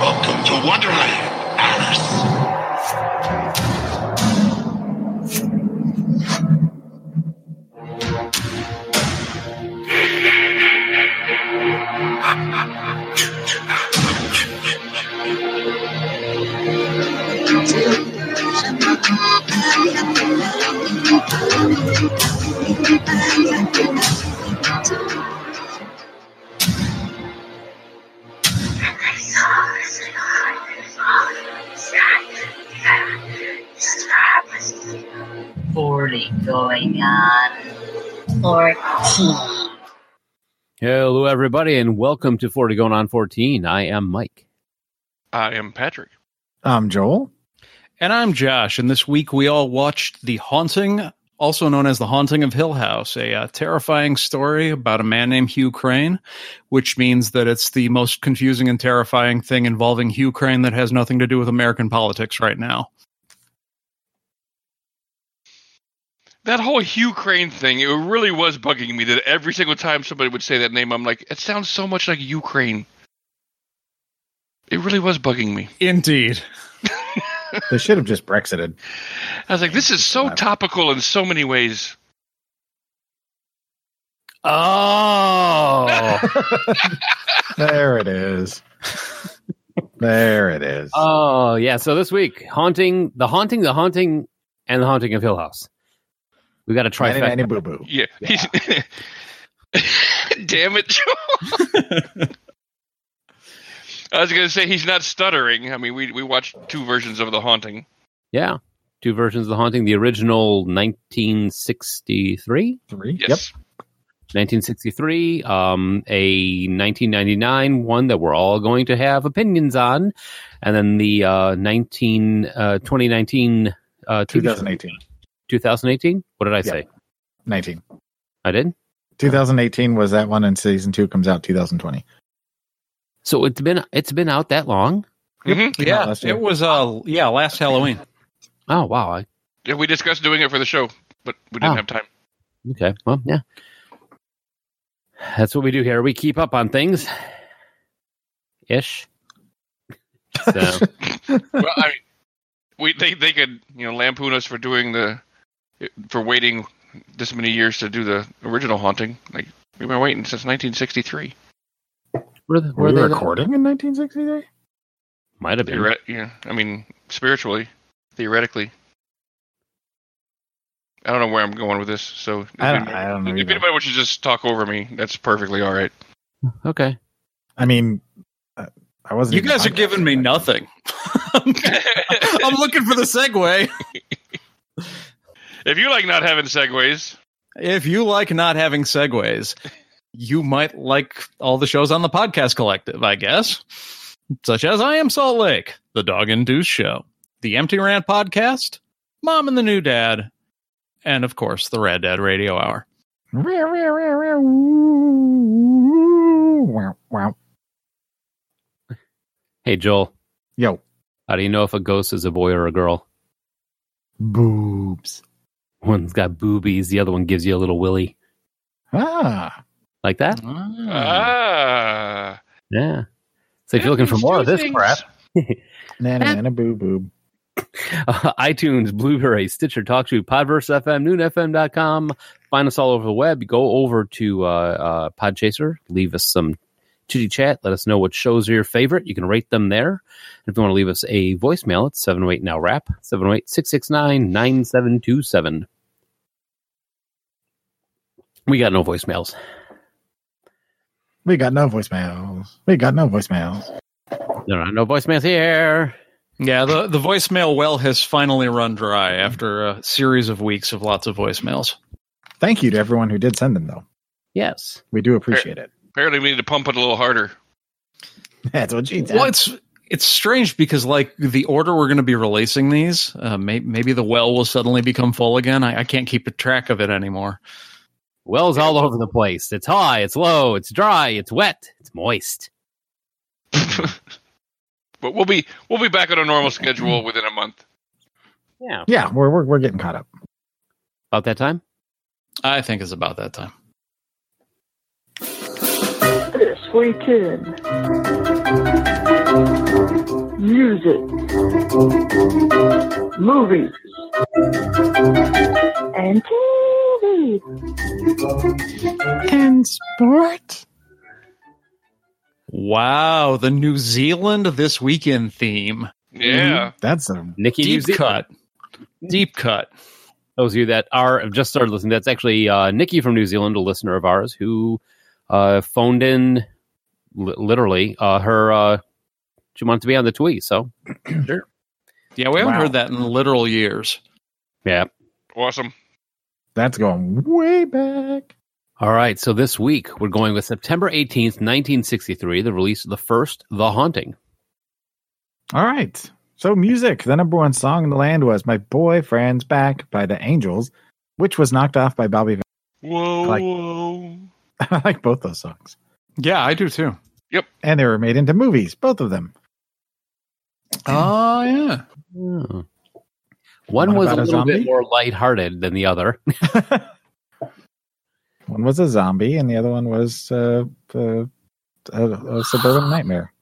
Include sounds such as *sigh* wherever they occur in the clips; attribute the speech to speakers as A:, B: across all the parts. A: Welcome to Wonderland, Alice.
B: Forty going on. Fourteen.
C: Hello, everybody, and welcome to 40 Going On 14. I am Mike.
D: I am Patrick.
E: I'm Um, Joel.
F: And I'm Josh, and this week we all watched The Haunting, also known as The Haunting of Hill House, a uh, terrifying story about a man named Hugh Crane, which means that it's the most confusing and terrifying thing involving Hugh Crane that has nothing to do with American politics right now.
D: That whole Hugh Crane thing, it really was bugging me that every single time somebody would say that name, I'm like, it sounds so much like Ukraine. It really was bugging me.
F: Indeed.
E: They should have just Brexited.
D: I was like, this is so topical in so many ways.
F: *laughs* Oh.
E: There it is. there it is.
F: Uh,
C: Oh, yeah. So this week, Haunting, The Haunting, The Haunting, and The Haunting of Hill House. We got a
E: Nanny, nanny,
C: trifecta.
E: boo boo.
D: Yeah. *laughs* Damn it, Joel. I was going to say he's not stuttering. I mean, we, we watched two versions of The Haunting.
C: Yeah. Two versions of The Haunting, the original 1963.
E: Three. Yep.
D: Yes.
C: 1963, um, a 1999 one that we're all going to have opinions on, and then the uh, 19, uh, 2019, uh,
E: 2018.
C: 2018. What did I say?
E: 19.
C: I did.
E: 2018 was that one, and season two comes out 2020.
C: So it's been it's been out that long.
D: Mhm.
E: Yeah,
F: yeah,
E: last year.
F: it was uh yeah, last Halloween.
C: Oh wow. I,
D: Yeah, Mm-hmm. we discussed doing it for the show, but we didn't
C: Oh.
D: have time.
C: okay. Well, yeah. That's what we do here. We keep up on things, ish. So *laughs*
D: well, I mean, we they they could you know lampoon us for doing the for waiting this many years to do the original haunting. Like we've been waiting since 1963.
C: were, the,
E: Were
C: were
E: you
C: they
E: recording in 1963?
C: Might have been.
D: Theoret- yeah, I mean spiritually, theoretically. I don't know where I'm going with this, so if,
E: I don't,
D: anybody-
E: I don't know.
D: if
E: either.
D: anybody wants to just talk over me, that's perfectly all *laughs* right.
C: Okay.
E: I mean, I I wasn't.
F: You
E: even
F: guys are
E: podcasting
F: giving me
E: back then. *laughs*
F: nothing. I'm looking for the segue.
D: if you like not having segues,
F: If you like not having segues, you might like all the shows on the podcast collective, I guess, such as I Am Salt Lake, The Dog and Deuce Show, The Empty Rant Podcast, Mom and the New Dad, and of course, the Rad Dad Radio Hour.
E: Rear, rear, rear, rear, woo, Wow, wow.
C: Hey Joel,
E: Yo,
C: how do you know if a ghost is a boy or a girl?
E: boobs.
C: One's got boobies, the other one gives you a little willy
E: Ah,
C: like that.
F: Hmm.
D: ah,
C: Yeah. So if
D: that
C: you're looking for
D: means
C: more
D: two
C: of this
D: things.
C: crap,
E: nanny, nanny, boo boo.
C: *laughs* iTunes, Blueberry, Stitcher, TalkShoe, Podverse FM, NoonFM.com. Find us all over the web. Go over to uh, uh, Podchaser. Leave us some chitty chat. Let us know what shows are your favorite. You can rate them there. And if you want to leave us a voicemail, it's 708 Now Rap, 708 669 9727. We got no voicemails.
E: We got no voicemails. We got no voicemails.
C: There are no voicemails here.
F: Yeah, the, the voicemail well has finally run dry after a series of weeks of lots of voicemails.
E: Thank you to everyone who did send them, though.
C: Yes.
E: We do appreciate it. *laughs*
D: Apparently, we need to pump it a little harder.
E: That's what she said.
F: Well, it's it's strange because like the order we're going to be releasing these, uh, may, maybe the well will suddenly become full again. I, I can't keep a track of it anymore.
C: Wells all over the place. It's high, it's low, it's dry, it's wet, it's moist.
D: but we'll be we'll be back on a normal schedule within a month.
C: Yeah.
E: Yeah, we're, we're we're getting caught up.
C: About that time?
F: I think it's about that time.
G: This weekend. Music. Movies. And TV.
E: And sport.
F: Wow, the New Zealand this weekend theme.
D: Mm-hmm. Yeah.
E: Mm-hmm. That's um, a
C: Nikki New
F: Deep
C: Zealand.
F: cut. Deep cut.
C: Those of you that are have just started listening, that's actually uh, Nikki from New Zealand, a listener of ours, who uh, phoned in li- literally uh, her. Uh, she wanted to be on the tweet, so
F: Yeah, we haven't
E: Wow.
F: heard that in literal years.
C: yeah.
D: Awesome.
E: that's going way back.
C: All right, so this week we're going with September 18th, 1963, the release of the first The Haunting.
E: All right. So music, the number one song in the land was My Boyfriend's Back by the Angels, which was knocked off by Bobby. Van- *laughs*
D: Whoa,
E: Like-
D: whoa.
E: I like both those songs.
F: Yeah, I do too.
E: And they were made into movies, both of them.
F: Oh, yeah.
C: Hmm. One
E: One
C: was a
E: about a
C: little bit
E: zombie?
C: more lighthearted than the other. *laughs*
E: One was a zombie, and the other one was uh, uh, a, a suburban nightmare.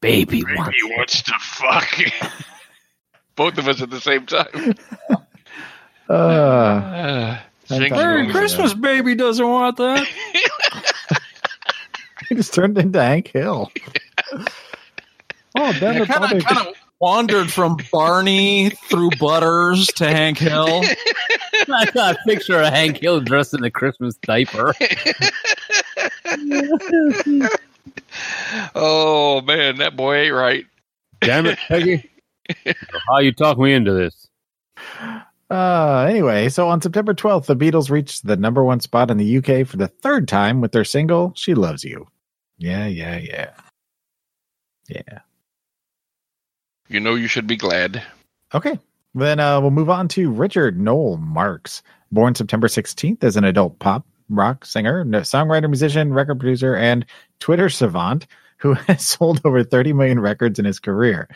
C: Baby one.
D: Baby wants to fuck. *laughs* Both of us at the same
E: *laughs*
D: time.
E: Uh,
D: Uh,
E: Merry
D: jinx
E: Merry
F: Merry
D: moves.
E: Christmas,
F: Christmas, baby doesn't want *laughs* that.
E: *laughs* he just turned into Hank Hill. oh, damn it,
F: kind
E: Bobby.
F: of kind of wandered from Barney through Butters to Hank Hill.
C: *laughs* I got a picture of Hank Hill dressed in a Christmas *laughs* diaper.
D: *laughs* Oh, man. That boy ain't right.
C: Damn it, Peggy. *laughs* How you talk me into this?
E: Uh, anyway, so on September 12th, the Beatles reached the number one spot in the UK for the third time with their single, She Loves You. Yeah, yeah, yeah.
D: You know you should be glad.
E: Okay. Then uh, we'll move on to Richard Noel Marks, born September 16th as an adult pop rock singer, no- songwriter, musician, record producer, and Twitter savant who *laughs* has sold over 30 million records in his career.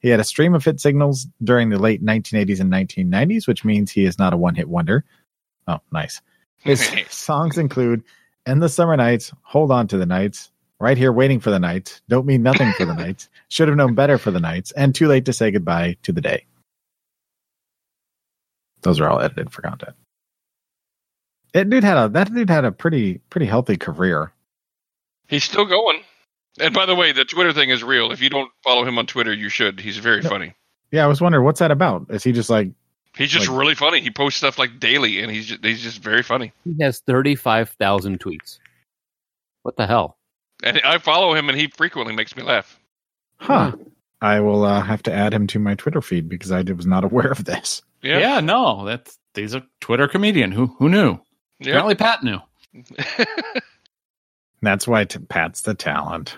E: He had a stream of hit signals during the late 1980s and 1990s, which means he is not a one hit wonder. Oh, nice. His songs include End the Summer Nights, Hold On to the Nights, Right Here Waiting for the Nights, Don't Mean Nothing for the Nights, Should Have Known Better for the Nights, and Too Late to Say Goodbye to the Day. Those are all edited for content. That dude had a that dude had a pretty pretty healthy career.
D: He's still going. And by the way, the Twitter thing is real. If you don't follow him on Twitter, you should. He's very
E: Yeah.
D: funny.
E: Yeah, I was wondering what's that about? Is he just like
D: He's just
E: Like-
D: really funny. He posts stuff like daily, and he's just, he's just very funny.
C: He has 35,000 tweets. What the hell?
D: And I follow him, and he frequently makes me laugh.
E: huh?
C: Hmm.
E: I will uh, have to add him to my Twitter feed because I was not *laughs* aware of this.
F: Yeah,
D: Yeah,
F: no, that's he's a Twitter comedian. Who who knew?
D: yeah.
F: Apparently, Pat knew.
D: *laughs*
E: That's why t- Pat's the talent.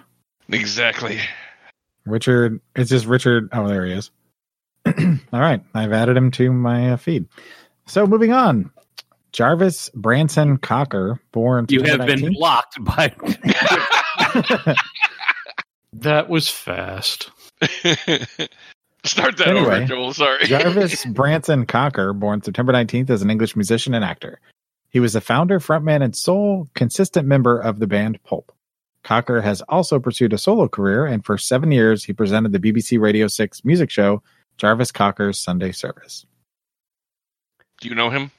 D: exactly. *laughs*
E: Richard, it's just Richard. Oh, there he is. *clears throat* All right, I've added him to my uh, feed. So moving on, Jarvis Branson Cocker, born
C: You have been
E: 19.
C: blocked by.
F: *laughs* That was fast.
D: Start that over,
E: Anyway.
D: Joel. Sorry.
E: Jarvis Branson Cocker, born September 19th, is an English musician and actor. He was the founder, frontman, and sole consistent member of the band Pulp. Cocker has also pursued a solo career, and for seven years, he presented the BBC Radio 6 music show, Jarvis Cocker's Sunday Service.
D: *laughs* Do you know him?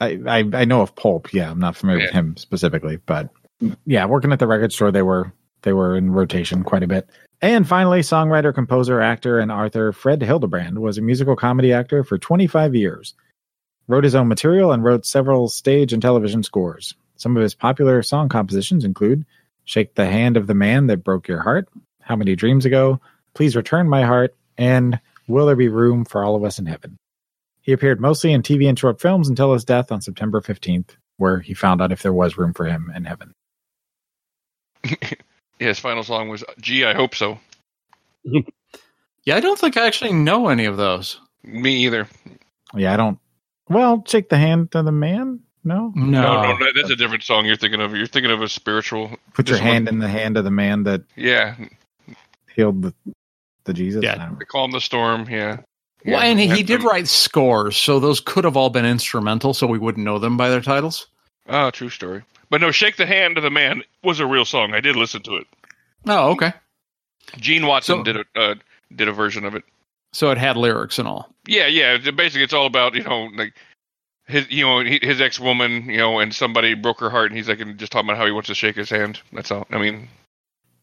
E: I, I, I know of Pulp. Yeah, I'm not familiar with
D: Yeah.
E: him specifically, but yeah, working at the record store, they were they were in rotation quite a bit. And finally, songwriter, composer, actor, and author Fred Hildebrand was a musical comedy actor for 25 years. Wrote his own material and wrote several stage and television scores. Some of his popular song compositions include "Shake the Hand of the Man That Broke Your Heart," "How Many Dreams Ago," "Please Return My Heart," and "Will There Be Room for All of Us in Heaven." He appeared mostly in TV and short films until his death on September 15th, where he found out if there was room for him in heaven.
D: Yeah, his final song was "Gee, I hope so."
F: Yeah, I don't think I actually know any of those.
D: Me either.
E: Yeah, I don't. Well, shake the hand of the man. No,
F: No,
D: no, no, no, that's a different song you're thinking of. You're thinking of a spiritual.
E: put your
D: This one-
E: hand in the hand of the man that
D: Yeah,
E: healed the, the Jesus.
F: Yeah.
E: I don't-
D: calm the storm. Yeah,
F: Well, and he, he
D: I'm-
F: did write scores, so those could have all been instrumental, so we wouldn't know them by their titles.
D: Oh, true story. But no, Shake the Hand of the Man was a real song. I did listen to it.
F: Oh, okay.
D: Gene Watson
F: So-
D: did a uh, did a version of it.
F: So it had lyrics and all.
D: Yeah, yeah. it- Basically, it's all about you know like his you know he- his ex woman you know and somebody broke her heart and he's like and just talking about how he wants to shake his hand. That's all. I mean,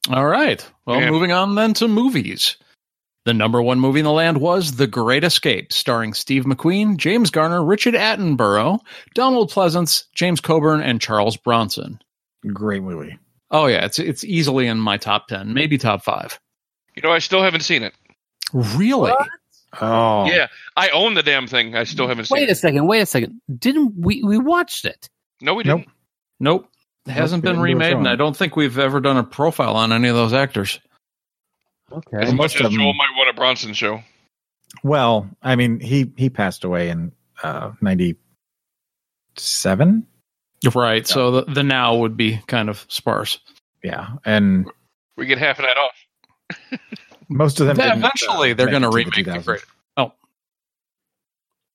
F: All right. Well,
D: Yeah.
F: moving on then to movies. The number one movie in the land was The Great Escape, starring Steve McQueen, James Garner, Richard Attenborough, Donald Pleasance, James Coburn, and Charles Bronson.
E: Great movie.
F: Oh yeah, it's it's easily in my top ten, maybe top five.
D: you know, I still haven't seen it.
F: Really?
E: Oh,
D: Yeah, I own the damn thing. I still haven't seen
C: Wait
D: it.
C: a second. Wait a second. Didn't we we watched it?
D: No, we
E: Nope.
D: didn't.
F: Nope. It hasn't
E: we
F: been
E: didn't do a
F: remade,
E: show
F: and
E: on
F: I
E: it.
F: don't think we've ever done a profile on any of those actors.
C: Okay.
D: As much
E: most of
D: as
E: 'em-
D: Joel might want a Bronson show.
E: Well, I mean, he he passed away in uh, ninety seven.
F: Right. So the, the now would be kind of sparse.
E: Yeah, and
D: We get half of that off.
E: most of them.
F: Then
E: didn't,
F: eventually
E: uh,
F: they're
E: make
F: going to
E: it the
F: remake the
E: 2000s.
F: great. Oh,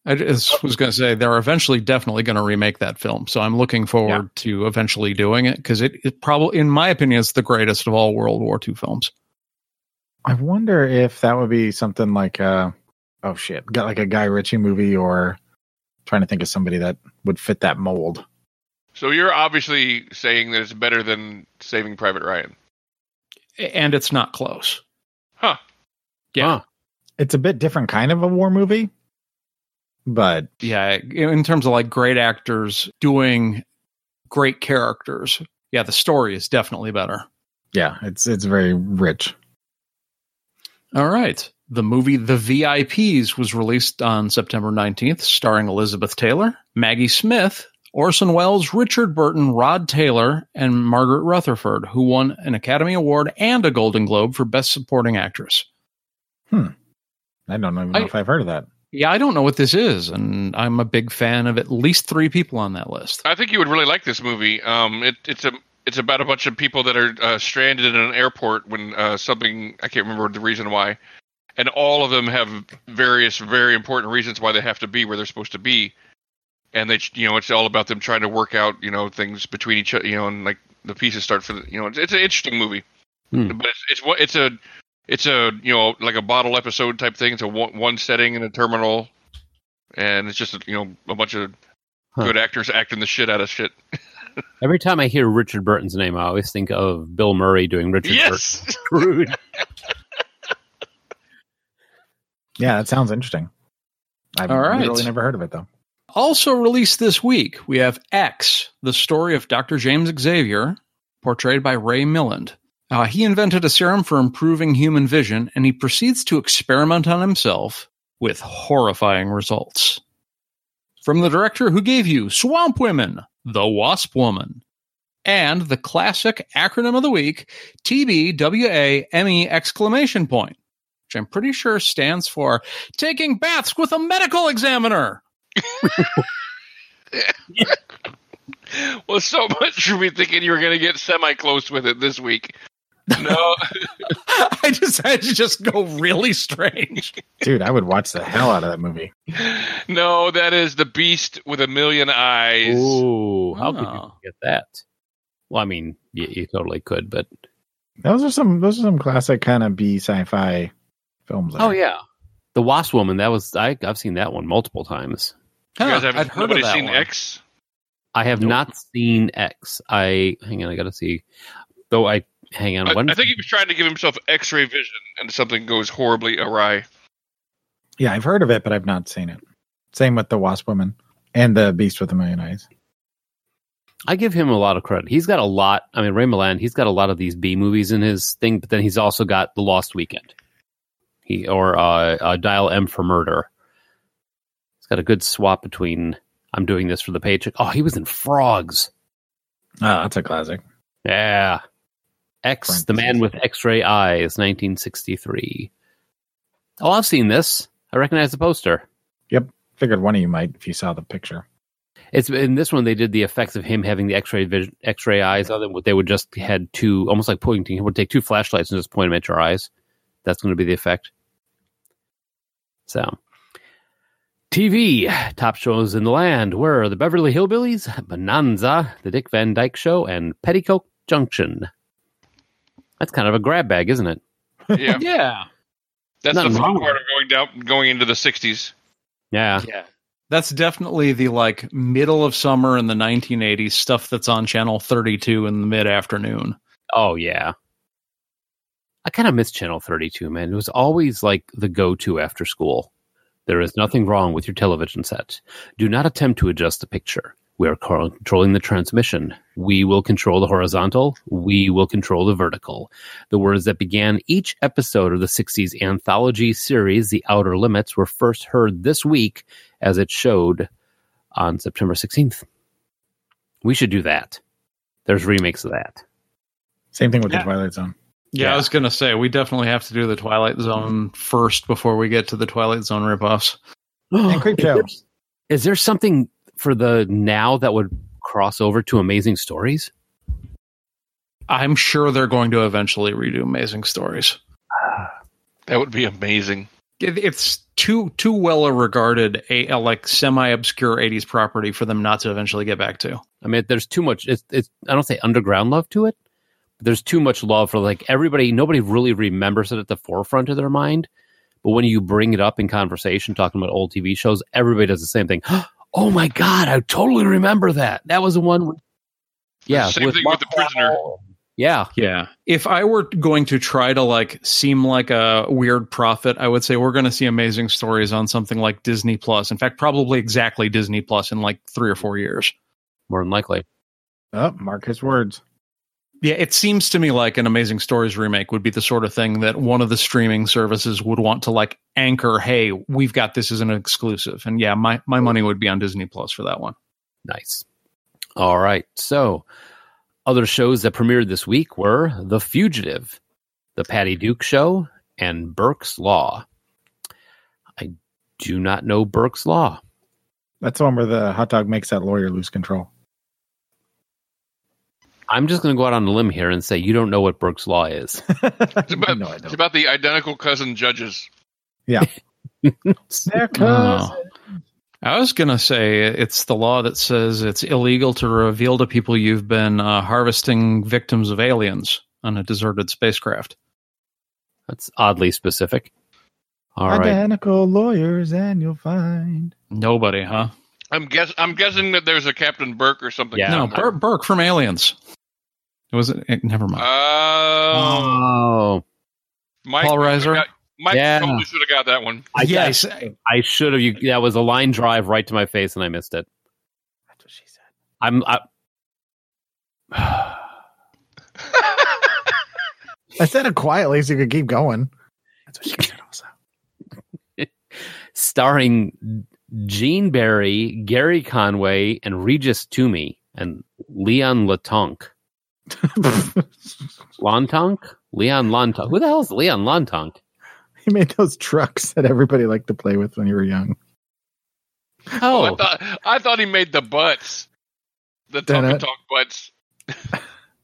F: I just was going to say they're eventually definitely going to remake that film. So I'm looking forward to eventually doing it because it, it probably, in my opinion, it's the greatest of all World War II films.
E: I wonder if that would be something like uh oh shit, got like a Guy Ritchie movie or trying to think of somebody that would fit that mold.
D: So you're obviously saying that it's better than Saving Private Ryan.
F: And it's not close.
D: Huh.
C: Huh.
F: Yeah.
E: It's a bit different kind of a war movie, but
F: yeah in terms of like great actors doing great characters yeah the story is definitely better
E: yeah, it's it's very rich.
F: all right the movie the vips was released on september 19th starring elizabeth taylor maggie smith orson welles richard burton rod taylor and margaret rutherford who won an academy award and a golden globe for best supporting actress
E: I don't even know
F: I-
E: if I've heard of that.
F: yeah i don't know what this is and i'm a big fan of at least three people on that list
D: I think you would really like this movie. Um, it, it's a it's about a bunch of people that are uh, stranded in an airport when uh, something I can't remember the reason why, and all of them have various very important reasons why they have to be where they're supposed to be, and they you know it's all about them trying to work out you know things between each other you know and like the pieces start for the, you know it's, it's an interesting movie,
C: Hmm.
D: but it's it's what it's a it's a you know like a bottle episode type thing. It's a one, one setting in a terminal, and it's just you know a bunch of
C: Huh.
D: good actors acting the shit out of shit.
C: Every time I hear Richard Burton's name, I always think of Bill Murray doing Richard
D: Yes. *laughs*
C: Burton. Rude.
E: Yeah, that sounds interesting. I've
F: All right.
E: really never heard of it though.
F: Also released this week, we have X, the story of Dr. James Xavier, portrayed by Ray Milland. Uh, he invented a serum for improving human vision, and he proceeds to experiment on himself with horrifying results. From the director who gave you Swamp Women, The Wasp Woman, and the classic acronym of the week, TBWAME E, exclamation point, which I'm pretty sure stands for Taking Baths with a Medical Examiner.
D: well, so much for me thinking you were going to get semi close with it this week.
C: *laughs*
D: No,
F: *laughs* I decided to just go
D: *laughs*
F: really strange.
E: Dude, I would watch the hell out of that movie.
D: no, that is the beast with a million eyes.
C: Ooh, how could you
F: Oh.
C: get that? Well, I mean, you, you totally could, but
E: Those are some those are some classic kind of B sci-fi films. there.
C: Oh,
F: Oh,
C: yeah, the Wasp Woman. That was I. I've seen that one multiple times.
D: You guys
F: Huh,
D: haven't,
F: I'd heard of
D: nobody's
F: that
D: seen
F: one.
D: X?
C: I have
F: Nope.
C: not seen X. I hang on. I gotta see. Though I hang on.
D: I,
C: when-
D: I think he was trying to give himself x ray vision and something goes horribly
F: *laughs*
D: awry.
E: Yeah, I've heard of it, but I've not seen it. Same with the Wasp Woman and the Beast with a Million Eyes.
C: I give him a lot of credit. He's got a lot. I mean, Ray Milland, he's got a lot of these B movies in his thing, but then he's also got The Lost Weekend, he or uh, uh, Dial M for Murder. He's got a good swap between I'm doing this for the paycheck. Oh, he was in Frogs.
E: Ah, that's a classic.
C: Yeah. X, The Man
E: Parentheses.
C: with X Ray Eyes, 1963. Oh, I've seen this. I recognize the poster.
E: Figured one of you might if you saw the picture.
C: It's in this one they did the effects of him having the X-ray vision, X-ray eyes on them. What they would just had two, almost like pointing. He would take two flashlights and just point them at your eyes. That's going to be the effect. So TV, top shows in the land were The Beverly Hillbillies, Bonanza, The Dick Van Dyke Show, and Petticoat Junction. That's kind of a grab bag, isn't it?
D: Yeah,
F: Yeah.
D: that's
C: Nothing
D: the
C: wrong with
D: fun part of going down, going into the '60s.
C: Yeah.
F: That's definitely the like middle of summer in the 1980s stuff that's on channel 32 in the mid afternoon.
C: Oh, yeah. I kind of miss Channel 32, man. It was always like the go to after school. There is nothing wrong with your television set. Do not attempt to adjust the picture. We are co- controlling the transmission. We will control the horizontal. We will control the vertical. The words that began each episode of the 60s anthology series, The Outer Limits, were first heard this week as it showed on September 16th. We should do that. There's remakes of that.
E: Same thing with
F: Yeah.
E: the Twilight Zone.
F: Yeah,
C: Yeah.
F: I was going to say we definitely have to do the Twilight Zone first before we get to the Twilight Zone ripoffs.
E: *gasps* And creep
C: Is
E: show.
C: there- Is there something for the now that would cross over to Amazing Stories?
F: I'm sure they're going to eventually redo Amazing Stories.
D: That would be amazing.
F: It, it's too too well a regarded a, a like semi obscure 80s property for them not to eventually get back to.
C: I mean, there's too much. It's, it's I don't say underground love to it, but there's too much love for like everybody. Nobody really remembers it at the forefront of their mind, but when you bring it up in conversation, talking about old TV shows, everybody does the same thing. *gasps* Oh my god, I totally remember that. That was the one. with- Yeah,
D: Same thing with The Prisoner.
C: Yeah,
F: Yeah. If I were going to try to like seem like a weird prophet, I would say we're going to see amazing stories on something like Disney Plus. In fact, probably exactly Disney Plus in like 3 or 4 years.
C: more than likely.
E: Oh, mark his words.
F: Yeah, it seems to me like an amazing stories remake would be the sort of thing that one of the streaming services would want to like anchor, "Hey, we've got this as an exclusive." And yeah, my my money would be on Disney Plus for that one.
C: Nice. All right. So, other shows that premiered this week were The Fugitive, The Patty Duke Show, and Burke's Law. I do not know Burke's Law.
E: That's the one where the hot dog makes that lawyer lose control. *laughs*
C: I'm just going to go out on a limb here and say you don't know what Burke's Law
E: *laughs*
C: is.
D: It's about,
E: no, I
D: it's
E: don't.
D: about the identical cousin judges.
E: They're
F: No.
E: cousins.
F: I was going to say it's the law that says it's illegal to reveal to people you've been uh, harvesting victims of aliens on a deserted spacecraft.
C: That's oddly specific. All right.
E: Identical lawyers, and you'll find.
F: Nobody, huh?
D: I'm guess I'm guessing that there's a Captain Burke or something.
C: Yeah.
F: no,
D: down there.
F: Bur- Burke from Aliens. It was it, never
D: Uh,
F: mind.
D: Oh,
C: Oh,
D: Mike,
F: Paul Reiser?
D: got- Mike
C: Yeah.
D: totally should have got that one. *laughs*
C: I-
F: yes,
C: I should have. You, that was a line drive right to my face, and I missed it.
E: That's what she said.
C: I'm. I,
E: I said it quietly so you could keep going. That's what she said also.
C: starring Gene Barry, Gary Conway, and Regis Toomey and Leon Latonk. Lontonk? Leon Lontonk. Who the hell is Leon Lontonk?
E: *laughs* he made those trucks that everybody liked to play with when you were young.
D: Oh, I
C: Oh,
D: thought I thought he made the butts, the
E: Dunno.
D: talk talk butts.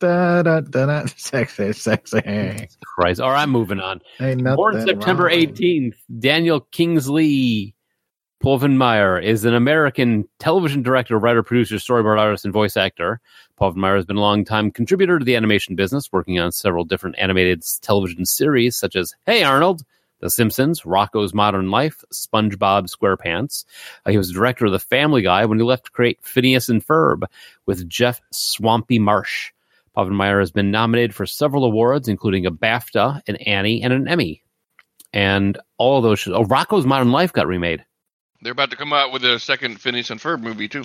E: Da da da da. Sexy, sexy.
C: Christ. All right, I'm moving on.
E: Ain't nothing
C: Born September
E: wrong.
C: 18th, Daniel Kingsley Povenmire is an American television director, writer, producer, storyboard artist, and voice actor. Povenmire has been a long-time contributor to the animation business, working on several different animated s- television series such as Hey Arnold, The Simpsons, Rocco's Modern Life, SpongeBob SquarePants. Uh, he was director of The Family Guy when he left to create Phineas and Ferb with Jeff Swampy Marsh. Povenmire has been nominated for several awards, including a BAFTA, an Annie, and an Emmy and all of those shows. Oh, Rocco's Modern Life got remade. *sighs*
D: They're about to come out with a second Phineas and Ferb movie too.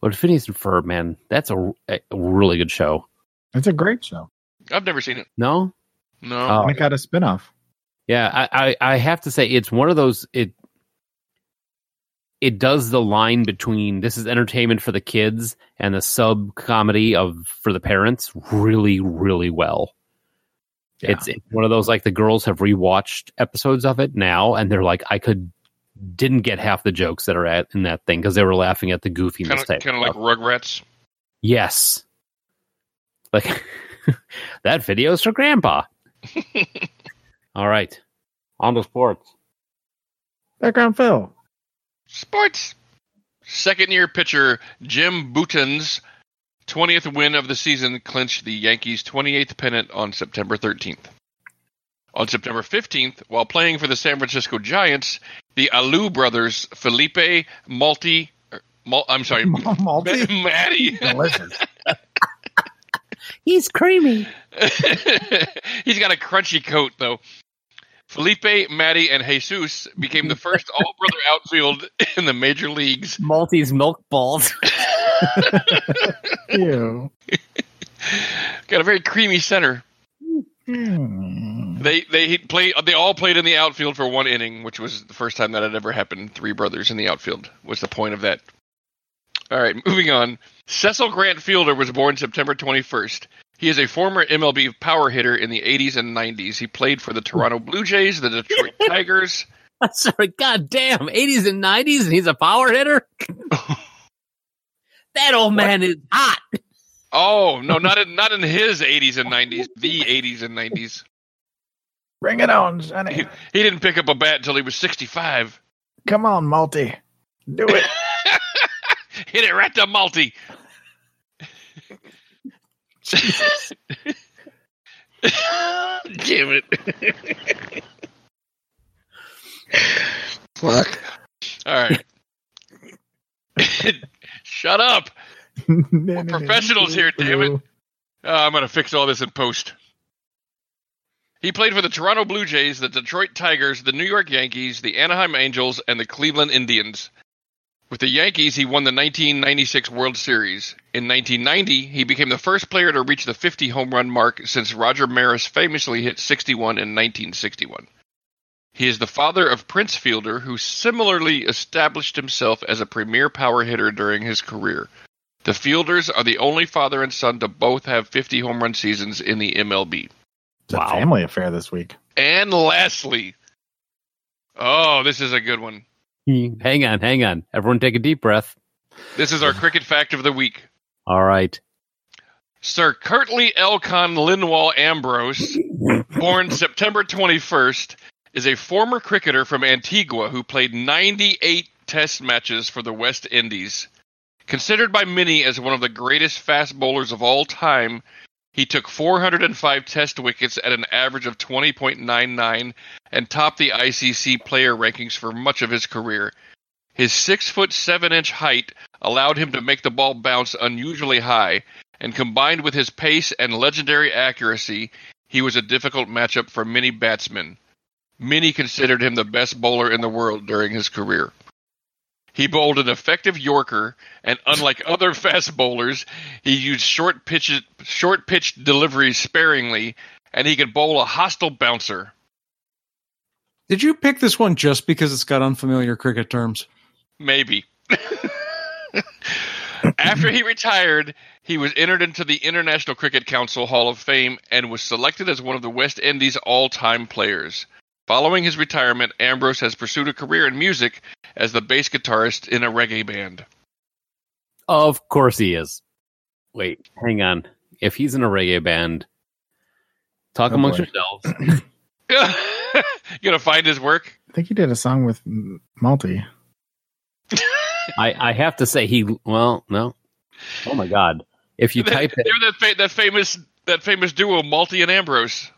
C: But Phineas and Ferb, man, that's a, a really good show.
E: It's a great show.
D: I've never seen it.
C: No,
D: No,
C: Oh.
E: And it got a spinoff.
C: yeah, I, I, I have to say it's one of those it it does the line between this is entertainment for the kids and the sub comedy of for the parents really really well.
F: Yeah.
C: It's, it's one of those like the girls have rewatched episodes of it now and they're like I could didn't get half the jokes that are at, in that thing because they were laughing at the goofiness
D: kind of
C: type
D: kind of
C: stuff.
D: like Rugrats.
C: Yes. Like *laughs* that video's for grandpa. All right. On to sports.
E: Background Phil.
D: Sports. Second year pitcher Jim Bouton's 20th win of the season clinched the Yankees' 28th pennant on September 13th. On September 15th, while playing for the San Francisco Giants, the Alou brothers, Felipe Malti, er, Mal, I'm
E: *laughs*
D: sorry,
E: Malty?
D: Matty. *laughs*
E: *laughs* Delicious.
B: He's creamy.
D: He's got a crunchy coat, though. Felipe, Matty, and Jesus became the first all brother outfield in the major leagues.
C: Maltese milk balls. *laughs*
E: Ew.
D: Got a very creamy center.
E: Hmm.
D: They they play they all played in the outfield for one inning, which was the first time that had ever happened. Three brothers in the outfield was the point of that. All right, moving on. Cecil Grant Fielder was born September 21st. He is a former MLB power hitter in the 80s and 90s. He played for the Toronto Blue Jays, the Detroit Tigers.
C: I'm sorry, goddamn, 80s and 90s, and he's a power hitter. that old man is hot.
D: Oh no, not in not in his 80s and 90s. The 80s and 90s.
E: Bring it on, Sonny.
D: He, he didn't pick up a bat until he was 65.
E: Come on, Malty. Do
D: *laughs*
E: it. *laughs*
D: Hit it right to Malty. *laughs* Damn it.
H: Fuck.
D: All right. *laughs* Shut up. We're professionals here, damn it. Uh, I'm going to fix all this in post. He played for the Toronto Blue Jays, the Detroit Tigers, the New York Yankees, the Anaheim Angels, and the Cleveland Indians. With the Yankees, he won the 1996 World Series. In 1990, he became the first player to reach the 50 home run mark since Roger Maris famously hit 61 in 1961. He is the father of Prince Fielder, who similarly established himself as a premier power hitter during his career. The Fielders are the only father and son to both have 50 home run seasons in the MLB.
E: It's a family affair this week.
D: And lastly, oh, this is a good one.
C: Hang on, hang on. Everyone take a deep breath.
D: This is our cricket fact of the week.
C: All right.
D: Sir Curtly Elcon Linwall Ambrose, born September 21st, is a former cricketer from Antigua who played 98 test matches for the West Indies. Considered by many as one of the greatest fast bowlers of all time, he took 405 test wickets at an average of 20.99 and topped the ICC player rankings for much of his career. His 6 foot 7 inch height allowed him to make the ball bounce unusually high, and combined with his pace and legendary accuracy, he was a difficult matchup for many batsmen. Many considered him the best bowler in the world during his career. He bowled an effective Yorker, and unlike other *laughs* fast bowlers, he used short pitch short pitch deliveries sparingly, and he could bowl a hostile bouncer.
F: Did you pick this one just because it's got unfamiliar cricket terms?
D: Maybe. After he retired, he was entered into the International Cricket Council Hall of Fame and was selected as one of the West Indies' all time players. Following his retirement, Ambrose has pursued a career in music as the bass guitarist in a reggae band. *laughs*
C: Of course he is. Wait, hang on. If he's in a reggae band, talk
E: Oh,
C: amongst
E: boy.
C: yourselves.
D: you gonna find his work?
E: I think he did a song with M- Malty.
C: I, I have to say he well, no. Oh my god. If you
D: They-
C: type it
D: They're that, fa- that famous that famous duo, Malty and Ambrose,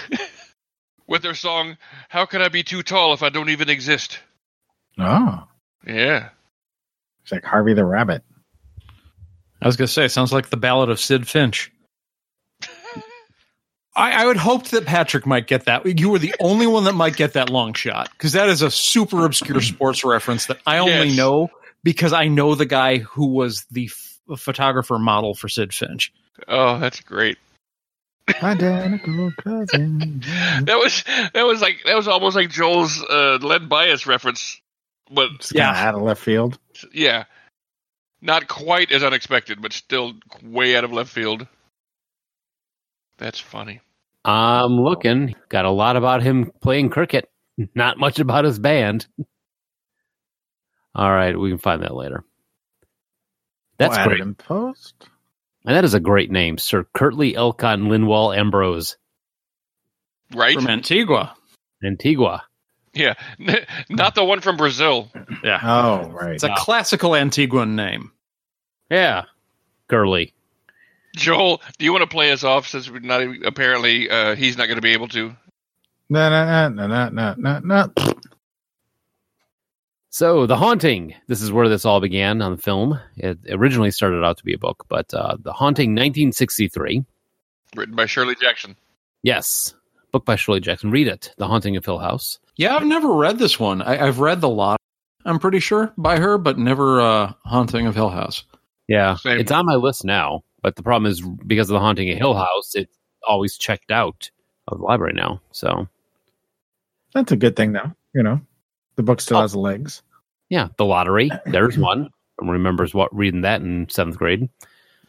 D: *laughs* with their song "How Can I Be Too Tall If I Don't Even Exist."
E: oh,
D: Yeah,
E: it's like Harvey
D: *laughs*
E: the Rabbit.
F: I was going to say, it sounds like the ballad of Sid Finch. *laughs* I, I would hope that Patrick might get that. You were the only one that might get that long shot because that is a super obscure sports reference that I only
D: Yes.
F: know because I know the guy who was the f- photographer model for Sid Finch.
D: oh, that's great.
E: Identical cousin.
D: That was that was like that was almost like Joel's uh, lead bias reference, but
E: Just kinda
F: Yeah.
E: out of left field.
D: yeah, not quite as unexpected, but still way out of left field. That's funny.
C: I'm looking, got a lot about him playing cricket, not much about his band. All right, we can find that later. That's
E: Well,
C: great.
E: added in Post.
C: And that is a great name, Sir Curtly Elcon Linwall Ambrose,
D: Right?
F: From Antigua.
C: Antigua.
D: Yeah, *laughs* not the one from Brazil.
F: Yeah.
E: Oh, right.
F: It's a classical Antiguan name.
C: Yeah, girly.
D: Joel, do you want to play us off since we're not even- apparently uh, he's not going to be able to?
E: No, no, no, no, no, no, no, no.
C: So, The Haunting. This is where this all began on the film. It originally started out to be a book, but uh, The Haunting 1963.
D: Written by Shirley Jackson.
C: Yes, book by Shirley Jackson. Read it The Haunting of Hill House.
F: Yeah, I've never read this one. I, I've read the lot, I'm pretty sure, by her, but never uh, Haunting of Hill House.
C: Yeah.
D: Same.
C: It's on my list now, but the problem is because of The Haunting of Hill House, it's always checked out of the library now. So,
E: That's a good thing, though. You know, the book
D: Oh.
E: still has legs.
C: yeah, The Lottery. There's one. Remembers what reading that in seventh grade.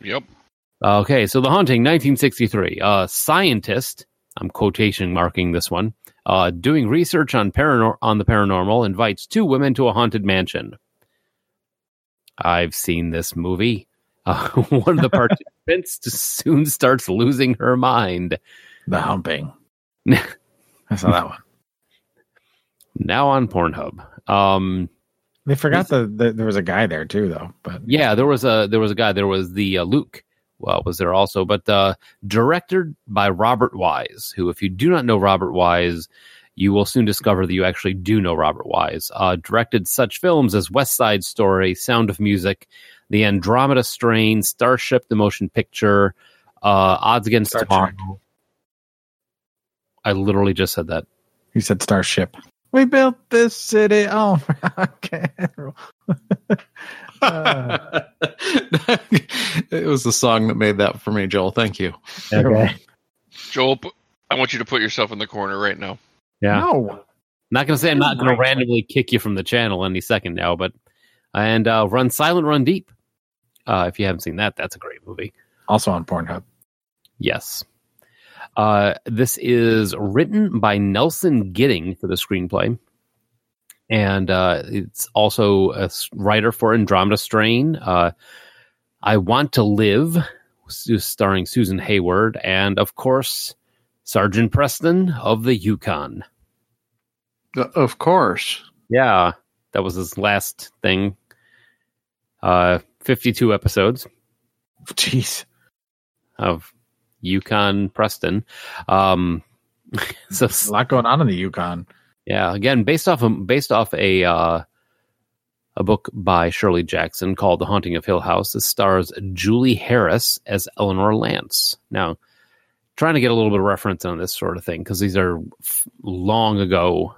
D: Yep.
C: Okay, so The Haunting, 1963. A scientist, I'm quotation marking this one, uh, doing research on, paranor- on the paranormal invites two women to a haunted mansion. I've seen this movie. Uh, *laughs* one of the participants soon starts losing her mind.
D: *laughs*
E: The humping. I saw that one.
C: Now on Pornhub. Um,
E: They forgot the, the there was a guy there too, though. But
C: Yeah, there was a there was a guy. There was the uh, Luke uh, was there also, but uh, directed by Robert Wise, who, if you do not know Robert Wise, you will soon discover that you actually do know Robert Wise. Uh, directed such films as West Side Story, Sound of Music, The Andromeda Strain, Starship, The Motion Picture, uh, Odds Against
E: Star
C: Tomorrow.
E: Trek.
C: I literally just said that.
E: He said Starship. We built this city. Oh, *laughs* okay. Uh,
F: it was the song that made that for me, Joel. Thank you.
E: okay.
D: Joel, pu- I want you to put yourself in the corner right now.
C: Yeah.
E: No.
C: *laughs* Not going to say I'm not going to randomly kick you from the channel any second now, but and uh, Run Silent, Run Deep. Uh, if you haven't seen that, that's a great movie.
E: Also on Pornhub.
C: Yes. Uh, this is written by Nelson Gidding for the screenplay. And uh, it's also a s- writer for Andromeda Strain, uh, I Want to Live, s- starring Susan Hayward, and of course, Sergeant Preston of the Yukon.
F: Uh, Of course.
C: Yeah, that was his last thing. Uh, 52 episodes
E: Jeez.
C: of Yukon Preston. Um, *laughs* so
E: A lot going on in the Yukon.
C: yeah, again, based off a, based off a uh, a book by Shirley Jackson called The Haunting of Hill House. This stars Julie Harris as Eleanor Lance. Now, trying to get a little bit of reference on this sort of thing because these are f- long ago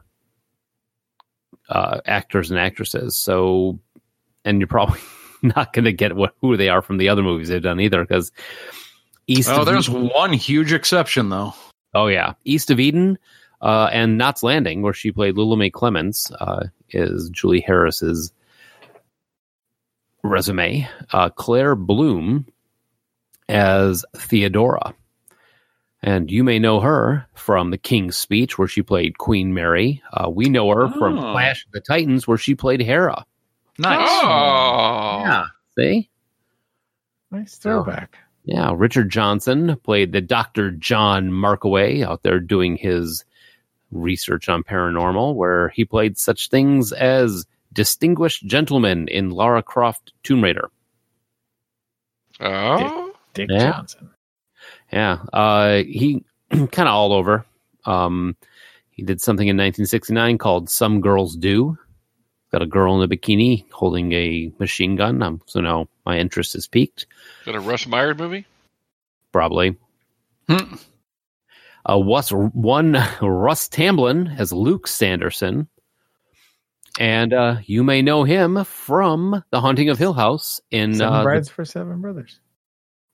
C: uh, actors and actresses. So, and you're probably *laughs* not going to get what who they are from the other movies they've done either because East.
F: Oh,
C: of
F: there's one huge exception, though.
C: Oh yeah, East of Eden uh, and Knots Landing, where she played Lula Mae Clements, uh, is Julie Harris's resume. Uh, Claire Bloom as Theodora, and you may know her from The King's Speech, where she played Queen Mary. Uh, we know her from
F: Oh.
C: Clash of the Titans, where she played Hera.
F: Nice.
D: Oh,
C: see.
E: Nice throwback.
C: Yeah, Richard Johnson played the Dr. John Markaway out there doing his research on paranormal, where he played such things as Distinguished Gentleman in Lara Croft Tomb Raider.
D: Oh.
E: Dick
C: Yeah.
E: Johnson.
C: Yeah, uh, he *clears throat* kind of all over. Um, he did something in 1969 called Some Girls Do. Got a girl in a bikini holding a machine gun. Um, so now my interest is piqued,
D: Is that a Russ Meyer movie?
C: probably.
F: Hmm.
C: Uh, was one *laughs* Russ Tamblin as Luke Sanderson, and uh, you may know him from The Haunting of Hill House. In
E: Seven
C: uh,
E: brides for seven brothers.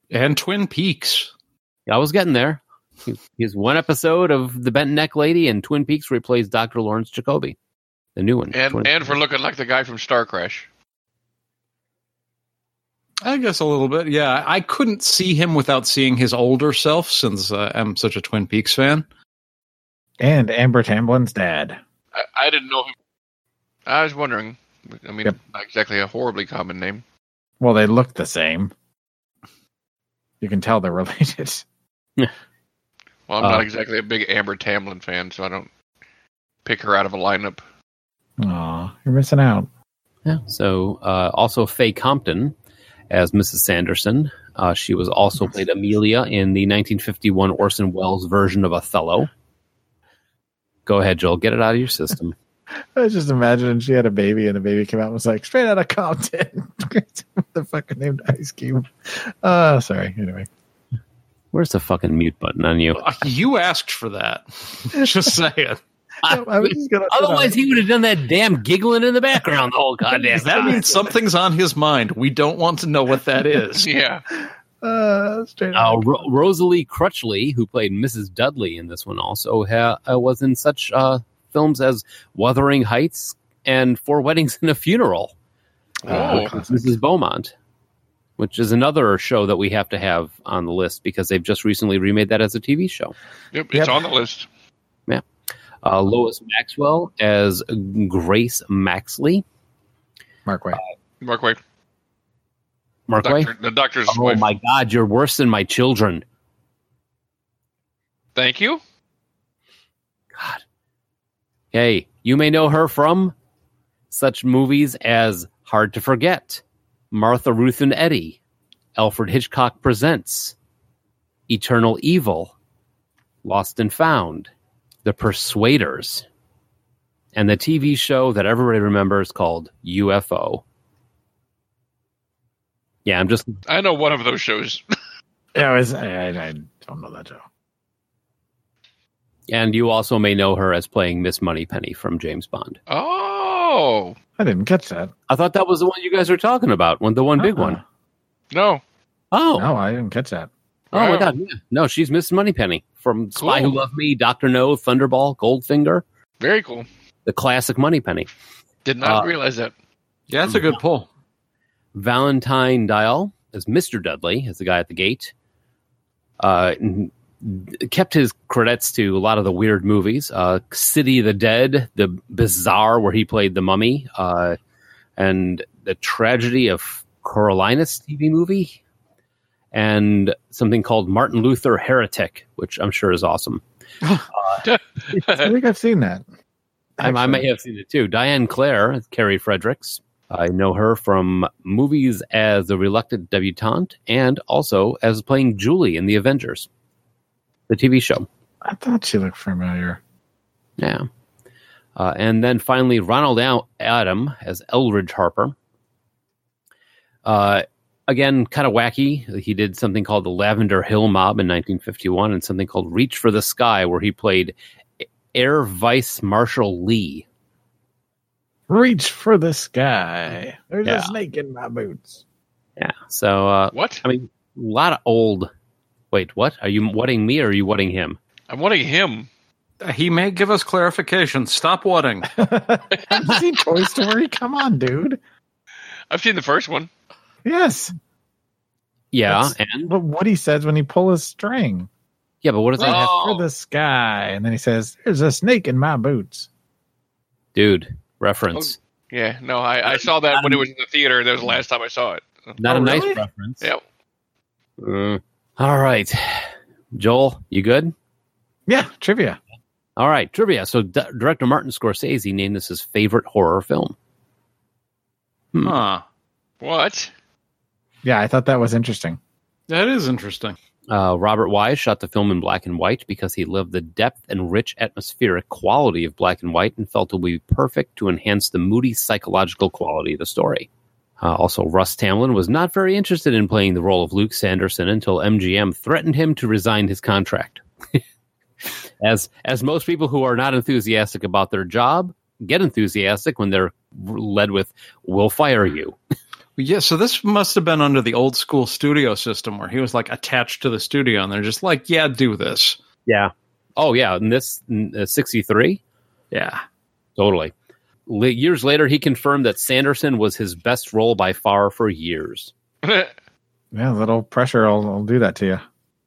F: And Twin Peaks.
C: the- I was getting there. He- He's one episode of The Bent Neck Lady and Twin Peaks, where he plays Doctor Lawrence Jacoby, the new one.
D: And
C: Twin-
D: and for looking like the guy from Star Crash.
F: I guess a little bit. Yeah, I couldn't see him without seeing his older self since uh, I'm such a Twin Peaks fan.
E: And Amber Tamblin's dad.
D: I, I didn't know him. I was wondering. I mean,
E: Yep.
D: not exactly a horribly common name.
E: Well, they look the same. You can tell they're *laughs* related.
D: Well, I'm
C: Uh,
D: not exactly a big Amber Tamblyn fan, so I don't pick her out of a lineup. *laughs*
E: Aw, you're missing out.
C: Yeah. So uh, also Faye Compton as Mrs. Sanderson. Uh, she was also played Amelia in the 1951 Orson Welles version of Othello. Go ahead, Joel. Get it out of your system.
E: I was just imagining she had a baby and the baby came out and was like, straight out of Compton. *laughs* the fucking named Ice Cube. Uh, sorry. Anyway.
C: Where's the fucking mute button on
F: *laughs*
C: you?
F: Uh, You asked for that. *laughs* Just saying.
C: *laughs*
E: I, was just gonna,
C: Otherwise, he would have done that damn giggling in the background the whole goddamn
F: *laughs* That
C: time.
F: means something's on his mind. We don't want to know what that *laughs* is.
D: Yeah.
E: uh, straight
C: Uh,
E: out.
C: Ro- Rosalie Crutchley, who played Mrs. Dudley in this one, also ha- uh, was in such uh, films as Wuthering Heights and Four Weddings and a Funeral.
D: Oh.
C: with Mrs. Beaumont, which is another show that we have to have on the list because they've just recently remade that as a TV show.
D: Yep, it's
E: Yep.
D: on the list.
C: Uh, Lois Maxwell as Grace Maxley.
E: Mark White.
D: Mark Way.
C: Mark Way?
D: Doctor, the doctor's
C: Oh
D: wife.
C: my God, you're worse than my children.
D: Thank you.
C: God. Hey, you may know her from such movies as Hard to Forget, Martha Ruth and Eddie, Alfred Hitchcock Presents, Eternal Evil, Lost and Found, The Persuaders, and the TV show that everybody remembers called UFO. Yeah, I'm just
D: I know one of those shows. *laughs*
E: Yeah, I, was, I, I, I don't know that show.
C: and you also may know her as playing Miss Moneypenny from James Bond.
D: Oh
E: I didn't catch that.
C: I thought that was the one you guys were talking about, one the one big
E: Uh-uh.
C: one.
D: no.
C: Oh,
E: No, I didn't
C: *laughs*
E: catch that.
C: Oh my
D: Wow.
C: god, yeah. No, she's Miss Moneypenny from Spy
D: Cool.
C: Who Loved Me, Doctor No, Thunderball, Goldfinger,
D: Very cool.
C: the classic Moneypenny.
D: Did not
C: Uh,
D: realize that.
F: Yeah, that's a good pull.
C: Valentine Dial as Mr. Dudley, as the guy at the gate. Uh, n- kept his credits to a lot of the weird movies. Uh, City of the Dead, The Bizarre, where he played the mummy, uh, and The Tragedy of Coriolanus TV movie, and something called Martin Luther Heretic, which I'm sure is awesome.
E: I think I've seen that.
C: I, I may have seen it too. Diane Clare, Carrie Fredericks. I know her from movies as The Reluctant Debutante and also as playing Julie in The Avengers, the TV show.
E: I thought she looked familiar.
C: Yeah. Uh, and then finally, Ronald Al- Adam as Eldridge Harper. Uh, again, kind of wacky. He did something called The Lavender Hill Mob in 1951 and something called Reach for the Sky, where he played Air Vice Marshal Lee.
E: Reach for the sky. There's
C: Yeah.
E: a snake in my boots.
C: Yeah. So, uh,
D: What?
C: I mean, a lot of old. Wait, what? Are you wetting me or are you wetting him?
D: I'm wanting him.
F: He may give us clarification. Stop wadding.
E: Have you seen Toy Story? Come on, dude.
D: I've seen the first one.
C: *laughs*
E: Yes.
C: Yeah,
E: That's-
C: and
E: But what he says when he pulls his string.
C: yeah, but what does
E: Reach
C: that have,
D: Oh.
E: for the sky. And then he says, There's a snake in my boots.
C: dude? Reference,
E: oh,
D: Yeah, no, I, I saw that when it was in the theater. That was the last time I saw it.
C: not
E: Oh,
C: a nice
E: really?
C: reference.
D: Yep.
C: Mm. All right, Joel, you good?
E: Yeah, trivia.
C: All right, trivia. So, D- director Martin Scorsese named this his favorite horror film. Hmm.
F: Huh.
D: What? *laughs*
E: Yeah, I thought that was interesting.
F: That is interesting.
C: Uh, Robert Wise shot the film in black and white because he loved the depth and rich atmospheric quality of black and white and felt it would be perfect to enhance the moody psychological quality of the story. Uh, also, Russ Tamlin was not very interested in playing the role of Luke Sanderson until MGM threatened him to resign his contract. *laughs* as as most people who are not enthusiastic about their job get enthusiastic when they're led with "We'll fire you."
F: Yeah, so this must have been under the old school studio system where he was like attached to the studio and they're just like, yeah, do this.
C: Yeah. Oh yeah, and this uh, sixty three.
F: Yeah.
C: Totally. Le- years later, he confirmed that Sanderson was his best role by far for years.
E: Yeah, a little pressure will, will do that to you.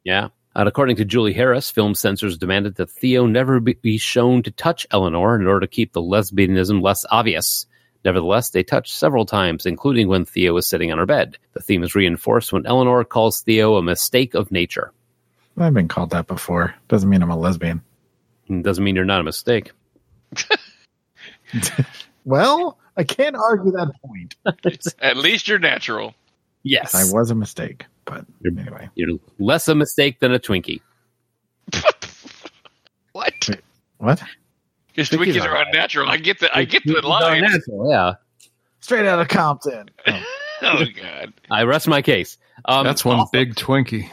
C: Yeah. And according to Julie Harris, film censors demanded that Theo never be, be shown to touch Eleanor in order to keep the lesbianism less obvious. Nevertheless, they touched several times, including when Theo is sitting on her bed. The theme is reinforced when Eleanor calls Theo a mistake of nature.
E: I've been called that before. Doesn't mean I'm a lesbian.
C: Hmm, Doesn't mean you're not a mistake.
E: Well, I can't argue that point.
D: At least you're natural.
C: Yes.
E: I was a mistake, but anyway.
C: You're less a mistake than a Twinkie.
D: What?
E: What?
D: Because
C: Twinkies
D: Twinkies
C: are
D: are unnatural. I get the I get the
C: Twinkies are
D: line.
C: natural, Yeah.
E: Straight out of Compton. Oh,
D: *laughs* Oh god. *laughs*
C: I rest my case. Um,
F: That's one
C: also-
F: big Twinkie.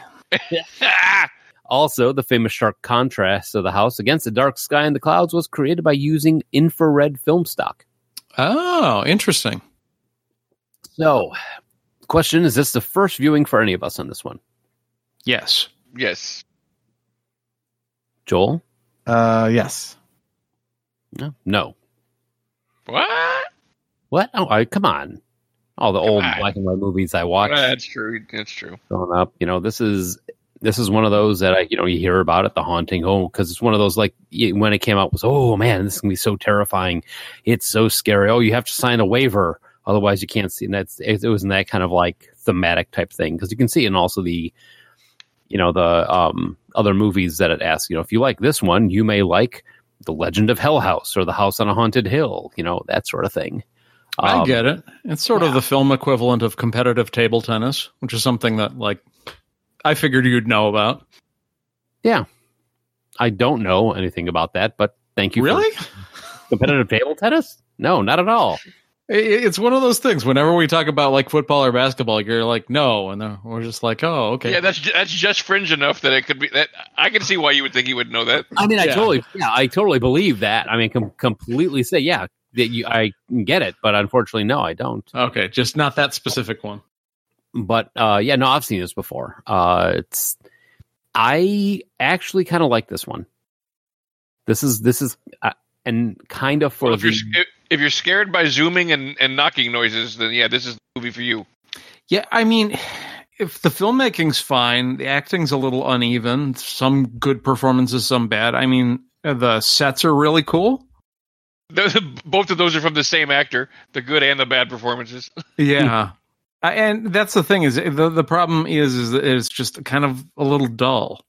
D: Ah!
C: Also, the famous sharp contrast of the house against the dark sky and the clouds was created by using infrared film stock.
F: Oh, interesting.
C: So, question is this the first viewing for any of us on this one?
F: Yes.
D: Yes.
C: Joel?
E: uh, yes.
C: No. No.
D: What?
C: What? Oh, I, come on. All the old
D: on.
C: black and white movies I
D: Ah,
C: watched
D: that's true. That's true.
C: growing up, you know, this is this is one of those that I, you know, you hear about it, the haunting home, because it's one of those like y- when it came out it was, oh man, this is gonna be so terrifying, it's so scary. Oh, you have to sign a waiver, otherwise you can't see. And that's it, it was in that kind of like thematic type thing because you can see, and also the, you know, the um other movies that it asks, you know, if you like this one, you may like the Legend of Hell House or the House on a Haunted Hill, you know, that sort of thing.
F: I
C: Um,
F: get it. It's sort
C: yeah.
F: of the film equivalent of competitive table tennis, which is something that like I figured you'd know about.
C: I don't know anything about that, but thank you. for- competitive table tennis? No, not at all.
F: I- I- It's one of those things. Whenever we talk about like football or basketball, you're like, no, and then we're just like, oh, okay.
D: Yeah, that's ju- that's just fringe enough that it could be that I can see why you would think he would know that.
C: I mean, I
F: Yeah.
C: totally, yeah, I totally believe that. I mean, com- completely say, yeah, that you, I can get it, but unfortunately, no, I don't.
F: okay, just not that specific one.
C: But uh, yeah, no, I've seen this before. Uh, it's, I actually kind of like this one. This is this is, uh, and kind of for
D: Well, if you're
C: the-
D: sc- if you're scared by zooming and, and knocking noises, then yeah, this is the movie for you.
F: Yeah, I mean, if the filmmaking's fine, the acting's a little uneven. Some good performances, some bad. I mean, the sets are really cool.
D: Those- Both of those are from the same actor, the good and the bad performances. *laughs*
F: Yeah. I, and that's the thing is the the problem is is that it's just kind of a little dull.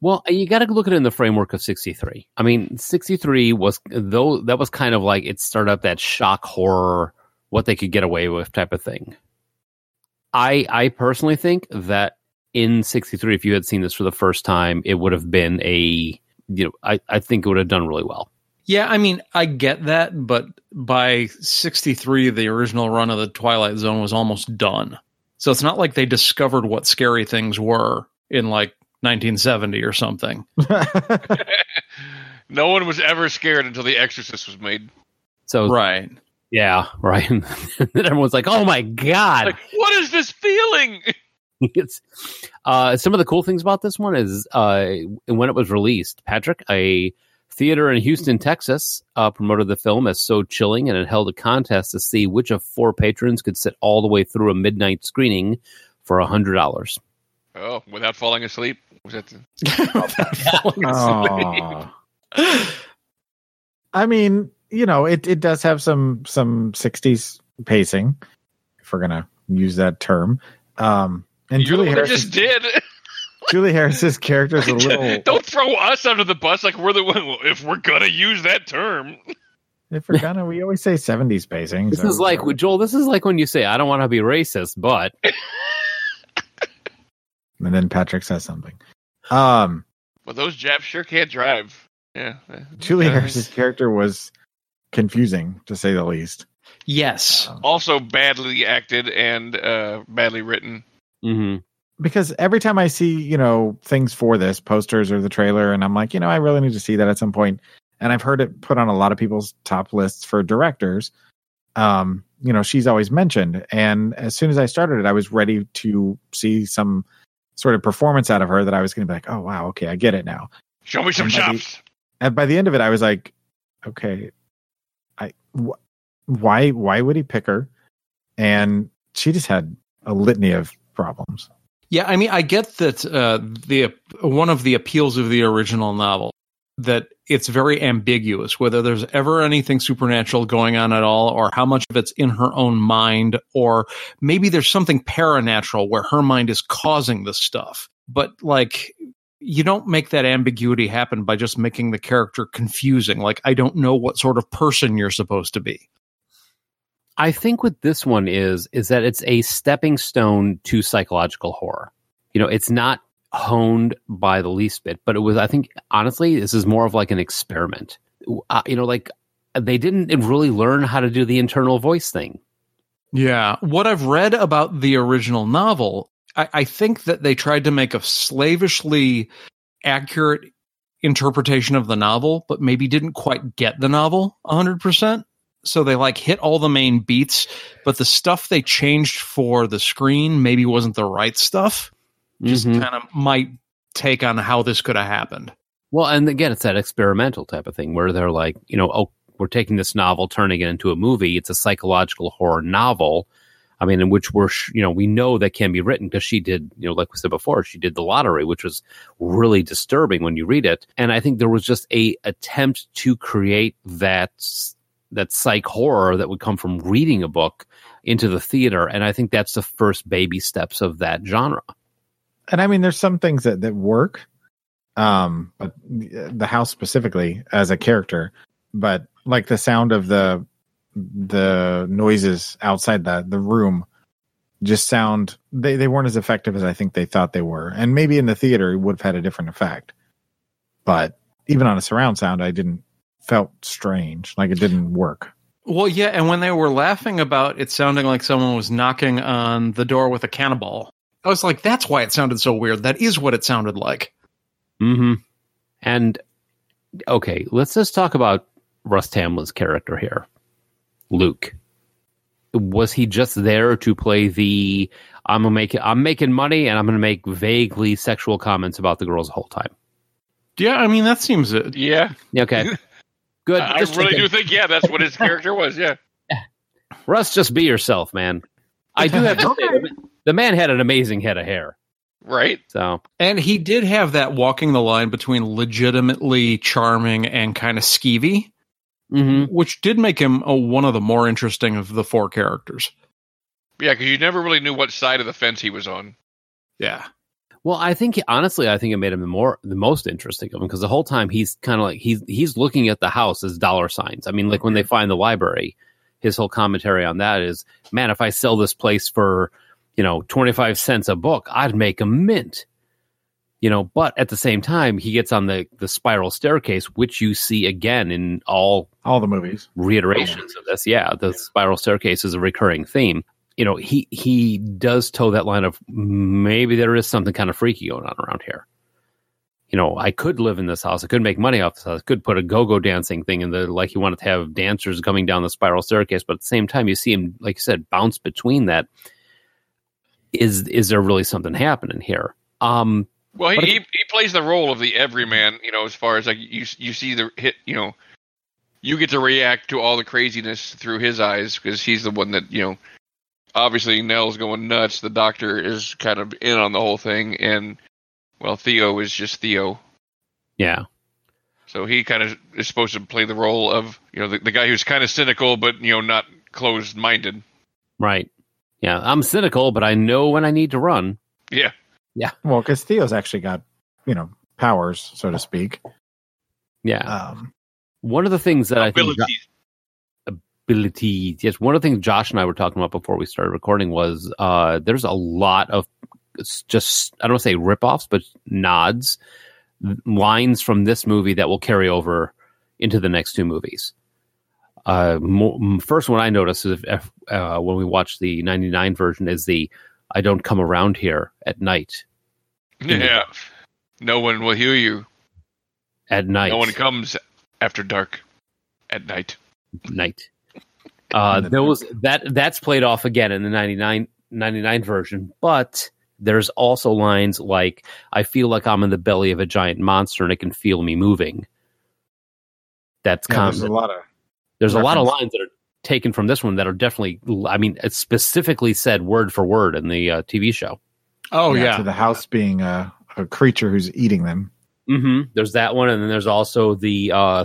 C: Well, you got to look at it in the framework of 63. I mean, 63 was though that was kind of like it started up that shock horror what they could get away with type of thing. I I personally think that in 63 if you had seen this for the first time, it would have been a you know, I, I think it would have done really well.
F: Yeah, I mean, I get that, but by 63 the original run of the Twilight Zone was almost done. So it's not like they discovered what scary things were in like 1970 or something.
D: No one was ever scared until The Exorcist was made.
C: So
F: Right.
C: yeah, *laughs* right. And then everyone's like, "Oh my god."
D: Like, what is this feeling? *laughs*
C: *laughs* it's uh, some of the cool things about this one is uh, when it was released, Patrick, a theater in Houston, Texas, uh, promoted the film as so chilling, and it held a contest to see which of four patrons could sit all the way through a midnight screening for a hundred dollars.
D: Oh, without falling asleep. Was that the,
E: Aw. I mean, you know, it, it does have some some sixties pacing, if we're gonna use that term. Um and
D: you're the
E: Julie
D: one that
E: Harris
D: just did.
E: Julie Harris's character is
D: *laughs*
E: a little
D: Don't throw us under the bus like we're the one. If we're gonna use that term,
E: if we're gonna we always say seventies pacing.
C: This
E: so-
C: is like Joel. This is like when you say, "I don't want to be racist," but
E: and then Patrick says something. Um
D: but those Japs sure can't drive. Yeah, Uh,
E: Julie
D: Yeah.
E: Harris's character was confusing to say the least.
F: *gasps* yes.
D: also badly acted and uh, badly written.
C: Mhm.
E: Because every time I see, you know, things for this, posters or the trailer, and I'm like, you know, I really need to see that at some point. And I've heard it put on a lot of people's top lists for directors. Um, you know, she's always mentioned. And as soon as I started it, I was ready to see some sort of performance out of her that I was gonna be like, Oh wow, okay, I get it now.
D: Show me some
E: Somebody-
D: chops.
E: and by the end of it, I was like, okay, I wh- why why would he pick her? And she just had a litany of problems.
F: Yeah, I mean, I get that uh, the one of the appeals of the original novel that it's very ambiguous whether there's ever anything supernatural going on at all, or how much of it's in her own mind, or maybe there's something paranatural where her mind is causing this stuff. But like, you don't make that ambiguity happen by just making the character confusing. Like I don't know what sort of person you're supposed to be.
C: I think with this one is is that it's a stepping stone to psychological horror. You know, it's not honed by the least bit, but it was. I think honestly, this is more of like an experiment. Uh, you know, like they didn't really learn how to do the internal voice thing.
F: Yeah. What I've read about the original novel, I, I think that they tried to make a slavishly accurate interpretation of the novel, but maybe didn't quite get the novel 100%. So they like hit all the main beats, but the stuff they changed for the screen maybe wasn't the right stuff. Just
C: Mhm.
F: kind of my take on how this could have happened.
C: Well, and again, it's that experimental type of thing where they're like, you know, oh, we're taking this novel, turning it into a movie. It's a psychological horror novel. I mean, in which we're, sh- you know, we know that can be written because she did, you know, like we said before, she did the lottery, which was really disturbing when you read it. And I think there was just a attempt to create that s- that psych horror that would come from reading a book into the theater. And I think that's the first baby steps of that genre.
E: and I mean, there's some things that that work, um, but the the house specifically as a character, but like the sound of the the noises outside the the room just sound they they weren't as effective as I think they thought they were, and maybe in the theater it would have had a different effect, but even on a surround sound, I didn't felt strange, like it didn't work.
F: Well, yeah, and when they were laughing about it sounding like someone was knocking on the door with a cannonball, I was like, that's why it sounded so weird. That is what it sounded like.
C: Mm-hmm. And okay, let's just talk about Russ Tamlin's character here, Luke. Was he just there to play the I'm gonna make I'm making money and I'm gonna make vaguely sexual comments about the girls the whole time?
F: Yeah, I mean, that seems it.
D: Yeah, *laughs*
C: Okay, good.
D: I I
C: Just
D: really
C: checking.
D: do think yeah, that's what his character was. Yeah,
C: Russ, just be yourself, man. I do have to say, the man had an amazing head of hair.
D: right.
C: So
F: And he did have that walking the line between legitimately charming and kind of skeevy,
C: mhm.
F: which did make him uh one of the more interesting of the four characters.
D: Yeah, because you never really knew what side of the fence he was on.
F: Yeah.
C: Well, I think honestly, I think it made him the more the most interesting of him because the whole time he's kind of like he's he's looking at the house as dollar signs. I mean, like when they find the library, his whole commentary on that is, man, if I sell this place for you know twenty five cents a book, I'd make a mint. You know, but at the same time, he gets on the the spiral staircase, which you see again in all
E: All the movies,
C: reiterations of this. Yeah, the spiral staircase is a recurring theme. You know, he he does toe that line of maybe there is something kind of freaky going on around here. You know, I could live in this house. I could make money off this house. I could put a go-go dancing thing in the like he wanted to have dancers coming down the spiral staircase. But at the same time, you see him, like you said, bounce between that. Is is there really something happening here? Um,
D: Well, he,
C: But if-
D: he he plays the role of the everyman, you know, as far as like you you see the hit, you know, you get to react to all the craziness through his eyes because he's the one that you know. Obviously, Nell's going nuts. The doctor is kind of in on the whole thing, and well, Theo is just Theo.
C: yeah.
D: So he kind of is supposed to play the role of you know the, the guy who's kind of cynical, but you know not closed minded.
C: Right. Yeah. I'm cynical, but I know when I need to run.
E: well, because Theo's actually got you know powers, so to speak.
C: Yeah.
E: Um,
C: One of the things that Uh, I think Jo-
D: Abilities.
C: ability, yes, one of the things Josh and I were talking about before we started recording was uh, there's a lot of s- just I don't want to say ripoffs, but nods, n- lines from this movie that will carry over into the next two movies. Uh, mo- m- first one I noticed is if, uh, when we watched the '99 version is the "I don't come around here at night."
D: Yeah, no one will hear you.
C: At night,
D: No one comes after dark at night.
C: night. Uh,
E: In the
C: there was that that's played off again in the 99, 99 version, but there's also lines like I feel like I'm in the belly of a giant monster and it can feel me moving. That's
E: yeah,
C: common.
E: there's a lot of
C: There's a lot of
E: reference.
C: lines that are taken from this one that are definitely I mean it's specifically said word for word in the uh, TV show.
F: Oh,
E: to the house being a, a creature who's eating them.
C: hmm
E: Mm-hmm.
C: There's that one, and then there's also the uh,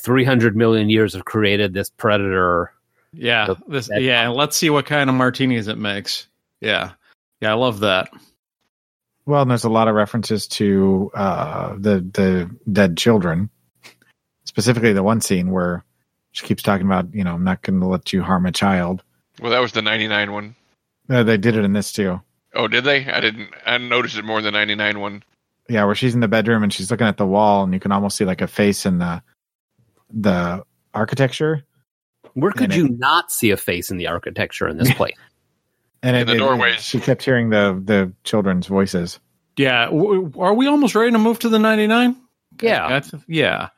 C: 300 million years have created this predator
F: Yeah.
C: The-
F: this,
C: that-
F: yeah. Let's see what kind of martinis it makes. Yeah. Yeah. I love that.
E: Well, and there's a lot of references to uh, the the dead children, specifically the one scene where she keeps talking about, you know, I'm not going to let you harm a child.
D: Well, that was the '99 one.
E: Uh, they did it in this too.
D: Oh, did they? I didn't. I noticed it more than the '99 one.
E: Yeah, where she's in the bedroom and she's looking at the wall, and you can almost see like a face in the the architecture.
C: Where could
E: And
C: you not see a face in the architecture
E: *laughs*
C: in this place?
E: And
D: In the doorways.
E: she kept hearing the the children's voices.
F: Yeah, w- w- are we almost ready to move to the 99?
C: Yeah.
F: That's, yeah.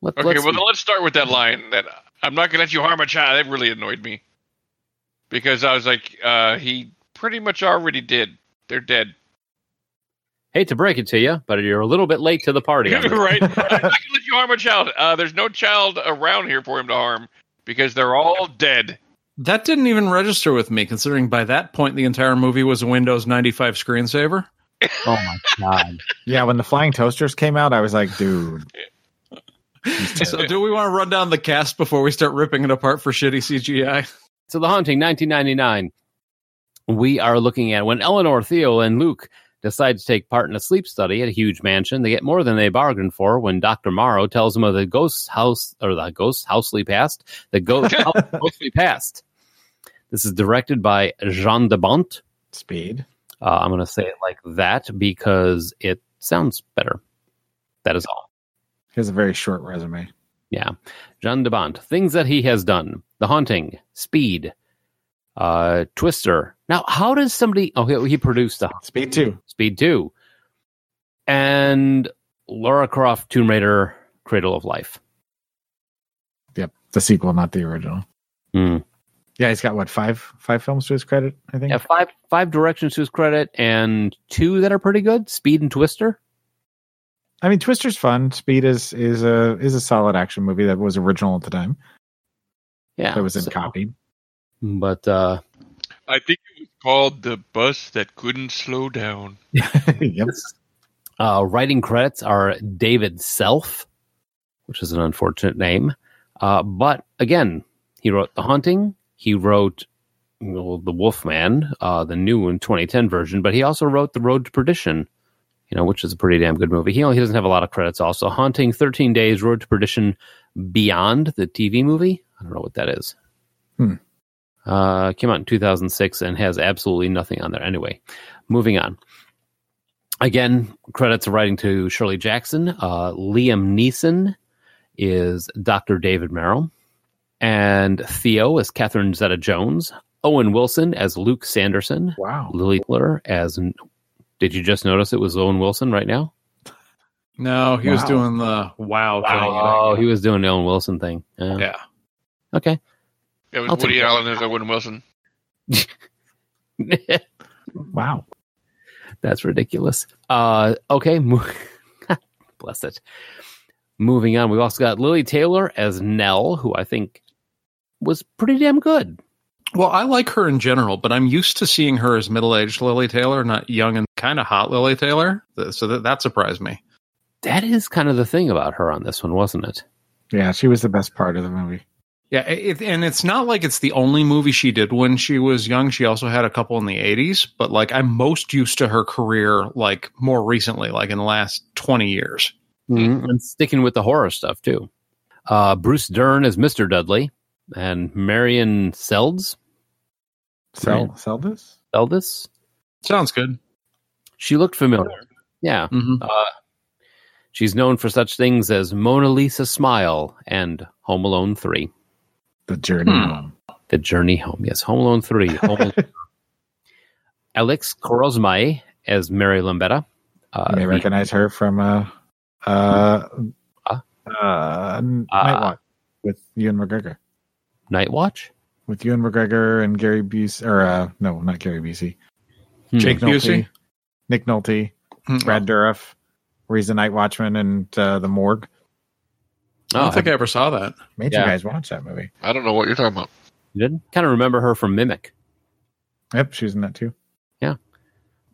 C: Let,
D: Okay,
C: let's-
D: well then let's start with that line that I'm not gonna let you harm a child. That really annoyed me because I was like, uh, he pretty much already did. They're *laughs* dead,
C: hate to break it to you, but you're a little bit late to the
D: *laughs*
C: party. on this.
D: right? I'm not gonna let you harm a child. Uh, there's no child around here for him to harm because they're all dead.
F: That didn't even register with me, considering by that point the entire movie was a Windows 95 screensaver.
C: Oh my
D: *laughs*
C: god!
E: Yeah, when the flying toasters came out, I was like, dude,
F: so, do we want to run down the cast before we start ripping it apart for shitty CGI?
C: So the haunting, 1999. We are looking at when Eleanor, Theo, and Luke decide to take part in a sleep study at a huge mansion. They get more than they bargained for when Doctor Morrow tells them of the ghost house or the ghost housely past. The
D: *laughs*
C: ghost house housely past. This is directed by Jean de Bont.
E: speed.
C: Uh, I'm going to say it like that because it sounds better. That is all.
E: He has a very short resume.
C: Yeah. Jean de Bont. Things that he has done. The Haunting. Speed. Uh, Twister. Now, how does somebody. Oh, he, he produced the
E: Speed two.
C: Speed 2. And Laura Croft, Tomb Raider, Cradle of Life.
E: Yep, the sequel, not the original.
C: Hmm.
E: Yeah, he's got what five five films to his credit, I think.
C: Yeah, five, five directions to his credit and two that are pretty good Speed and Twister.
E: I mean, Twister's fun. Speed is is a is a solid action movie that was original at the time.
C: Yeah.
E: That was in
C: so-
E: copied.
C: But uh,
D: I think it was called the bus that couldn't slow down.
E: *laughs* yep.
C: Uh, writing credits are David Self, which is an unfortunate name. Uh, but again, he wrote The Haunting. He wrote well, The Wolfman, uh, the new and 2010 version, but he also wrote The Road to Perdition, you know, which is a pretty damn good movie. He, only, he doesn't have a lot of credits also. Haunting, 13 Days, Road to Perdition, Beyond, the TV movie. I don't know what that is.
E: Hmm.
C: Uh, came out in 2006 and has absolutely nothing on there. Anyway, moving on. Again, credits of writing to Shirley Jackson. Uh, Liam Neeson is Dr. David Merrill. And Theo is Catherine Zeta Jones. Owen Wilson as Luke Sanderson.
E: Wow.
C: Lily Taylor as. Did you just notice it was Owen Wilson right now?
F: No, he was
E: Wow.
F: doing the wow,
C: Oh, he was doing the Owen Wilson thing. Yeah.
F: thing. Yeah.
C: Okay.
D: It was
C: I'll take
D: Woody
C: that.
D: Allen and Owen Wilson.
C: *laughs*
E: Wow.
C: That's ridiculous. Uh, okay. *laughs* mo- Bless it. Moving on, we've also got Lily Taylor as Nell, who I think was pretty damn good.
F: Well, I like her in general, but I'm used to seeing her as middle aged Lily Taylor, not young and kind of hot Lily Taylor. Th- So that, that surprised me.
C: that is kind of the thing about her on this one, wasn't it?
E: Yeah, she was the best part of the movie.
F: Yeah, i- it, and it's not like it's the only movie she did when she was young. She also had a couple in the 80s, but like I'm most used to her career like more recently, like in the last 20 years.
C: And sticking with the horror stuff too. Uh, Bruce Dern is Mr. Dudley, and Marion Seldes,
E: Sell
C: Right.
E: sell this?
C: Seldes.
F: Sounds good.
C: She looked familiar. Yeah,
F: hmm
C: she's known for such things as Mona Lisa Smile and Home Alone Three.
E: The journey
F: Hmm.
E: home.
C: The Journey Home. Yes, Home Alone 3. Home Alone. Alex Korosmai as Mary Lambetta. Uh,
E: You may
C: the-
E: recognize her from uh uh
C: Uh?
E: uh, Night Walk with Ewan McGregor.
C: Night Watch?
E: With Ewan McGregor and Gary Busey or uh no, not Gary Busey.
C: Hmm.
E: Jake
F: Nick
E: Nolte.
F: Busey?
E: Nick Nolte,
F: Hmm.
E: Brad Dourif, where he's the night watchman and uh, the morgue.
F: I don't
C: Oh,
F: think I ever saw that.
E: Made
C: Yeah.
E: you guys watch that movie.
D: I don't know what you're talking about.
C: you did? Kind of remember her from Mimic. *laughs*
E: Yep, she was in that too.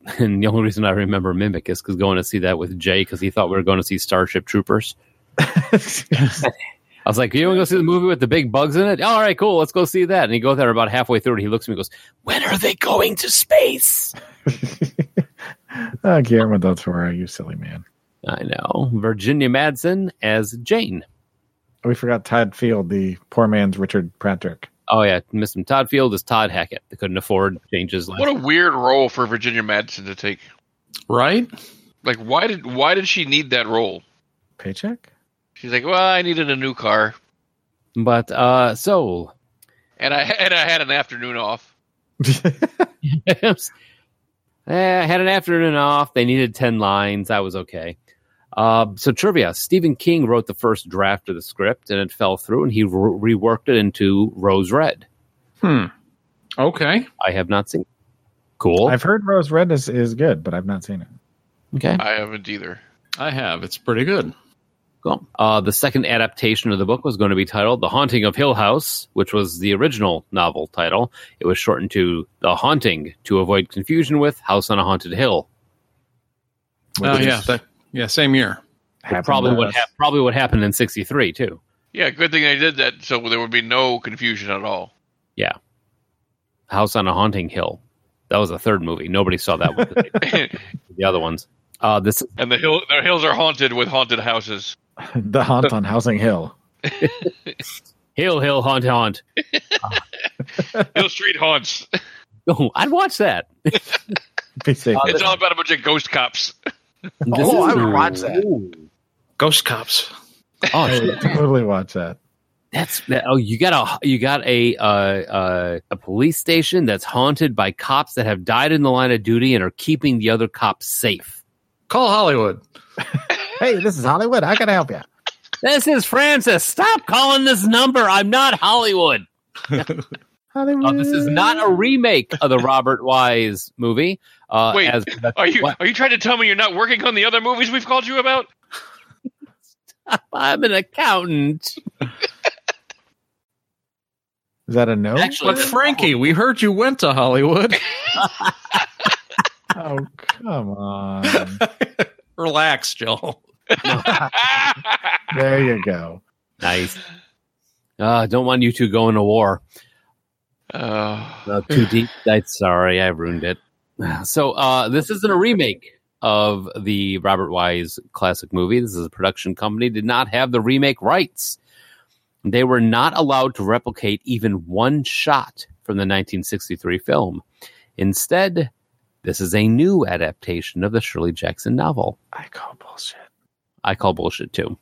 E: *laughs*
C: And the only reason I remember Mimic is because going to see that with Jay because he thought we were going to see Starship Troopers. I was like, "You want to go see the movie with the big bugs in it? All right, cool. Let's go see that." And he goes there about halfway through, and he looks at me and goes, "When are they going to space?"
E: Uh, Guillermo del Toro, you silly man.
C: I know. Virginia Madsen as Jane.
E: We forgot Todd Field, the poor man's Richard Patrick.
C: Oh yeah, missed him. Todd Field is Todd Hackett. They couldn't afford changes.
D: What a weird role for Virginia Madsen to take.
F: Right?
D: Like, why did why did she need that role?
E: Paycheck?
D: She's like, well, I needed a new car,
C: But uh, so *laughs*
D: and I *laughs* and I had an afternoon off.
C: Eh, I Eh, had an afternoon off. They needed 10 lines. I was okay. Uh, so, trivia Stephen King wrote the first draft of the script and it fell through, and he re- reworked it into Rose Red.
F: Hmm. Okay.
C: I have not seen. Cool.
E: I've heard Rose Red is, is good, but I've not seen it.
C: okay.
D: I haven't either.
F: I have. It's pretty good.
C: Cool. Uh, the second adaptation of the book was going to be titled The Haunting of Hill House, which was the original novel title. It was shortened to The Haunting to avoid confusion with House on a Haunted Hill.
F: Oh yeah. that- yeah, same year.
E: Happened
C: Probably
E: to
C: what
E: us.
C: hap probably what happened in 63, too.
D: Yeah, good thing they did that, so there would be no confusion
C: *laughs*
D: at all.
C: House on a Haunting Hill. That was the third movie. Nobody saw that one.
D: and
C: the other ones. Uh, this
D: the hill, the hills are haunted with haunted houses.
E: *laughs* the haunt on Housing Hill.
C: Hill Hill Haunt Haunt.
D: Hill
C: *laughs*
D: Street haunts.
C: Oh, I'd watch that.
E: Be safe.
C: Uh, *laughs*
D: It's all about a bunch of ghost cops.
C: This
H: Oh, I
C: is-
H: would watch that.
F: Ghost cops.
C: Oh,
E: I
C: shit.
E: would totally watch that.
C: that's that, oh, you got a you got a uh, uh, a police station that's haunted by cops that have died in the line of duty and are keeping the other cops safe.
F: Call Hollywood.
E: Hey, this is Hollywood. How can I help you?
C: This is Francis. Stop calling this number. I'm not Hollywood.
E: Hollywood.
C: Uh, this is not a remake of the Robert Wise movie. Uh,
D: Wait,
C: as,
D: Are you
C: What?
D: are you trying to tell me you're not working on the other movies we've called
C: *laughs*
D: you about? *laughs*
C: I'm an accountant.
E: Is that a no?
F: But Frankie, we heard you went to *laughs* Hollywood.
E: Oh, come on.
F: Relax, Joel.
E: There *laughs* you go.
C: Nice. Uh, don't want you two going to war.
D: Uh,
C: Uh, too
F: *laughs*
C: deep. I'm sorry, I ruined it. So uh, this isn't a remake of the Robert Wise classic movie. This is a production company did not have the remake rights. They were not allowed to replicate even one shot from the 1963 film. Instead, this is a new adaptation of the Shirley Jackson novel.
E: I call bullshit.
C: I call bullshit too.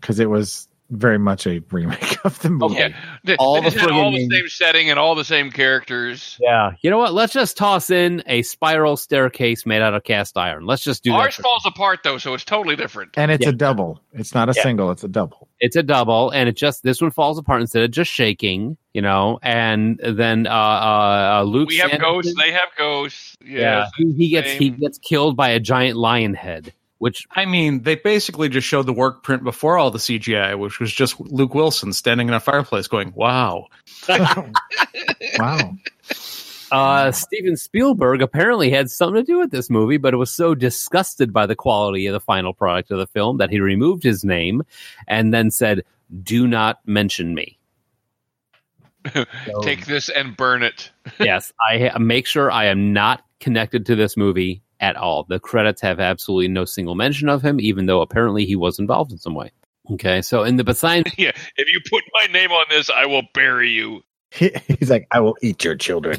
E: Because it was very much a remake of the movie.
D: yeah, they,
C: All
D: they
C: the
D: had all the
C: friggin'
D: same setting and all the same characters.
C: Yeah. You know what? Let's just toss in a spiral staircase made out of cast iron. Let's just do
D: Ours
C: that.
D: falls apart though, so it's totally different.
E: And it's
C: Yeah.
E: a double. It's not a
C: Yeah.
E: single, it's a
F: *laughs*
E: double. *laughs*
C: it's a double and it just this one falls apart instead of just shaking you know and then uh uh, uh luke
D: We have
C: Sanderson-
D: ghosts. They have ghosts.
C: yeah
D: Yes.
C: he, he gets he
D: same.
C: gets killed by a giant lion head which
F: I mean, they basically just showed the work print before all the CGI, which was just Luke Wilson standing in a fireplace going, wow.
E: Wow.
C: uh steven spielberg apparently had something to do with this movie but it was so disgusted by the quality of the final product of the film that he removed his name and then said do not mention me
D: Take this and burn it. *laughs*
C: yes, I ha- make sure I am not connected to this movie at all. The credits have absolutely no single mention of him, even though apparently he was involved in some way. Okay, so in the Bethsaida,
D: Yeah, if you put my name on this, I will bury you.
E: He, he's like, I will eat your children.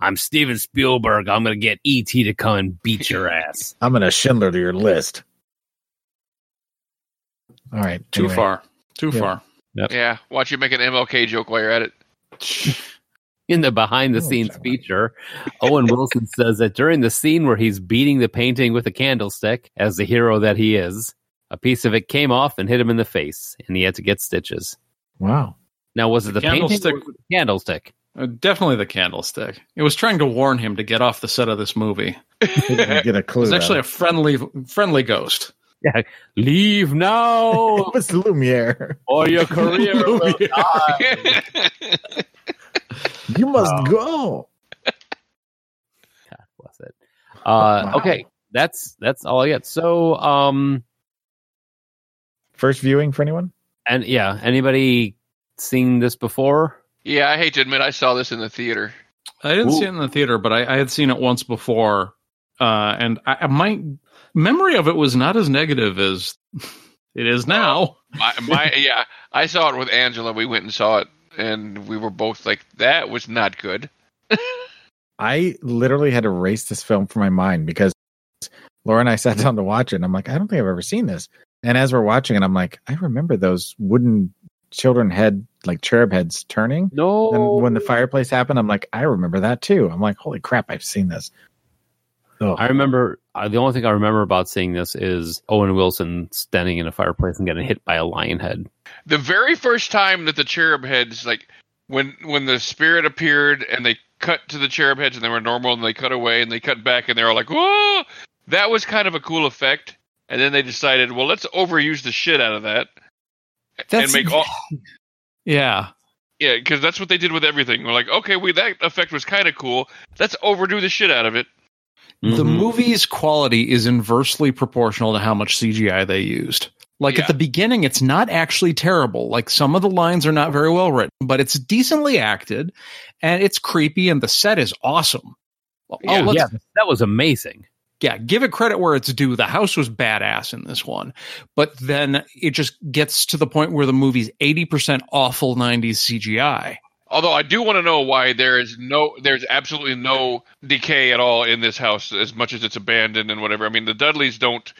C: I'm Steven Spielberg. I'm going to get ET to come and beat your ass.
E: I'm going to Schindler to your list. All right.
F: Too
E: anyway.
F: far. Too
E: Yeah.
F: far.
D: Yeah, watch you make an MLK joke while you're at it.
C: In the behind the
E: Oh,
C: scenes
E: sorry.
C: feature, Owen Wilson says that during the scene where he's beating the painting with a candlestick, as the hero that he is, a piece of it came off and hit him in the face, and he had to get stitches.
E: Wow.
C: Now, was it the, painting or was it
F: candlestick-
C: the candlestick?
F: Uh, definitely the candlestick. It was trying to warn him to get off the set of this movie.
E: He didn't get a clue.
F: It was actually
E: out
F: a friendly, friendly ghost.
C: Leave
E: of
C: now!
E: it. It was Lumiere.
C: or your
E: *laughs*
C: career *laughs* will die.
E: You must go.
C: God bless it. Uh,
E: Wow.
C: Okay, that's that's all I get. So, um,
E: First viewing for anyone?
C: and yeah, anybody seen this before?
D: *laughs* yeah, I hate to admit I saw this in the theater.
F: I didn't
C: Ooh.
F: see it in the theater, but I, I had seen it once before uh, and I, I- my memory of it was not as negative as it is now.
D: My, my yeah, I saw it with Angela. We went and saw it, and we were both like, "That was not good."
E: I literally had erased this film from my mind because Laura and I *laughs* sat down to watch it. And I'm like, I don't think I've ever seen this. And as we're watching it, I'm like, I remember those wooden children head, like cherub heads turning.
C: No.
E: And when the fireplace happened, I'm like, I remember that too. I'm like, holy crap, I've seen this. Oh,
C: I remember uh, the only thing I remember about seeing this is Owen Wilson standing in a fireplace and getting hit by a lion head.
D: The very first time that the cherub heads, like when when the spirit appeared, and they cut to the cherub heads, and they were normal, and they cut away, and they cut back, and they're all like, "Whoa!" That was kind of a cool effect. And then they decided, well, let's overuse the shit out of that and make all
F: yeah.
D: yeah, because that's what they did with everything. We're like, okay, we that effect was kind of cool. Let's overdo the shit out of it.
F: The
D: Mm-hmm.
C: Mhm.
F: movie's quality is inversely proportional to how much CGI they used. Like
D: Yeah.
F: at the beginning, it's not actually terrible. Like some of the lines are not very well written, but it's decently acted and it's creepy and the set is awesome.
D: Yeah.
F: oh, let's
C: yeah, that was amazing.
F: yeah, give it credit where it's due. The house was badass in this one, but then it just gets to the point where the movie's 80% awful 90s CGI.
D: Although I do want to know why there is no, there's absolutely no decay at all in this house, as much as it's abandoned and whatever. I mean, the Dudleys don't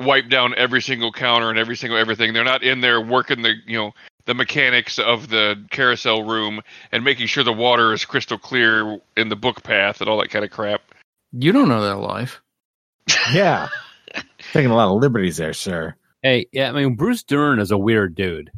D: wipe down every single counter and every single everything. They're not in there working the, you know, the mechanics of the carousel room and making sure the water is crystal clear in the book path and all that kind of crap.
F: You don't know that life.
E: *laughs* yeah. Taking a lot of liberties there, sir.
C: Hey, yeah, I mean Bruce Dern is a weird dude.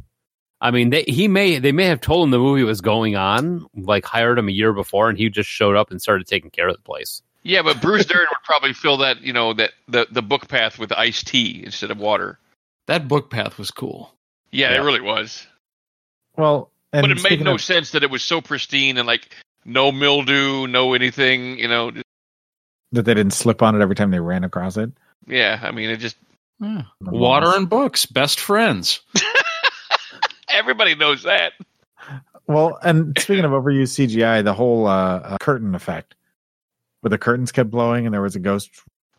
C: I mean, they he may they may have told him the movie was going on, like hired him a year before, and he just showed up and started taking care of the place.
D: Yeah, but Bruce Dern would probably fill that, you know, that the the book path with iced tea instead of water.
F: That book path was cool.
D: Yeah,
C: Yeah.
D: it really was.
E: Well, and
D: but it made
E: speaking
D: no
E: of-
D: sense that it was so pristine and like no mildew, no anything. You know,
E: that they didn't slip on it every time they ran across it.
D: yeah. I mean, it just
F: Yeah. Water and books, best friends.
D: everybody knows that.
E: Well, and speaking of overused CGI, the whole uh, uh, curtain effect, where the curtains kept blowing and there was a ghost.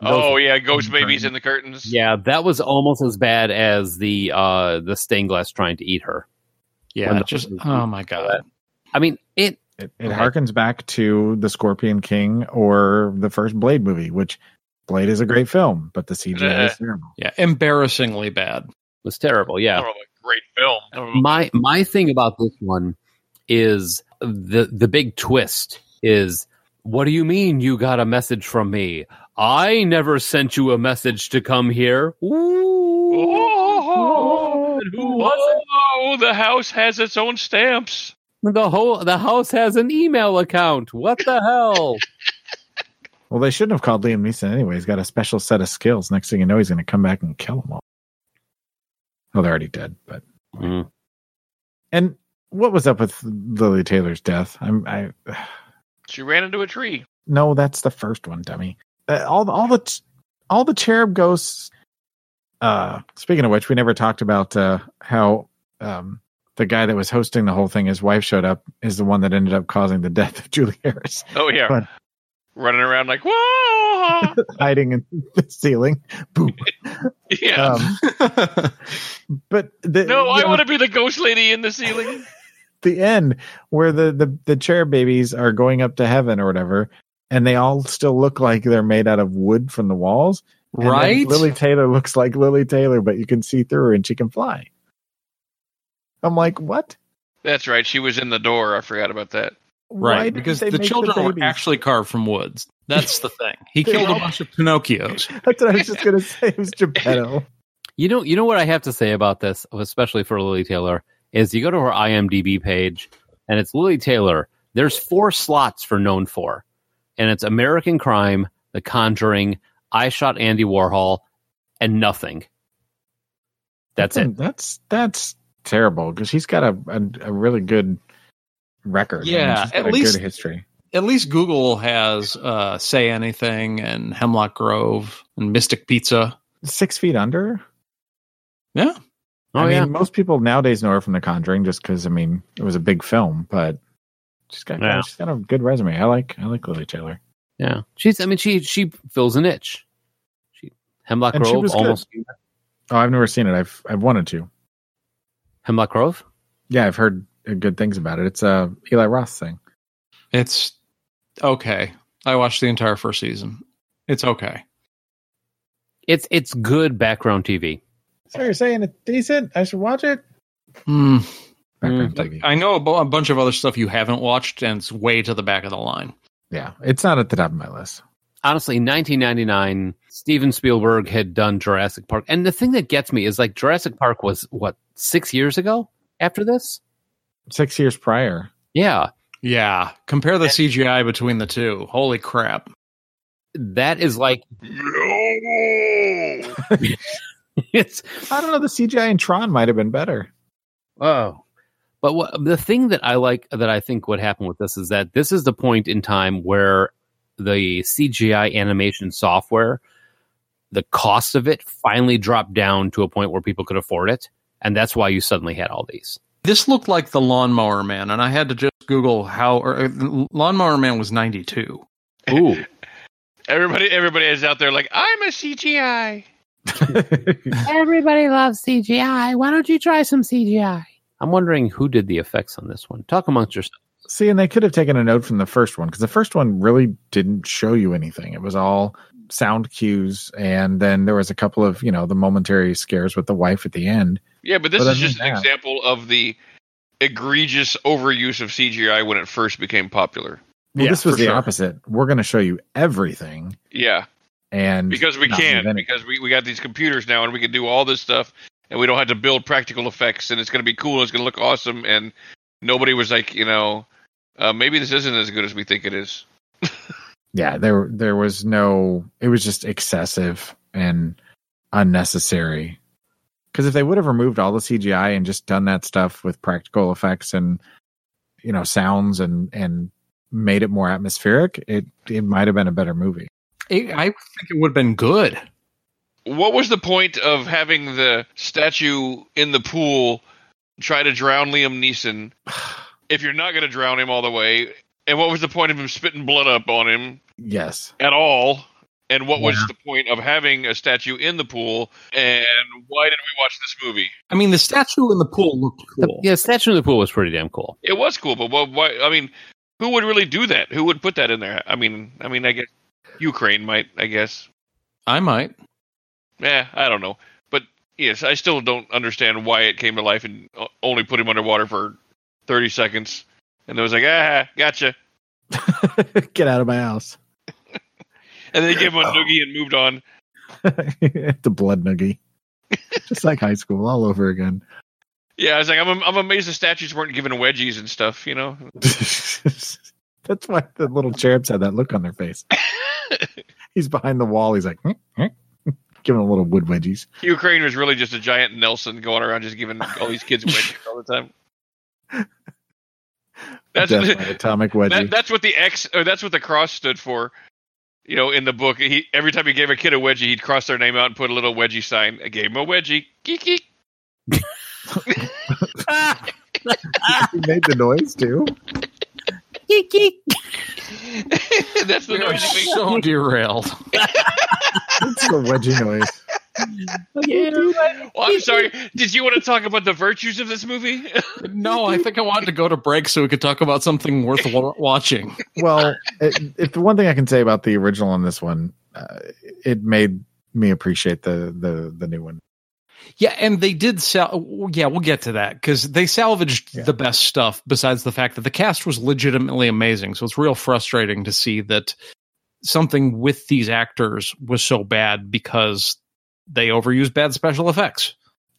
D: oh yeah, ghost babies in the curtains.
C: Yeah, that was almost as bad as the uh the stained glass trying to eat her.
F: Yeah,
C: Wonderful.
F: just oh my god.
C: I mean, it
E: It, it
C: Okay.
E: harkens back to the Scorpion King or the first Blade movie, which Blade is a great film, but the CGI is terrible.
F: Yeah,
E: *laughs*
F: embarrassingly bad.
C: was terrible.
D: I
C: Yeah,
D: don't know, a great film. I don't know.
C: my my thing about this one is the the big twist is what do you mean you got a message from me? I never sent you a message to come here. Ooh.
D: Oh,
C: And who was
D: the house has its own stamps.
C: it? The whole the house has an email account. What the *laughs* hell?
E: Well, they shouldn't have called Liam Neeson anyway. He's got a special set of skills. Next thing you know, he's going to come back and kill them all. Well, they're already dead, but
C: Mm.
E: and what was up with Lily Taylor's death? I'm I.
D: She ran into a tree.
E: No, that's the first one, dummy. Uh, all the all the ch- all the cherub ghosts. Uh, speaking of which, we never talked about uh, how um, the guy that was hosting the whole thing, his wife showed up, is the one that ended up causing the *laughs* death of Julie Harris,
D: Oh yeah,
E: Fun.
D: running around like whoa.
E: hiding in the ceiling. Boop.
D: yeah.
E: Um, but the,
D: no,
E: you
D: I
E: know,
D: want to be the ghost lady in the ceiling.
E: the end where the, the the cherub babies are going up to heaven or whatever, and they all still look like they're made out of wood from the walls. And then
F: right?
E: Lily Taylor looks like Lily Taylor, but you can see through her and she can fly. I'm like, what?
D: That's right. She was in the door. I forgot about that.
E: Why
F: right,
E: didn't
F: because
E: they
F: the
E: make
F: children were
E: babies?
F: actually carved from woods. That's the thing. He
E: They
F: killed a
E: all-
F: bunch of Pinocchios.
E: *laughs* That's what I was just gonna say. It was
F: *laughs*
E: Geppetto.
C: You know, you know what I have to say about this, especially for Lily Taylor, is you go to her IMDb page and it's Lily Taylor. There's four slots for known for, and it's American Crime, The Conjuring, I Shot Andy Warhol, and nothing. That's it.
E: That's that's terrible because he's got a, a a really good record.
F: Yeah,
E: she's got
F: at
E: a
F: least-
E: good history.
F: At least Google has uh, Say Anything and Hemlock Grove and Mystic Pizza.
E: Six feet under.
F: Yeah.
C: Oh
E: I mean,
C: yeah,
E: most people nowadays know her from The Conjuring just because I mean it was a big film, but she's got
C: Yeah.
E: she's got a good resume. I like I like Lily Taylor.
C: Yeah, she's. I mean, she she fills an itch. She Hemlock
E: And she
C: Grove
E: was good.
C: almost
E: Oh, I've never seen it. I've I've wanted to.
C: Hemlock Grove.
E: Yeah, I've heard uh, good things about it. It's a Eli Roth thing.
F: It's okay. I watched the entire first season. It's okay.
C: It's it's good background TV.
E: So you're saying it's decent? I should watch it.
F: Hmm.
E: Background
F: Like,
E: TV.
F: I know a, bu- a bunch of other stuff you haven't watched, and it's way to the back of the line.
E: Yeah, it's not at the top of my list.
C: honestly, in 1999, Steven Spielberg had done Jurassic Park. And the thing that gets me is like Jurassic Park was what, six years ago after this?
E: Six years prior.
C: Yeah.
F: Yeah. Compare the CGI between the two. Holy crap.
C: That is like, *laughs*
A: No.
C: it's,
E: I don't know. The CGI in Tron might have been better. *laughs*
C: oh. But what, the thing that I like, that I think would happen with this is that this is the point in time where the CGI animation software, the cost of it finally dropped down to a point where people could afford it. And that's why you suddenly had all these.
F: This looked like the Lawnmower Man, and I had to just Google how. Or, uh, Lawnmower Man was 92.
C: Ooh.
D: Everybody, everybody is out there like I'm a CGI.
C: Everybody loves CGI. Why don't you try some CGI? I'm wondering who did the effects on this one. Talk amongst yourselves.
E: See, and they could have taken a note from the first one because the first one really didn't show you anything. It was all sound cues, and then there was a couple of you know the momentary scares with the wife at the end.
D: Yeah, but this is
E: But other
D: just
E: than
D: an
E: that-
D: example of the egregious overuse of CGI when it first became popular.
E: Well,
F: Yeah,
E: this was
F: for
E: the
F: sure.
E: opposite. We're going to show you everything,
D: Yeah,
E: and
D: because we
E: not leave
D: can,
E: any-
D: because we, we got these computers now, and we can do all this stuff, and we don't have to build practical effects, and it's going to be cool, and it's going to look awesome, and nobody was like, you know, uh, maybe this isn't as good as we think it is.
E: yeah, there there was no. It was just excessive and unnecessary. Because if they would have removed all the CGI and just done that stuff with practical effects and you know sounds and and made it more atmospheric, it it might have been a better movie.
F: It, I think it would have been good.
D: What was the point of having the statue in the pool try to drown Liam
E: *sighs*
D: Neeson if you're not going to drown him all the way? And what was the point of him spitting blood up on him?
E: Yes.
D: at all. And what was
E: Yeah.
D: the point of having a statue in the pool? And why did we watch this movie?
F: I mean, the statue in the pool looked
C: The-
F: cool.
C: yeah, Statue in the Pool was pretty damn cool.
D: It was cool, but what, why? I mean, who would really do that? Who would put that in there? I mean, I mean, I guess Ukraine might. I guess.
F: I might.
D: Yeah, I don't know. But yes, I still don't understand why it came to life and o- only put him underwater for thirty seconds. And it was like, ah, gotcha.
E: *laughs* Get out of my house. *laughs*
D: And they gave him a noogie and moved on.
E: the
D: *laughs*
E: blood noogie. Just like high school all over again.
D: Yeah, I was like, I'm, I'm amazed the statues weren't given wedgies and stuff. You know,
E: *laughs* That's why the little cherubs had that look on
D: *laughs*
E: their face. he's behind the wall. He's like, "Hmm, *laughs* hmm," giving a little wood wedgies.
D: Ukraine was really just a giant Nelson going around just giving all these kids wedgies all the time. That's
E: Death
D: *laughs*
E: by atomic wedgie.
D: that, that's what the X or that's what the cross stood for. You know, in the book, he every time he gave a kid a wedgie, he'd cross their name out and put a little wedgie sign. I gave him a wedgie. Geek, geek.
E: he made the noise too.
D: *laughs* that's the
F: We *laughs* are
D: noise he makes.
F: so derailed.
E: It's the wedgie noise.
D: Well, I'm sorry. Did you want to talk about the virtues of this movie? *laughs*
F: No, I think I wanted to go to break so we could talk about something worth wa- watching.
E: Well, it, it, the one thing I can say about the original on this one, uh, it made me appreciate the the the new one.
F: Yeah, and they did sell. Yeah, we'll get to that because they salvaged
E: Yeah.
F: the best stuff. Besides the fact that the cast was legitimately amazing, so it's real frustrating to see that something with these actors was so bad because they overused bad special effects.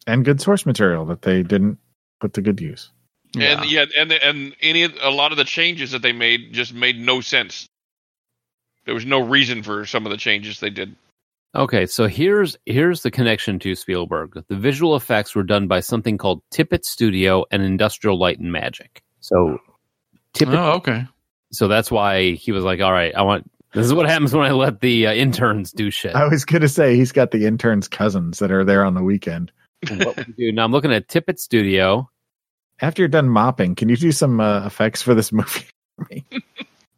E: and good source material that they didn't put to good use.
D: And yeah, and and any of- a lot of the changes that they made just made no sense. There was no reason for some of the changes they did.
C: Okay, so here's here's the connection to Spielberg. The visual effects were done by something called Tippett Studio and Industrial Light and Magic. So Tippett,
F: Oh, okay.
C: so that's why he was like, "All right, I want this is what happens when I let the uh, interns do shit."
E: I was gonna say he's got the interns' cousins that are there on the weekend.
C: what would you do? Now I'm looking at Tippett Studio.
E: After *laughs* you're done mopping, can you do some uh, effects for this movie?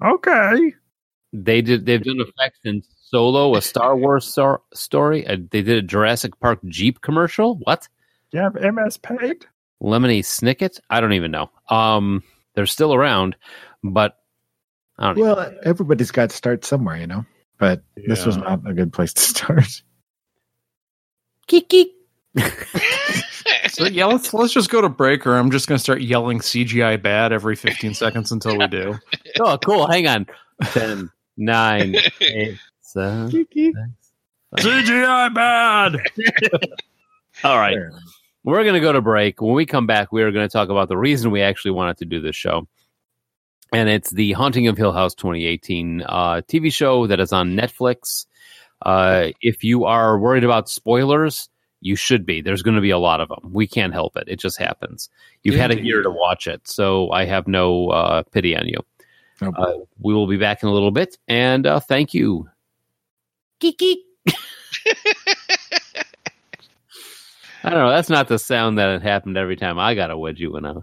E: okay.
C: They did. They've done effects in Solo, a Star Wars star, story. Uh they did a Jurassic Park Jeep commercial. What?
E: Do you have MS Paint?
C: Lemony Snicket? I don't even know. Um, they're still around, but I don't. even-
E: Well, everybody's got to start somewhere, you know. But this was
F: Yeah.
E: not a good place to start. *laughs*
F: So yeah, let's let's just go to break, or I'm just going to start yelling CGI bad every 15 seconds until we do.
C: oh, cool. Hang on. Ten, nine, eight, seven.
D: *laughs*
F: CGI bad.
C: All right.
E: There.
C: We're going to go to break. When we come back, we are going to talk about the reason we actually wanted to do this show. And it's The Haunting of Hill House 2018 uh, TV show that is on Netflix. Uh, if you are worried about spoilers, you should be. There's going to be a lot of them. We can't help it. It just happens. You've had a
F: Indeed.
C: year to watch it, so I have no uh, pity on you.
E: Nope.
C: Uh, we will be back in a little bit. And uh, thank you. Geek, geek. I don't know. That's not the sound that happened every time I got a wedgie when I.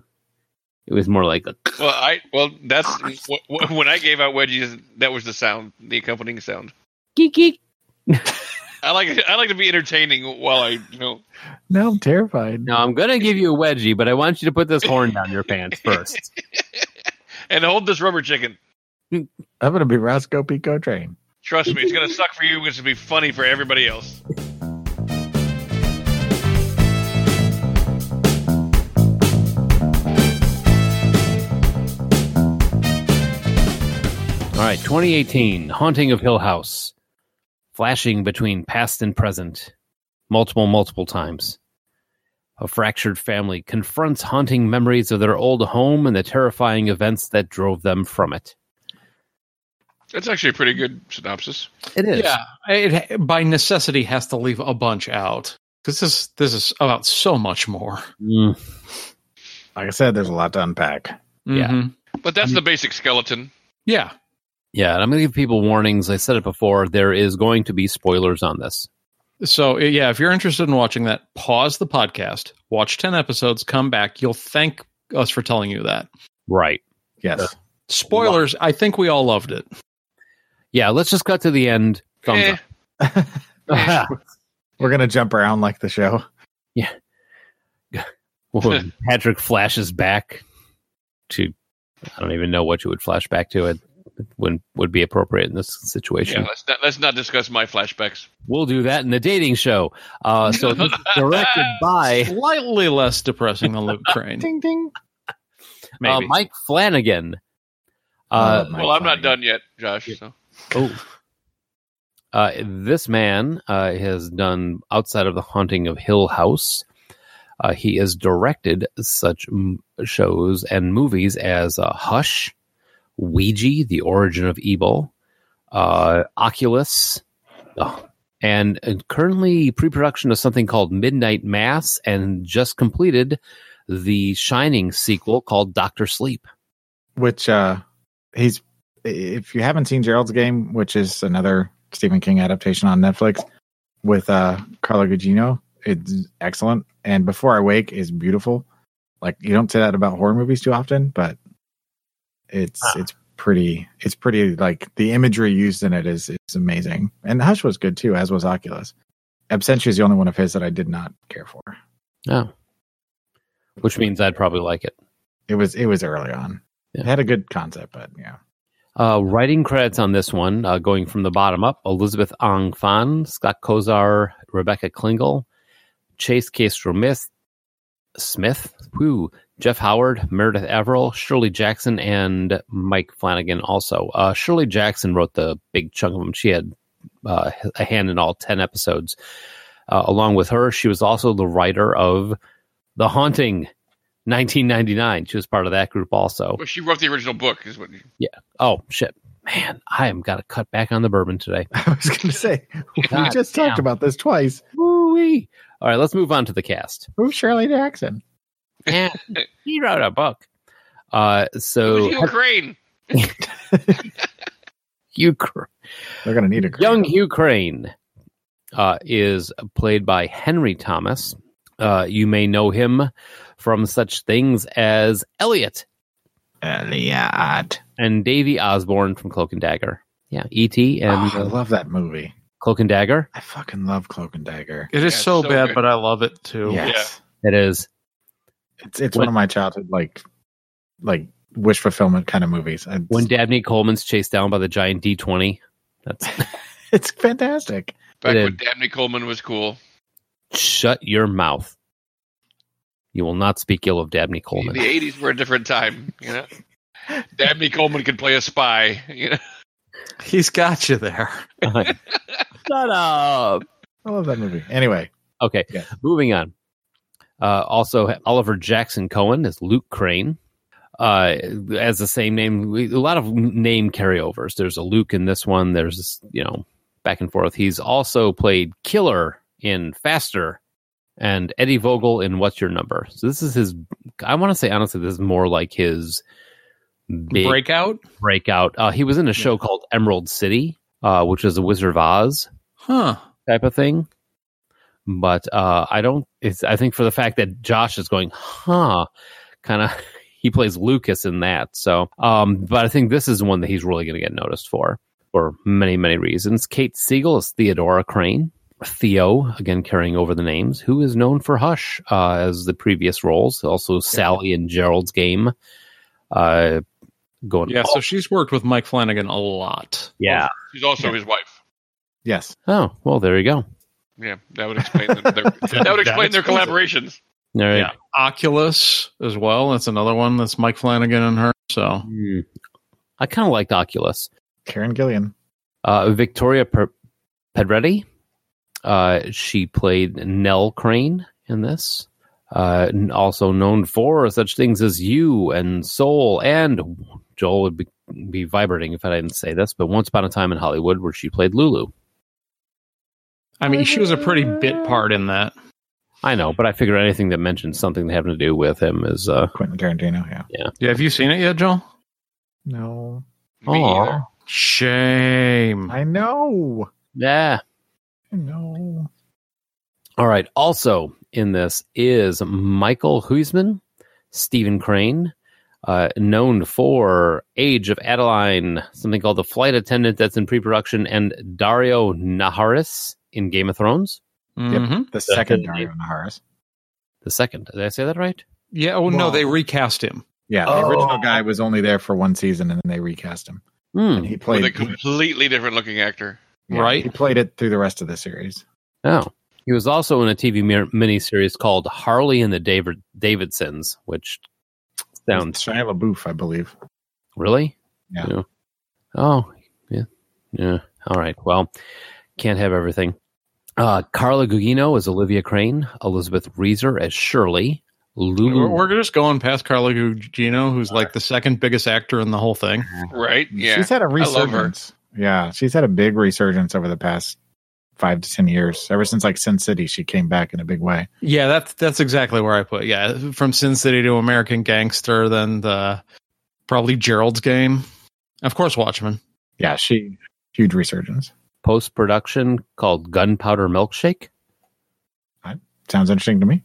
C: It was more like a
D: Well, I well that's wh- wh- when I gave out wedgies. That was the sound, the accompanying sound.
C: geek geek.
D: I like I like to be entertaining while I you know. *laughs*
E: Now I'm terrified.
C: No, I'm gonna give you a wedgie, but I want you to put this horn down your pants first.
D: and hold this rubber chicken.
E: I'm gonna be Roscoe Pico Train.
D: Trust me, it's gonna suck for you. It's gonna be funny for everybody else.
C: All right, 2018, Haunting of Hill House, flashing between past and present, multiple, multiple times. A fractured family confronts haunting memories of their old home and the terrifying events that drove them from it.
D: That's actually a pretty good synopsis.
C: It is.
F: Yeah, it by necessity has to leave a bunch out because this this is about so much more.
C: Mm,
E: Like I said, there's a lot to unpack.
C: Yeah.
F: Mhm.
D: But that's the basic skeleton.
F: yeah.
C: yeah, and I'm going to give people warnings. I said it before. There is going to be spoilers on this.
F: So i- yeah, if you're interested in watching that, pause the podcast, watch 10 episodes, come back. You'll thank us for telling you that.
C: Right.
E: Yes.
F: Spoilers. I think we all loved it.
C: Yeah, let's just cut to the end. Thumbs
D: Eh,
C: up. *laughs*
E: We're gonna jump around like the show.
C: When Patrick flashes back to I don't even know what you would flash back to it when would be appropriate in this situation.
D: yeah, let's not let's not discuss my flashbacks.
C: We'll do that in the dating show. Uh, so this is directed by
F: Slightly less depressing than *laughs* Luke Crane.
E: Ding ding.
C: uh,
F: Maybe.
C: Mike Flanagan. Uh,
D: Well, I'm not done yet, Josh. So.
C: oh. Uh, this man uh, has done outside of the haunting of Hill House. Uh, he has directed such m- shows and movies as uh, Hush, Ouija, The Origin of Evil, uh, Oculus, uh, and, and currently pre production of something called Midnight Mass, and just completed the Shining sequel called Doctor Sleep.
E: Which uh he's if you haven't seen Gerald's Game, which is another Stephen King adaptation on Netflix with uh Carlo Gugino, it's excellent. And Before I Wake is beautiful. Like you don't say that about horror movies too often, but it's it's pretty it's pretty like the imagery used in it is is amazing. And Hush was good too, as was Oculus. Absentia is the only one of his that I did not care for.
C: Oh. Which means I'd probably like it.
E: It was it was early on. It
C: Yeah.
E: had a good concept, but yeah.
C: Uh, writing credits on this one, uh, going from the bottom up Elizabeth Ang Fan, Scott Kozar, Rebecca Klingel, Chase Castro Smith, Smith whew, Jeff Howard, Meredith Averill, Shirley Jackson, and Mike Flanagan also. Uh, Shirley Jackson wrote the big chunk of them. She had uh, a hand in all 10 episodes. Uh, along with her, she was also the writer of The Haunting 1999. She was part of that group also.
D: Well, she wrote the original book, is what.
C: Oh shit, man! I am got to cut back on the bourbon today. *laughs*
E: *laughs* I was going to say, we
C: God
E: just talked
C: damn.
E: about this twice.
C: Woo-wee. All right, let's move on to the cast.
E: Who's Shirley Jackson?
C: Yeah, he wrote a book. Uh, so
D: Hugh Crane.
C: Hugh, Cr-
E: They're going to need a
C: young Hugh Crane uh, is played by Henry Thomas. Uh, you may know him from such things as Elliot
E: Elliot.
C: and Davy Osborne from Cloak and Dagger. yeah, E.T. and
E: Oh, I
C: uh,
E: love that movie.
C: Cloak and Dagger.
E: I fucking love Cloak and Dagger.
H: It is
D: Yeah,
H: so,
D: so
H: bad,
D: good.
H: but I love it too.
E: Yes,
C: It is.
E: it's it's one of my childhood like like wish fulfillment kind of movies. It's,
C: When Dabney Coleman's chased down by the giant D20. That's
E: *laughs* it's fantastic.
D: Back
C: It
D: when Dabney Coleman was cool.
C: shut your mouth. You will not speak ill of Dabney Coleman.
D: *laughs* The eighties were a different time, you know. Dabney Coleman could play a spy. You know?
H: He's got you there.
C: *laughs* Shut up.
E: I love that movie. Anyway,
C: Okay,
E: Yeah.
C: moving on. Uh, also, Oliver Jackson Cohen as Luke Crane, uh, as the same name. We- A lot of name carryovers. There's a Luke in this one. There's this, you know back and forth. He's also played Killer in Faster, and Eddie Vogel in What's Your Number. So this is his. I want to say honestly, this is more like his big
F: Breakout?
C: breakout. Uh, he was in a show called Emerald City, uh, which is a Wizard of Oz
F: Huh.
C: type of thing. But uh, I don't. It's I think for the fact that Josh is going, huh, kind of. *laughs* He plays Lucas in that. So, um, but I think this is one that he's really going to get noticed for for many many reasons. Kate Siegel is Theodora Crane. Theo again carrying over the names, who is known for Hush uh, as the previous roles, also Sally in Gerald's Game. Uh, going
F: Yeah, so she's worked with Mike Flanagan a lot.
C: yeah.
D: She's also his wife.
E: yes,
C: Oh well, there you go.
D: Yeah, that would explain their,
E: *laughs*
D: that would explain their collaborations.
C: All right.
F: Yeah. Oculus as well. That's another one that's Mike Flanagan and her. So
C: Hmm. I kind of liked Oculus.
E: Karen Gillian.
C: Uh, Victoria per- Pedretti, uh, she played Nell Crane in this. Uh, n- also known for such things as You and Soul and Joel would be, be vibrating if I didn't say this, but Once Upon a Time in Hollywood, where she played Lulu.
F: I mean, she was a pretty bit part in that.
C: I know, but I figure anything that mentions something having to do with him is. Uh,
E: Quentin Tarantino. Yeah.
F: Yeah, have you seen it yet, Joel?
E: No,
D: Me
C: Aw.
D: either.
F: Shame.
E: I know.
C: yeah.
E: I know.
C: All right. Also in this is Michael Huisman, Stephen Crane, uh, known for Age of Adeline, something called The Flight Attendant that's in pre production, and Dario Naharis in Game of Thrones.
F: Mhm.
E: The second Dario Naharis.
C: The second. Did I say that right?
F: Yeah, well, no,
E: Well-
F: they recast him.
E: Yeah, the
B: Oh.
E: original guy was only there for one season, and then they recast him.
C: Hmm.
E: And he
D: With a
E: played
D: completely different looking actor.
E: yeah,
F: right?
E: He played it through the rest of the series.
C: Oh. He was also in a TV mir- miniseries called Harley and the David- Davidsons, which sounds
E: Shia LaBeouf, I believe.
C: Really?
E: Yeah.
C: Oh, yeah. Yeah. All right. Well, can't have everything. Uh, Carla Gugino as Olivia Crane, Elizabeth Reeser as Shirley,
F: We're,
C: Lulu.
F: we're just going past Carla Gugino, who's like the second biggest actor in the whole thing.
D: Right? Yeah.
E: She's had a
D: love her.
E: resurgence. Yeah, she's had a big resurgence over the past five to ten years. Ever since like Sin City, she came back in a big way.
F: Yeah, that's that's exactly where I put. Yeah, from Sin City to American Gangster, then the probably Gerald's Game, of course Watchmen.
E: Yeah, she huge resurgence.
C: Post production called Gunpowder Milkshake,
E: Sounds interesting to me.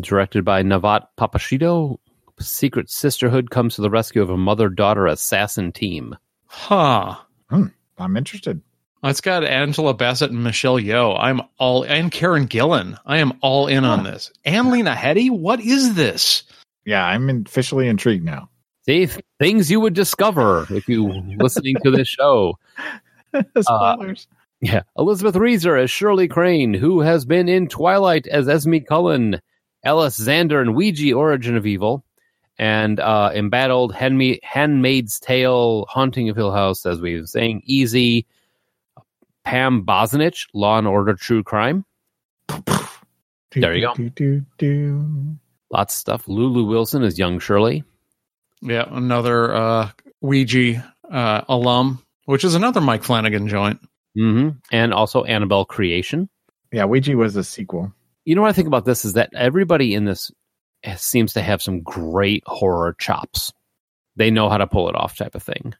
C: directed by Navat Papashito. Secret Sisterhood comes to the rescue of a mother daughter assassin team.
F: Huh.
E: I'm interested.
F: It's got Angela Bassett and Michelle Yeoh. I'm all and Karen Gillan. I am all in on this. And Lena Headey. What is this?
E: Yeah, I'm officially intrigued now. *laughs*
C: See, things you would discover if you listening to this show. Uh,
E: Spoilers.
C: Yeah. Elizabeth Reeser as Shirley Crane, who has been in Twilight as Esme Cullen, Ellis Xander in Ouija Origin of Evil, and uh, embattled Handma- Handmaid's Tale, Haunting of Hill House, as we've been saying, Easy, Pam Bosnich, Law and Order True Crime, there you go.
E: Do, do, do.
C: lots of stuff. Lulu Wilson as Young Shirley.
F: Yeah, another uh, Ouija uh, alum, which is another Mike Flanagan joint.
C: hmm And also Annabelle Creation.
E: Yeah, Ouija was a sequel.
C: You know what I think about this is that everybody in this has- seems to have some great horror chops. They know how to pull it off, type of thing.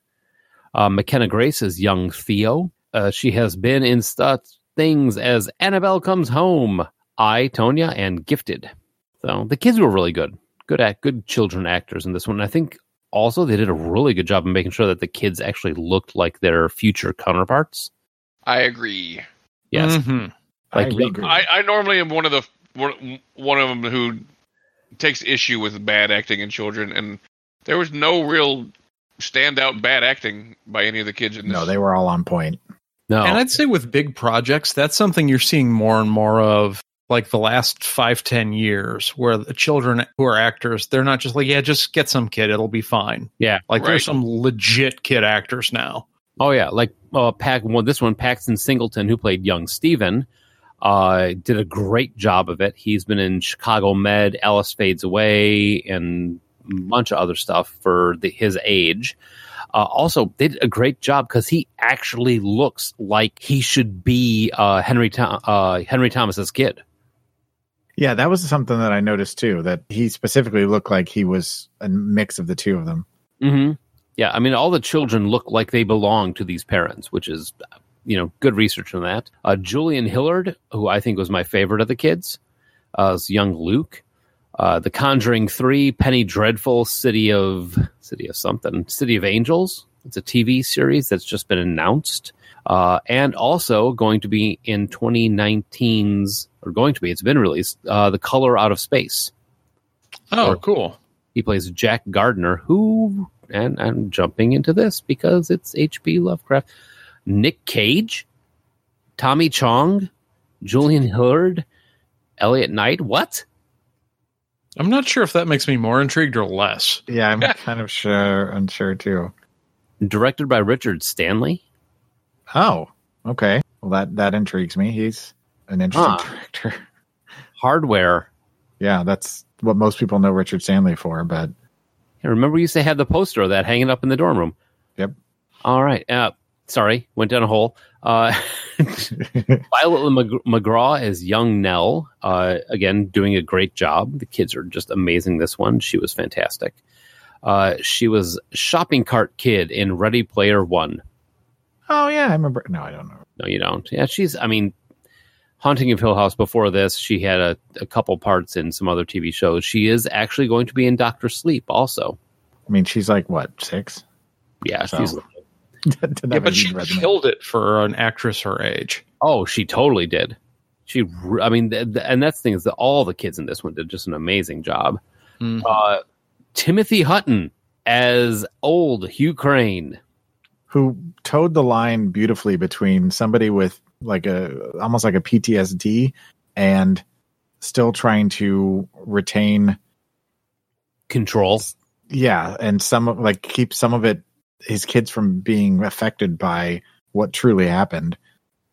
C: Uh, McKenna Grace is young Theo. Uh, she has been in such things as Annabelle Comes Home, I Tonya, and Gifted. So the kids were really good, good act, good children actors in this one. I think also they did a really good job of making sure that the kids actually looked like their future counterparts.
D: I agree.
C: Yes.
F: Mhm.
C: Like,
E: I agree.
D: I, I normally am one of the one, one of them who takes issue with bad acting in children, and there was no real standout bad acting by any of the kids in this.
E: no, they were all on point.
C: No.
F: And I'd say with big projects, that's something you're seeing more and more of, like the last five, ten years, where the children who are actors, they're not just like, yeah, just get some kid, it'll be fine.
C: Yeah.
F: Like there's
D: Right.
F: some legit kid actors now.
C: Oh yeah, like uh, Pack. Well, this one, Paxton Singleton, who played young Steven, uh, did a great job of it. He's been in Chicago Med, Alice Fades Away, and a bunch of other stuff for the, his age. Uh, also, they did a great job because he actually looks like he should be uh, Henry Tho- uh, Henry Thomas's kid.
E: Yeah, that was something that I noticed too. That he specifically looked like he was a mix of the two of them.
C: Mm-hmm. Yeah, I mean, all the children look like they belong to these parents, which is, you know, good research on that. Uh, Julian Hillard, who I think was my favorite of the kids, uh, is young Luke. Uh, the Conjuring Three, Penny Dreadful, City of City of something, City of Angels. It's a TV series that's just been announced, uh, and also going to be in 2019's or going to be. It's been released. Uh, the Color Out of Space.
F: Oh,
C: Or-
F: cool.
C: He plays Jack Gardner, who, and I'm jumping into this because it's H.P. Lovecraft. Nick Cage, Tommy Chong, Julian Hillard, Elliot Knight. What?
F: I'm not sure if that makes me more intrigued or less.
E: Yeah, I'm kind of sure unsure too.
C: Directed by Richard Stanley.
E: Oh, okay. Well, that that intrigues me. He's an interesting
C: Huh.
E: director.
C: Hardware.
E: *laughs* Yeah, that's what most people know Richard Stanley for. But
C: Hey, remember, we used to have the poster of that hanging up in the dorm room.
E: Yep.
C: All right. Uh, sorry, went down a hole.
E: *laughs*
C: Uh, Violet Mc- McGraw is young Nell. Uh, again, doing a great job. The kids are just amazing. This one, she was fantastic. Uh, she was shopping cart kid in Ready Player One.
E: oh yeah, I remember. No, I don't know.
C: No, you don't. Yeah, she's. I mean, Haunting of Hill House. Before this, she had a, a couple parts in some other TV shows. She is actually going to be in Doctor Sleep. Also,
E: I mean, she's like what six? *laughs*
C: yeah,
E: So-
C: she's.
E: Didn't have
F: Yeah,
E: a
F: but
E: huge
F: she
E: resume.
F: killed it for an actress her age.
C: Oh, she totally did. She, re- I mean, th- th- and that's the thing is that all the kids in this one did just an amazing job.
F: Mhm.
C: Uh, Timothy Hutton as old Hugh Crane.
E: who towed the line beautifully between somebody with like a almost like a PTSD and still trying to retain
C: Control.
E: yeah and some of like keep some of it his kids from being affected by what truly happened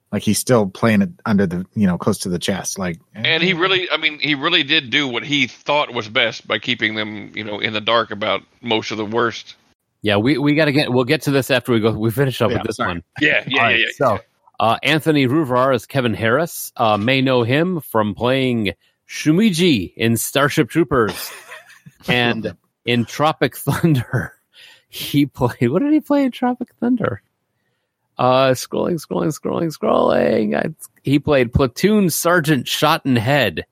E: like he's still playing it under the you know close to the chest like
D: And he really, I mean, he really did do what he thought was best by keeping them, you know, in the dark about most of the worst.
C: Yeah, we, we got to get, we'll get to this after we go, we finish up
E: Yeah,
C: with this
E: sorry.
C: one.
D: Yeah, yeah,
C: All
D: yeah.
C: right,
D: yeah.
C: So, uh, Anthony Ruvar as Kevin Harris. Uh, may know him from playing Shumiji in Starship Troopers and in Tropic Thunder. *laughs* He played, what did he play in Tropic Thunder? Uh, scrolling, scrolling, scrolling, scrolling. I, he played Platoon Sergeant Shot in Head.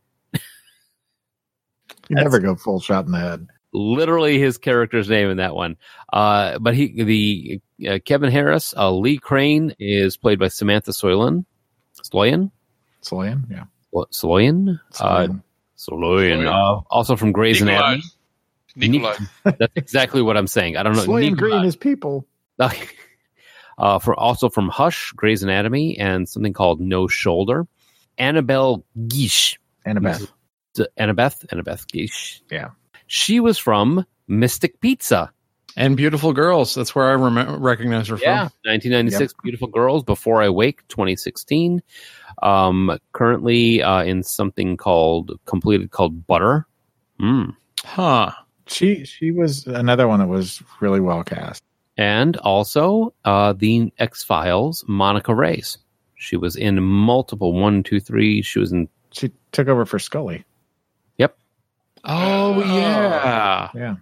E: you never go full shot in the head
C: literally his character's name in that one. Uh, but he, the uh, Kevin Harris, uh, Lee Crane is played by Samantha Soylent, Sloyan,
E: Solian yeah
C: What, Sloyan, uh,
E: Solian.
C: Sloyan,
D: Sloyan.
C: uh, also from Grey's Anatomy.
D: Nikolai. Nikolai.
C: *laughs* That's exactly what I'm saying. I don't know.
E: Solian Green
C: Nikolai.
E: is people
C: *laughs* uh, for also from Hush, Grey's Anatomy, and something called No Shoulder. Annabelle Guiche
E: Annabeth
C: D- Annabeth, Annabeth Guiche.
E: Yeah.
C: She was from Mystic Pizza.
F: And Beautiful Girls, that's where I remem recognize her
C: Yeah,
F: from.
C: 1996, Beautiful Girls, Before I Wake, 2016. Um, currently uh, in something called completed called Butter. Mm.
F: Huh.
E: she she was another one that was really well cast
C: And also uh, the X Files, Monica Reyes. She was in multiple one, two, three. She was in
E: she took over for Scully
F: Oh, yeah.
E: yeah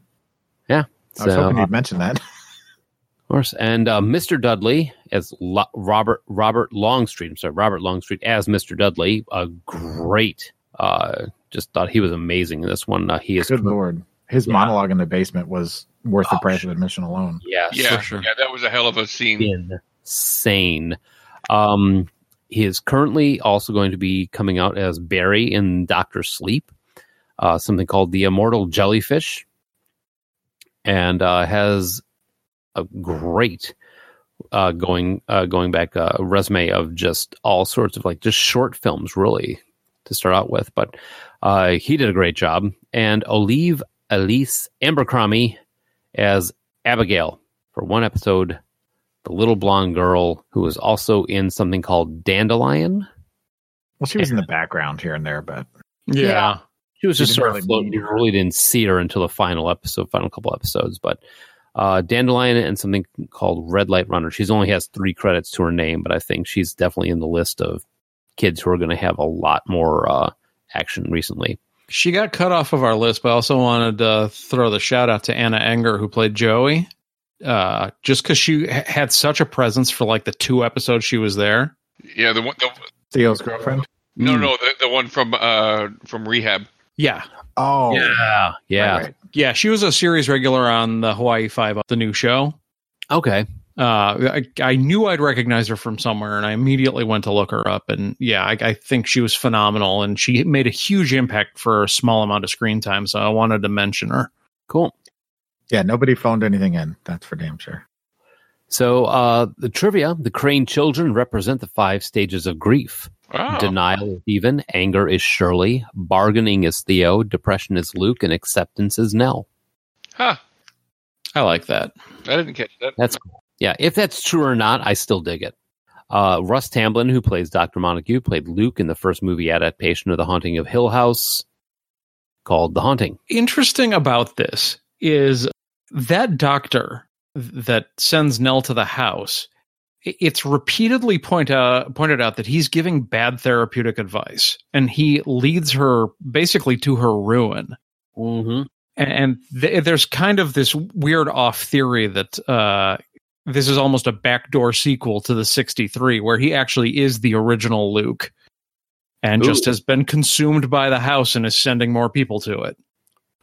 E: I was
C: so, uh,
E: hoping
C: of
E: you'd mention that.
C: course. And uh, Mr. Dudley as Lo- Robert Robert Longstreet. I'm sorry, Robert Longstreet as Mr. Dudley. A great. Uh, just thought he was amazing in this one. Uh, he is
E: Good lord. his
C: Yeah.
E: monologue in the basement was worth the
C: Oh,
E: price of admission alone.
C: Yes.
D: yeah,
F: for sure.
D: yeah, that was a hell of a scene.
C: insane. Um, he is currently also going to be coming out as Barry in Doctor Sleep, uh, something called the Immortal Jellyfish, and uh, has a great uh, going uh, going back uh, resume of just all sorts of like just short films, really to start out with. But uh, he did a great job, and Olive Elise Abercrombie as Abigail for one episode the little blonde girl who was also in something called Dandelion.
E: Well, she was in the background here and there, but
F: Yeah.
C: She was
E: You
C: just
E: didn't
C: sort of
E: really
C: floating.
E: need
C: You
E: her.
C: really didn't see her until the final episode, final couple episodes. But uh, Dandelion and something called Red Light Runner. She's only has three credits to her name, but I think she's definitely in the list of kids who are going to have a lot more uh, action recently.
F: She got cut off of our list, but I also wanted to throw the shout out to Anna Enger, who played Joey, uh, just because she h- had such a presence for like the two episodes she was there.
D: Yeah, the one, the,
E: Theo's girlfriend.
D: no,
F: Mm.
D: no, the, the one from uh from rehab.
F: Yeah.
E: Oh,
C: Yeah, yeah.
E: right, right.
F: Yeah. She was a series regular on the Hawaii Five, the new show.
C: Okay,
F: Uh, I, I knew I'd recognize her from somewhere, and I immediately went to look her up. And yeah, I, I think she was phenomenal, and she made a huge impact for a small amount of screen time. So I wanted to mention her.
C: cool.
E: Yeah, nobody phoned anything in. That's for damn sure.
C: So uh, the trivia: the Crane children represent the five stages of grief.
D: Oh,
C: Denial is even, anger is Shirley, bargaining is Theo, depression is Luke, and acceptance is Nell.
D: huh?
F: I like that.
D: I didn't catch that.
C: That's cool. Yeah, if that's true or not, I still dig it. Uh, Russ Tamblin, who plays Dr. Montague, played Luke in the first movie adaptation of The Haunting of Hill House called The Haunting.
F: Interesting about this is that doctor th- that sends Nell to the house. i- It's repeatedly point out, pointed out that he's giving bad therapeutic advice, and he leads her basically to her ruin.
C: Mm-hmm.
F: and th- there's kind of this weird off theory that uh, this is almost a backdoor sequel to the 63 where he actually is the original luke and just
C: Ooh.
F: has been consumed by the house and is sending more people to it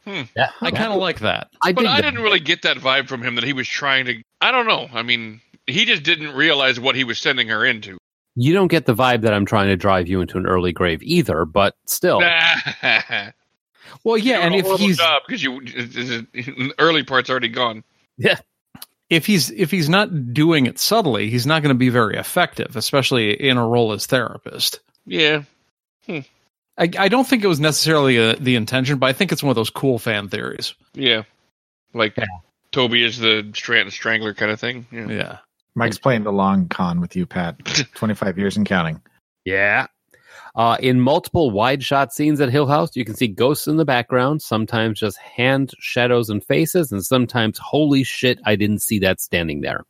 C: Yeah,
F: i kind of like that
C: I
D: But
C: dig
D: I
C: that.
D: didn't really get that vibe from him that he was trying to. I don't know. I mean, he just didn't realize what he was sending her into.
C: You don't get the vibe that I'm trying to drive you into an early grave either, but
D: Oh. *laughs*
C: still,
F: well yeah and if he's
D: because you the early part's already gone.
F: if he's if he's not doing it subtly he's not going to be very effective especially in a role as therapist
D: Yeah,
F: i, I don't think it was necessarily uh the intention but i think it's one of those cool fan theories
D: yeah, like
C: Yeah.
D: Toby is the Stratton Strangler kind of thing. Yeah.
F: yeah
E: Mike's playing the long con with you, Pat. Twenty-five years and counting.
C: Yeah. Uh, in multiple wide shot scenes at Hill House, you can see ghosts in the background, sometimes just hand shadows and faces, and sometimes, holy shit, I didn't see that standing there.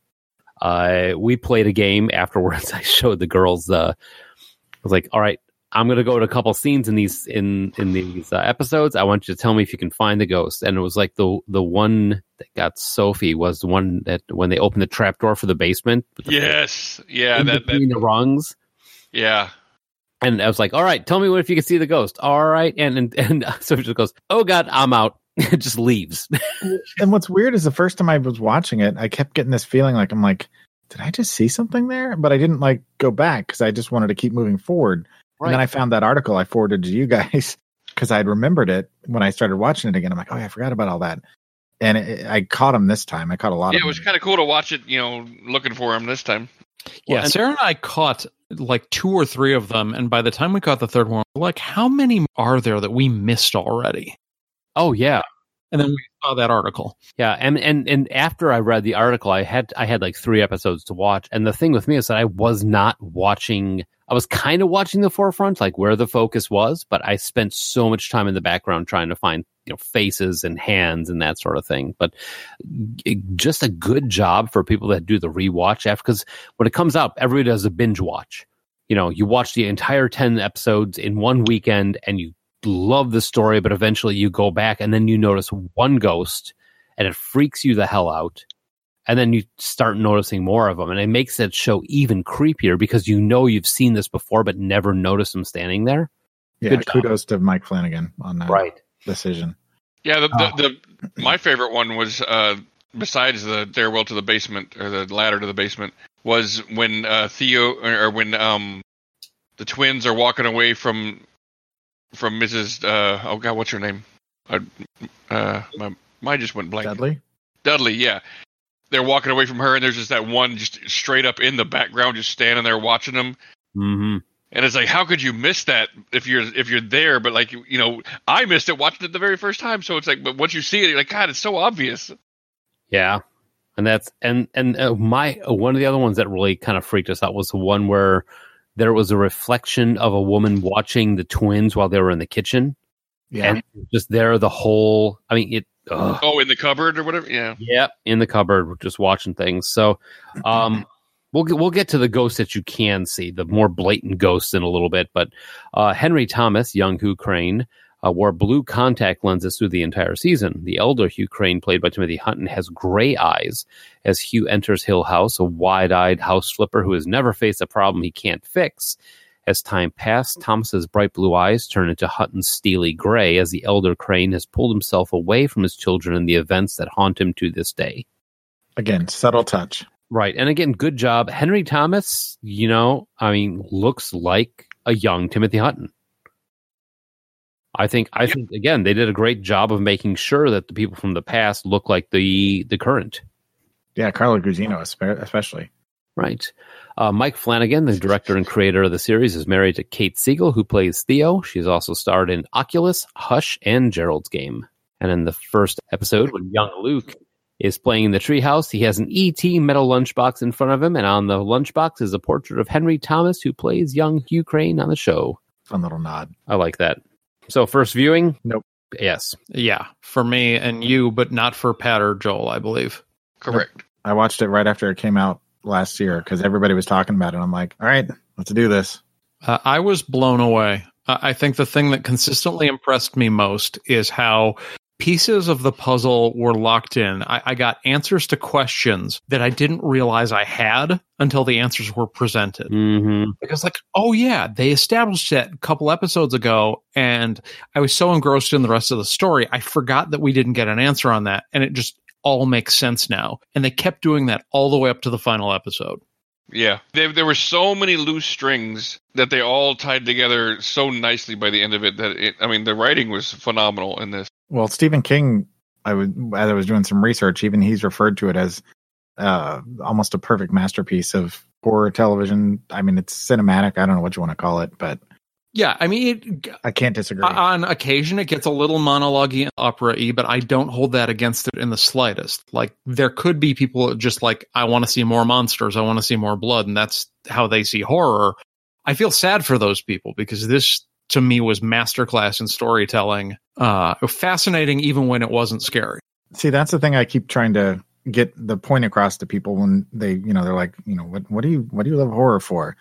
C: Uh, we played a game afterwards. *laughs* I showed the girls. Uh, I was like, "All right, I'm gonna go to a couple scenes in these in in these uh, episodes. I want you to tell me if you can find the ghost." And it was like the the one that got Sophie was the one that when they opened the trap door for the basement. with the-
D: Yes. Yeah.
C: in
D: That,
C: between
D: that.
C: the rungs.
D: Yeah.
C: And I was like, "All right, tell me what if you can see the ghost." All right, and and and *laughs* so she just goes, "Oh God, I'm out." *laughs* It just leaves. *laughs*
E: And what's weird is the first time I was watching it, I kept getting this feeling like I'm like, did I just see something there? But I didn't like go back because I just wanted to keep moving forward. And then I found that article I forwarded to you guys *laughs* because I'd remembered it when I started watching it again. I'm like, oh, yeah, I forgot about all that. And it, I caught him this time. I caught a lot
D: Yeah.
E: of
D: It was
E: them.
D: kind of cool to watch it. You know, looking for him this time.
F: Yeah,
C: and-
F: Sarah and I caught like two or three of them, and by the time we caught the third one, we're like, how many are there that we missed already?
C: oh yeah,
F: And then we saw that article.
C: yeah. And and and after I read the article, I had I had like three episodes to watch. And the thing with me is that I was not watching. I was kind of watching the forefront, like where the focus was, but I spent so much time in the background trying to find you know faces and hands and that sort of thing. But g- just a good job for people that do the rewatch after because when it comes out, everybody does a binge watch. You know, you watch the entire 10 episodes in one weekend and you love the story, but eventually you go back and then you notice one ghost and it freaks you the hell out. And then you start noticing more of them. And it makes that show even creepier because you know you've seen this before, but never noticed them standing there.
E: yeah,
C: good job.
E: Uh-huh. kudos to Mike Flanagan on that
C: Right.
E: decision.
D: Yeah, the,
C: Ah.
D: the, the my favorite one was uh, besides the stairwell to the basement or the ladder to the basement was when uh, Theo or, or when um the twins are walking away from from Mrs. Uh, oh God, what's her name? Uh, uh, my mine just went blank.
E: Dudley.
D: Dudley, yeah. They're walking away from her, and there's just that one just straight up in the background, just standing there watching them.
C: Mm-hmm.
D: And it's like, how could you miss that if you're if you're there? But like, you know, I missed it watching it the very first time. So it's like, but once you see it, you're like, God, it's so obvious.
C: Yeah, and that's and and uh, my uh, one of the other ones that really kind of freaked us out was the one where there was a reflection of a woman watching the twins while they were in the kitchen,
E: Yeah.
C: and just there the whole. I mean, it. Ugh.
D: Oh, in the cupboard or whatever. Yeah,
C: Yep, in the cupboard, just watching things. So, um, we'll get, we'll get to the ghosts that you can see, the more blatant ghosts in a little bit. But uh, Henry Thomas, young Hugh Crane, uh, wore blue contact lenses through the entire season. The elder Hugh Crane, played by Timothy Hutton, has gray eyes as Hugh enters Hill House, a wide-eyed house flipper who has never faced a problem he can't fix. As time passed, Thomas's bright blue eyes turn into Hutton's steely gray as the elder Crane has pulled himself away from his children and the events that haunt him to this day.
E: Again, subtle touch.
C: Right. And again, good job. Henry Thomas, you know, I mean, looks like a young Timothy Hutton. I think I think again they did a great job of making sure that the people from the past look like the the current.
E: Yeah, Carlo Gugino espe- especially.
C: Right. Uh, Mike Flanagan, the director and creator of the series, is married to Kate Siegel, who plays Theo. She's also starred in Oculus, Hush, and Gerald's Game. And in the first episode, when young Luke is playing in the treehouse, he has an ET metal lunchbox in front of him, and on the lunchbox is a portrait of Henry Thomas, who plays young Hugh Crane on the show.
E: Fun little nod.
C: I like that. So, first viewing?
E: Nope.
C: Yes.
F: Yeah, for me and you, but not for Pat or Joel, I believe.
D: correct.
E: I watched it right after it came out last year because everybody was talking about it. I'm like, all right, let's do this.
F: Uh, I was blown away. I I think the thing that consistently impressed me most is how pieces of the puzzle were locked in. I, I got answers to questions that I didn't realize I had until the answers were presented.
C: Mm-hmm.
F: Like, I was like, oh, yeah, they established that a couple episodes ago. And I was so engrossed in the rest of the story, I forgot that we didn't get an answer on that. And it just all makes sense now. And they kept doing that all the way up to the final episode.
D: Yeah, there, there were so many loose strings that they all tied together so nicely by the end of it that it, I mean, the writing was phenomenal in this.
E: Well, Stephen King, I would as I was doing some research, even he's referred to it as uh, almost a perfect masterpiece of horror television. I mean, it's cinematic. I don't know what you want to call it, but
F: Yeah, I mean, it,
E: I can't disagree.
F: O- On occasion, it gets a little monologue and opera y, but I don't hold that against it in the slightest. Like, there could be people just like, I want to see more monsters, I want to see more blood, and that's how they see horror. I feel sad for those people because this, to me, was masterclass in storytelling. Uh, fascinating, even when it wasn't scary.
E: See, that's the thing I keep trying to get the point across to people when they, you know, they're like, you know, what what do you what do you love horror for?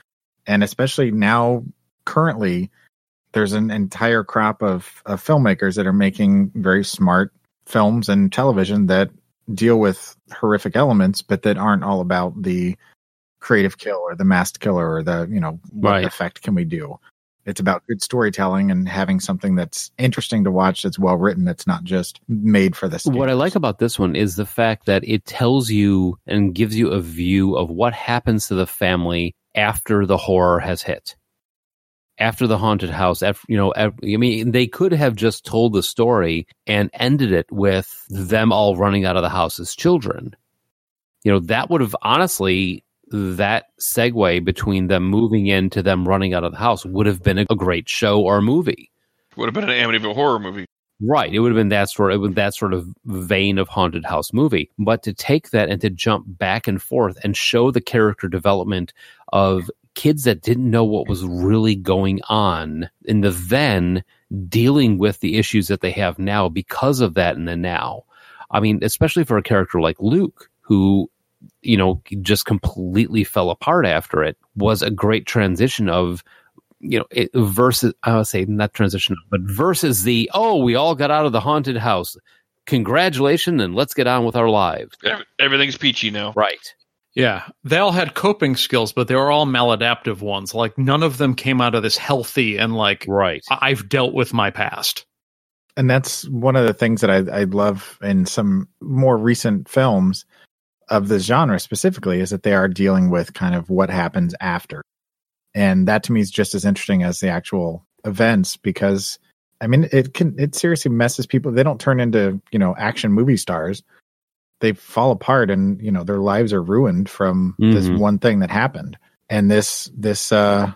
E: And especially now currently there's an entire crop of, of filmmakers that are making very smart films and television that deal with horrific elements but that aren't all about the creative kill or the masked killer or the, you know, what
C: Right.
E: effect can we do? It's about good storytelling and having something that's interesting to watch, that's well written, that's not just made for the
C: What I
E: standards.
C: like about this one is the fact that it tells you and gives you a view of what happens to the family after the horror has hit. After the haunted house, after, you know, af- I mean, they could have just told the story and ended it with them all running out of the house as children. You know, that would have honestly, that segue between them moving in to them running out of the house would have been a a great show or movie.
D: Would have been an Amityville horror movie.
C: Right. It would have been that sort of that sort of vein of haunted house movie. But to take that and to jump back and forth and show the character development of kids that didn't know what was really going on in the then dealing with the issues that they have now because of that in the now. I mean, especially for a character like Luke, who, you know, just completely fell apart after it, was a great transition of you know, it versus I would say not transition, but versus the oh, we all got out of the haunted house. Congratulations, and let's get on with our lives.
D: Ev- Everything's peachy now.
C: Right.
F: Yeah, they all had coping skills, but they were all maladaptive ones. Like, none of them came out of this healthy and like,
C: Right.
F: I- I've dealt with my past.
E: and that's one of the things that I, I love in some more recent films of the genre specifically is that they are dealing with kind of what happens after. And that to me is just as interesting as the actual events because I mean it can it seriously messes people they don't turn into, you know, action movie stars. They fall apart and, you know, their lives are ruined from this
C: Mhm.
E: one thing that happened. And this this uh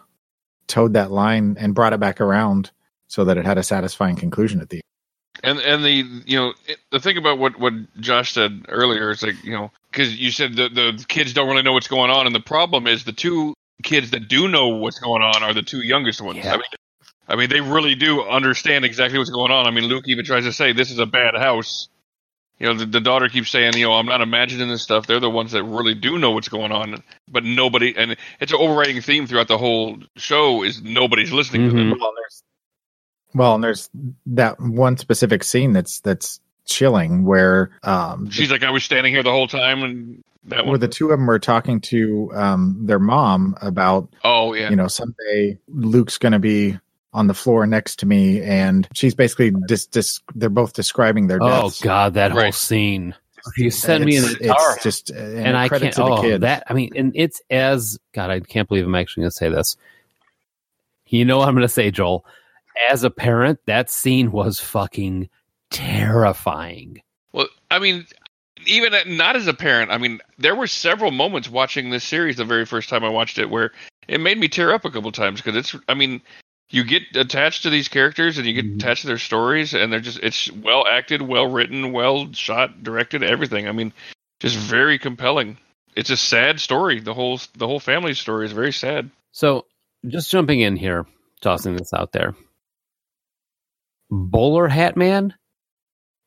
E: towed that line and brought it back around so that it had a satisfying conclusion at the
D: And and the you know it, the thing about what what Josh said earlier is like you know because you said the the kids don't really know what's going on, and the problem is the two kids that do know what's going on are the two youngest ones. I mean, I mean they really do understand exactly what's going on. I mean Luke even tries to say this is a bad house. You know the, the daughter keeps saying you know I'm not imagining this stuff. They're the ones that really do know what's going on, but nobody and it's an overriding theme throughout the whole show is nobody's listening to them.
E: Well, there's Mm-hmm. well, and there's that one specific scene that's that's chilling where um
D: She's like I was standing here the whole time, and that
E: where
D: one.
E: the two of them are talking to um their mom about
D: Oh yeah.
E: you know someday Luke's going to be on the floor next to me and she's basically dis, dis they're both describing their
C: Oh
E: deaths.
C: God, that whole
D: Right.
C: scene. You sent me an
E: It's-
C: entire
E: it's just and,
C: and I
E: credit
C: can't.
E: to the
C: oh,
E: kids.
C: that I mean, and it's as God. I can't believe I'm actually going to say this. You know what I'm going to say, Joel. As a parent, that scene was fucking terrifying.
D: Well, I mean, even at- not as a parent, I mean, there were several moments watching this series the very first time I watched it where it made me tear up a couple times because it's, I mean, you get attached to these characters and you get attached to their stories and they're just, it's well acted, well written, well shot, directed, everything. I mean, just very compelling. It's a sad story. The whole the whole family story is very sad.
C: So, just jumping in here, tossing this out there. Bowler Hat Man,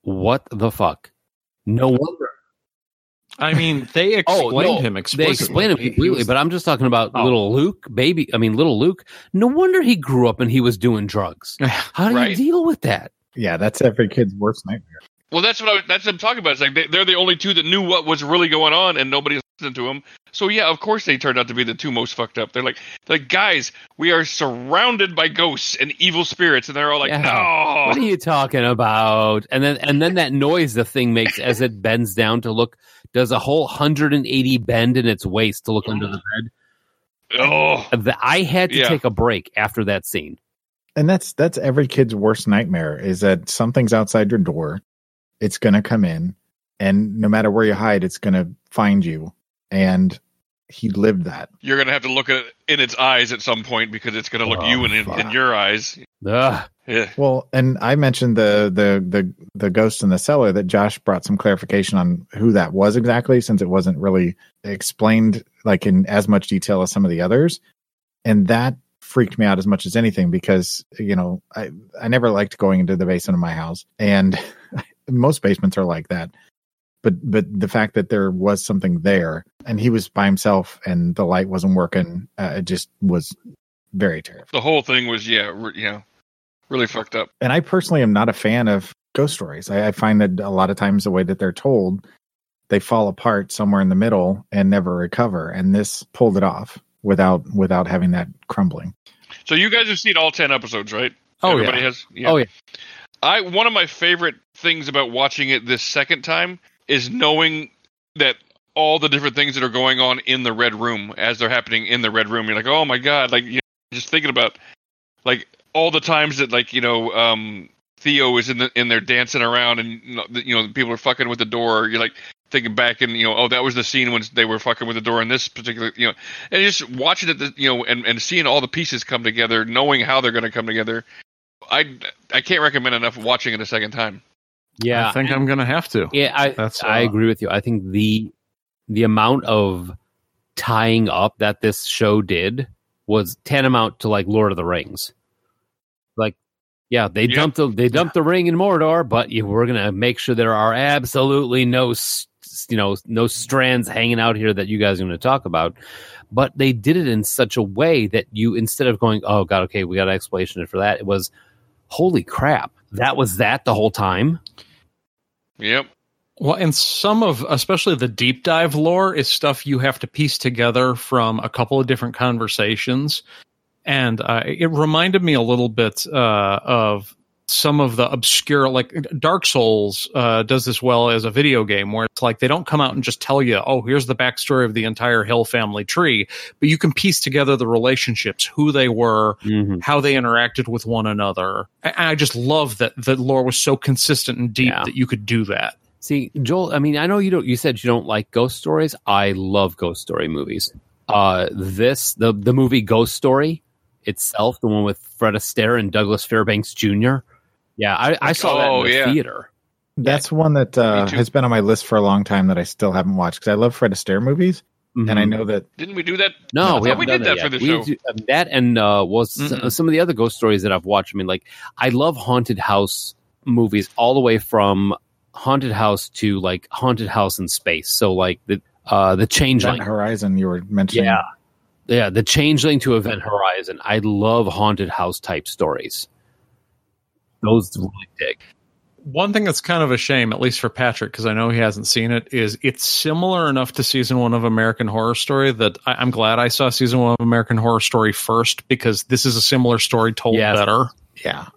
C: what the fuck? No wonder
F: I mean, they
C: Oh,
F: explained
C: no,
F: him
C: they
F: explicitly.
C: explain him
F: He- he
C: completely,
F: was- *laughs*
C: but I'm just talking about
F: Oh.
C: little Luke, baby. I mean, little Luke. No wonder he grew up and he was doing drugs. How do you
D: Right.
C: deal with that?
E: yeah that's every kid's worst nightmare
D: Well, that's what I, was- that's what I'm talking about. It's like they, they're the only two that knew what was really going on, and nobody's listening to them. So yeah, of course they turned out to be the two most fucked up. They're like, like guys, we are surrounded by ghosts and evil spirits, and they're all like,
C: Yeah.
F: Oh.
C: what are
D: no.
C: you talking about and then and then that noise the thing makes as it bends down to look does a whole 180 bend in its waist to look under the
D: *laughs* Oh,
C: bed The- i had to
D: Yeah.
C: take a break after that scene
E: and that's that's every kid's worst nightmare is that something's outside your door it's going to come in and no matter where you hide it's going to find you and he lived that
D: you're gonna have to look at it in its eyes at some point because it's gonna look
E: Oh,
D: you in, in,
E: fuck.
D: in your eyes.
C: Ugh.
D: Yeah.
E: well and i mentioned the the the the ghost in the cellar that josh brought some clarification on who that was exactly since it wasn't really explained like in as much detail as some of the others and that freaked me out as much as anything because you know i i never liked going into the basement of my house and *laughs* most basements are like that but but the fact that there was something there and he was by himself and the light wasn't working uh, it just was very terrifying
D: The whole thing was yeah, re- you know, really fucked up.
E: and I personally am not a fan of ghost stories. I, I find that a lot of times the way that they're told, they fall apart somewhere in the middle and never recover. And this pulled it off without without having that crumbling.
D: So you guys have seen all ten episodes, right?
C: Oh,
D: Everybody
C: yeah.
D: has.
C: oh yeah
D: I one of my favorite things about watching it this second time is knowing that all the different things that are going on in the red room as they're happening in the red room. You're like, oh my god, like you know, just thinking about like all the times that like you know um, Theo is in the in there dancing around and you know, the- you know people are fucking with the door. You're like thinking back and you know oh that was the scene when they were fucking with the door in this particular you know and just watching it you know and and seeing all the pieces come together, knowing how they're going to come together. I I can't recommend enough watching it a second time.
C: yeah
H: I think I'm gonna have to.
C: yeah i
H: That's.
C: i
H: uh,
C: agree with you i think the the amount of tying up that this show did was tantamount to like lord of the rings like yeah they
D: Yeah.
C: dumped the they dumped the ring in mordor but you, we're gonna make sure there are absolutely no s- s- you know no strands hanging out here that you guys are gonna talk about but they did it in such a way that you instead of going oh god okay we got an explanation for that it was holy crap that was that the whole time
D: Yep.
F: Well, and some of, especially the deep dive lore, is stuff you have to piece together from a couple of different conversations. And uh, it reminded me a little bit uh, of some of the obscure like dark souls uh, does this well as a video game where it's like they don't come out and just tell you oh here's the backstory of the entire hill family tree but you can piece together the relationships who they were
H: Mm-hmm.
C: Mhm.
F: how they interacted with one another and i just love that the lore was so consistent and deep
C: Yeah.
F: that you could do that
C: See, Joel, I mean, I know you don't you said you don't like ghost stories. I love ghost story movies. Uh this the the movie Ghost Story itself, the one with Fred Astaire and Douglas Fairbanks Jr. Yeah, I, I saw that
D: oh,
C: in the
D: yeah.
C: theater.
E: That's one that uh,
D: too.
E: has been on my list for a long time that I still haven't watched because I love Fred Astaire movies, and I
C: Mhm.
E: know that
D: Didn't we do that?
C: No,
D: I
C: we
D: thought
C: haven't
D: Oh, we
C: done
D: did
C: that,
D: that
C: yet.
D: for the
C: We
D: show.
C: do- um, that and uh, was
D: Mm-mm.
C: some of the other ghost stories that I've watched. I mean, like I love haunted house movies all the way from haunted house to like haunted house in space. So like the uh, the
E: Event
C: changeling,
E: Horizon you were mentioning.
C: yeah, yeah, the changeling to Event Horizon. I love haunted house type stories. Those really dig.
F: One thing that's kind of a shame, at least for Patrick, because I know he hasn't seen it, is it's similar enough to season one of American Horror Story that I, I'm glad I saw season one of American Horror Story first because this is a similar story told
C: Yes.
F: better.
E: yeah.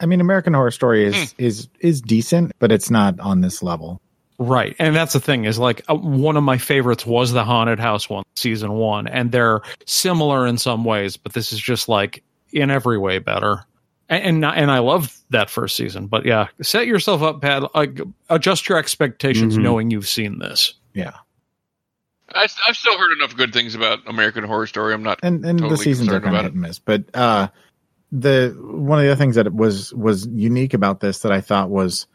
E: I mean, American Horror Story is is is decent, but it's not on this level.
F: Right. And that's the thing is like uh, one of my favorites was the Haunted House one, season one, and they're similar in some ways, but this is just like in every way better. And and, not- and I love that first season, but yeah, set yourself up, Pat. Like, adjust your expectations
C: Mhm.
F: knowing you've seen this.
D: I, have still heard enough good things about American Horror Story. I'm not.
E: and and
D: Totally
E: the seasons are
D: concerned
E: kind of
D: about
E: hit and miss. But uh, the one of the other things that was was unique about this that I thought was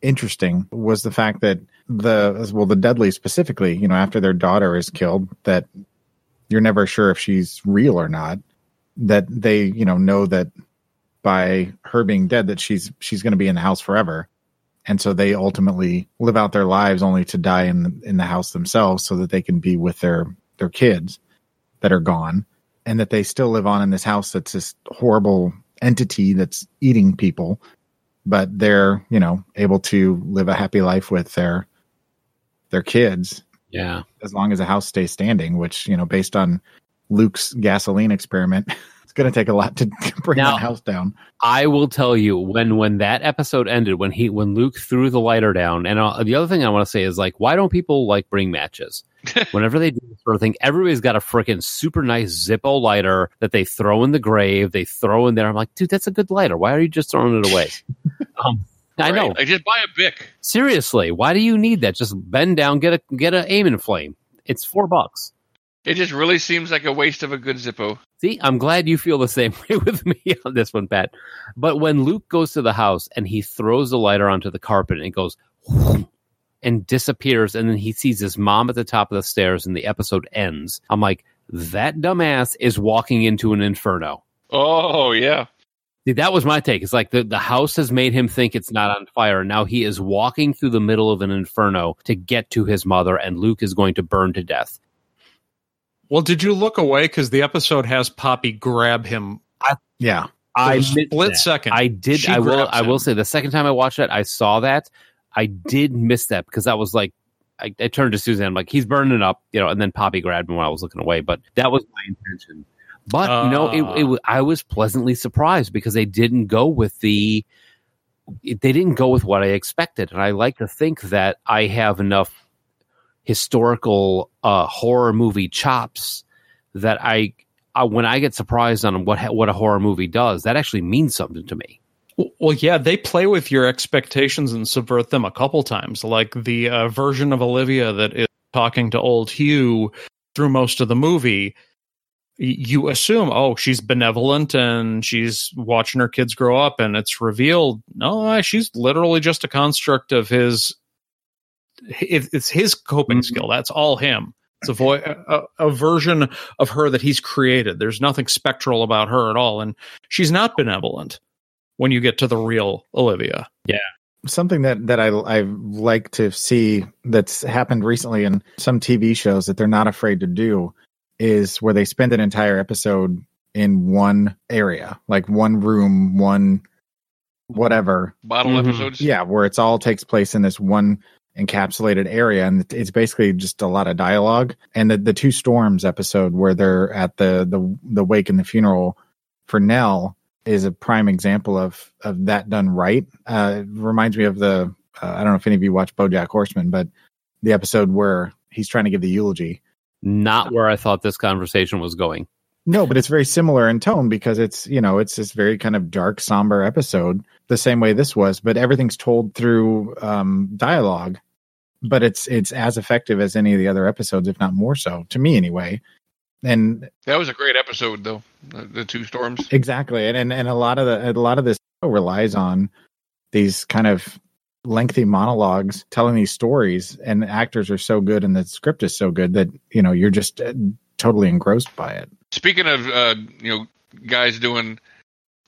E: interesting was the fact that the well the Dudley specifically, you know, after their daughter is killed, that you're never sure if she's real or not. That they you know know that by her being dead that she's she's going to be in the house forever. And so they ultimately live out their lives only to die in in the house themselves, so that they can be with their their kids that are gone and that they still live on in this house that's this horrible entity that's eating people but they're you know able to live a happy life with their their kids
C: Yeah,
E: as long as the house stays standing which you know based on luke's gasoline experiment *laughs* it's going to take a lot to bring
C: Now-
E: that house down
C: I will tell you when when that episode ended when he when Luke threw the lighter down and uh, the other thing I want to say is like why don't people like bring matches whenever they do this sort of thing everybody's got a freaking super nice Zippo lighter that they throw in the grave they throw in there I'm like dude that's a good lighter why are you just throwing it away um, I know
D: Right? Like, just buy a Bic.
C: seriously why do you need that just bend down get a get a aim and flame it's four bucks
D: It just really seems like a waste of a good Zippo.
C: See, I'm glad you feel the same *laughs* way with me on this one, Pat. But when Luke goes to the house and he throws the lighter onto the carpet and it goes *sniffs* whoom, and disappears, and then he sees his mom at the top of the stairs and the episode ends, I'm like, that dumbass is walking into an inferno.
D: Oh yeah.
C: See, that was my take. It's like the, the house has made him think it's not on fire. and Now he is walking through the middle of an inferno to get to his mother, and Luke is going to burn to death.
F: Well, did you look away? Because the episode has Poppy grab him
E: yeah
F: for a
C: I
F: split
C: missed that.
F: second.
C: I did.
F: She
C: I will.
F: grabs
C: I will
F: him.
C: say the second time I watched it, I saw that. I did miss that because I was like, I, I turned to Suzanne, I'm like he's burning up, you know. And then Poppy grabbed me while I was looking away, but that was my intention. But you know,
F: Ah.
C: it, it wa- I was pleasantly surprised because they didn't go with the. it- They didn't go with what I expected, and I like to think that I have enough historical uh, horror movie chops that I, I when I get surprised on what ha- what a horror movie does, that actually means something to me.
F: W- well, yeah, they play with your expectations and subvert them a couple times. Like the uh, version of Olivia that is talking to old Hugh through most of the movie. y- You assume, oh, she's benevolent and she's watching her kids grow up, and it's revealed, no, uh, she's literally just a construct of his. it- It's his coping
C: Mhm.
F: skill. That's all him. It's a, vo- a, a version of her that he's created. There's nothing spectral about her at all, and she's not benevolent when you get to the real Olivia.
E: something that that I I like to see that's happened recently in some TV shows that they're not afraid to do is where they spend an entire episode in one area, like one room, one whatever.
D: Bottle
C: Mhm.
D: episodes.
E: Yeah, where it's all takes place in this one encapsulated area and it's basically just a lot of dialogue and the, the two storms episode where they're at the the the wake and the funeral for Nell is a prime example of of that done right. Uh, it reminds me of the uh, I don't know if any of you watch BoJack Horseman, but the episode where he's trying to give the eulogy.
C: Not where I thought this conversation was going.
E: No, but it's very similar in tone because it's you know it's this very kind of dark, somber episode, the same way this was, but everything's told through um, dialogue. But it's it's as effective as any of the other episodes, if not more so, to me anyway. And
D: That was a great episode, though. The, the two storms.
E: Exactly, and and, and a lot of the a lot of this show relies on these kind of lengthy monologues telling these stories, and the actors are so good, and the script is so good that you know you're just uh, totally engrossed by it.
D: Speaking of, uh, you know, guys doing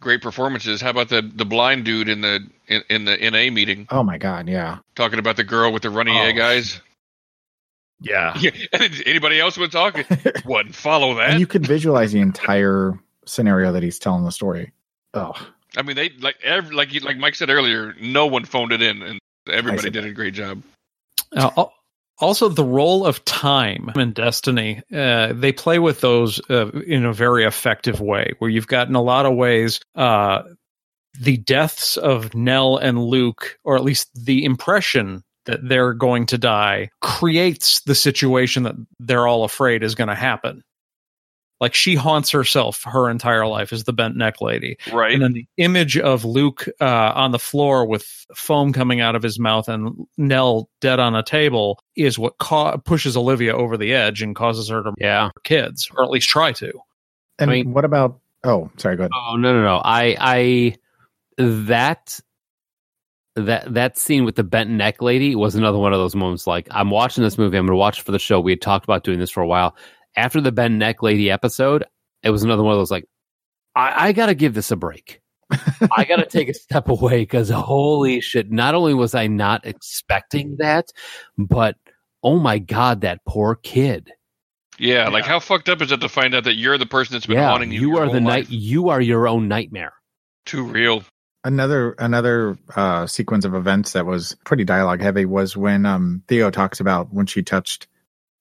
D: great performances. How about the the blind dude in the in, in the NA meeting
E: Oh my god, yeah,
D: talking about the girl with the runny egg eyes?
F: Yeah.
D: *laughs* Yeah. Anybody else would talk? Wouldn't follow that.
E: and you could visualize the entire scenario that he's telling the story. Oh,
D: I mean, they like every, like you, like Mike said earlier. No one phoned it in, and
E: I
D: everybody
E: see.
D: did a great job.
F: Uh, al- also, the role of time in Destiny, uh, they play with those uh, in a very effective way, where you've got in a lot of ways uh, the deaths of Nell and Luke, or at least the impression that they're going to die, creates the situation that they're all afraid is going to happen. Like she haunts herself her entire life as the bent neck lady.
D: Right.
F: And then the image of Luke uh, on the floor with foam coming out of his mouth and Nell dead on a table is what ca- pushes Olivia over the edge and causes her to
C: Yeah.
F: murder kids, or at least try to.
E: and
C: I mean-
E: what about? Oh, sorry, go ahead.
C: Oh no no no. I I that that that scene with the bent neck lady was another one of those moments like I'm watching this movie, I'm gonna watch it for the show. We had talked about doing this for a while. After the bent neck lady episode, it was another one of those like I, I gotta give this a
D: *laughs*
C: break. I gotta take a step away because holy shit, not only was I not expecting that, but oh my god, that poor kid.
D: Yeah, like how fucked up is it to find out that you're the person that's been
C: yeah,
D: haunting you?
C: you
D: your
C: are
D: whole
C: the night
D: life?
C: you are your own nightmare.
D: Too real.
E: another another uh sequence of events that was pretty dialogue heavy was when um theo talks about when she touched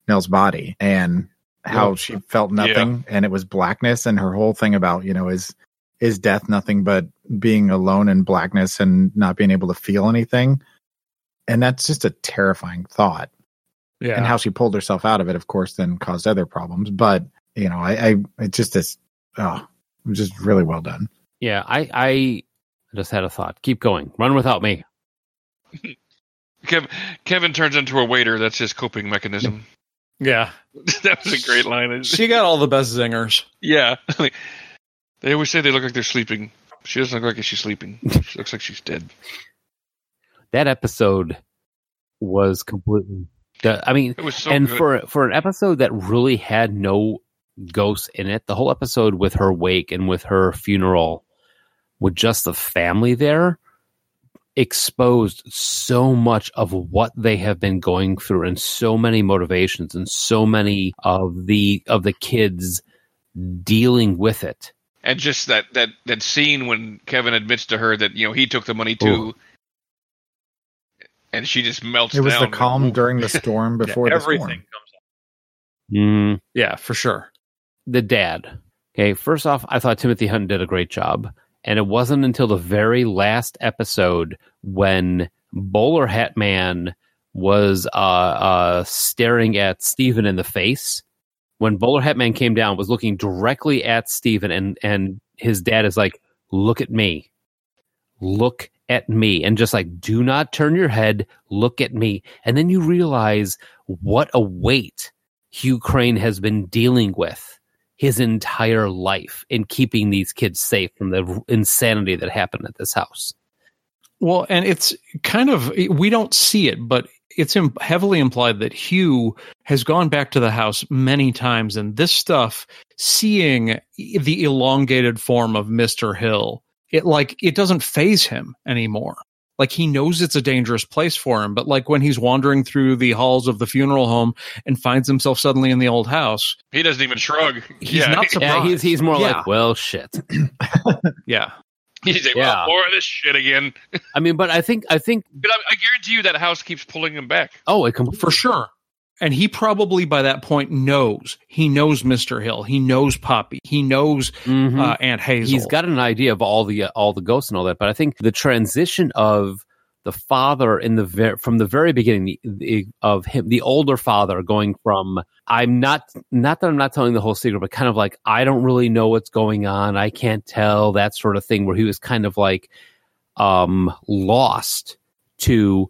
E: nell's body and how
C: Yeah.
E: she felt nothing and it was blackness and her whole thing about you know is is death nothing but being alone in blackness and not being able to feel anything and that's just a terrifying thought
F: Yeah.
E: and how she pulled herself out of it, of course, then caused other problems. But you know, I, I it's just this, oh, it was just really well done.
C: Yeah, I I just had a thought. Keep going. Run without me.
D: Kev, Kevin turns into a waiter. That's his coping mechanism.
F: yeah.
D: *laughs* that was a great line.
F: She got all the best zingers.
D: yeah. *laughs* they always say they look like they're sleeping. She doesn't look like she's sleeping. She looks like she's dead.
C: That episode was completely. the- I mean,
D: It was so
C: and
D: good.
C: for for an episode that really had no ghosts in it, the whole episode with her wake and with her funeral, with just the family there, exposed so much of what they have been going through, and so many motivations, and so many of the of the kids dealing with it.
D: and just that that that scene when Kevin admits to her that you know he took the money too,
C: Ooh.
D: and she just melts.
E: It was the
D: down.
E: calm during the storm before the storm.
F: Everything comes up.
C: Mm.
F: Yeah, for sure.
C: the dad. Okay, first off, I thought Timothy Hunt did a great job, and it wasn't until the very last episode when Bowler Hat Man was uh, uh, staring at Steven in the face. When Bowler Hat Man came down, was looking directly at Steven, and and his dad is like, "Look at me, look at me," and just like, "Do not turn your head, look at me." And then you realize what a weight Hugh Crane has been dealing with his entire life in keeping these kids safe from the r- insanity that happened at this house.
F: Well, and it's kind of we don't see it, but it's Im- heavily implied that Hugh has gone back to the house many times, and this stuff, seeing i- the elongated form of Mister Hill, it like it doesn't phase him anymore. Like he knows it's a dangerous place for him, but like when he's wandering through the halls of the funeral home and finds himself suddenly in the old house,
D: He doesn't even shrug.
F: he's
D: yeah,
F: not surprised.
C: Yeah, he's he's more
F: Yeah.
C: like, well, shit.
F: yeah,
D: *laughs* he's like,
C: yeah.
D: well, more of this shit again.
C: I mean, but I think I think
D: But I, I guarantee you that house keeps pulling him back.
C: oh, it completely
F: for sure. And he probably by that point knows. He knows Mr. Hill. He knows Poppy. He knows
C: Mhm.
F: uh, Aunt Hazel.
C: he's got an idea of all the uh, all the ghosts and all that but i think the transition of the father in the ver- from the very beginning the, of him the older father going from i'm not not that i'm not telling the whole secret but kind of like i don't really know what's going on i can't tell that sort of thing where he was kind of like um lost to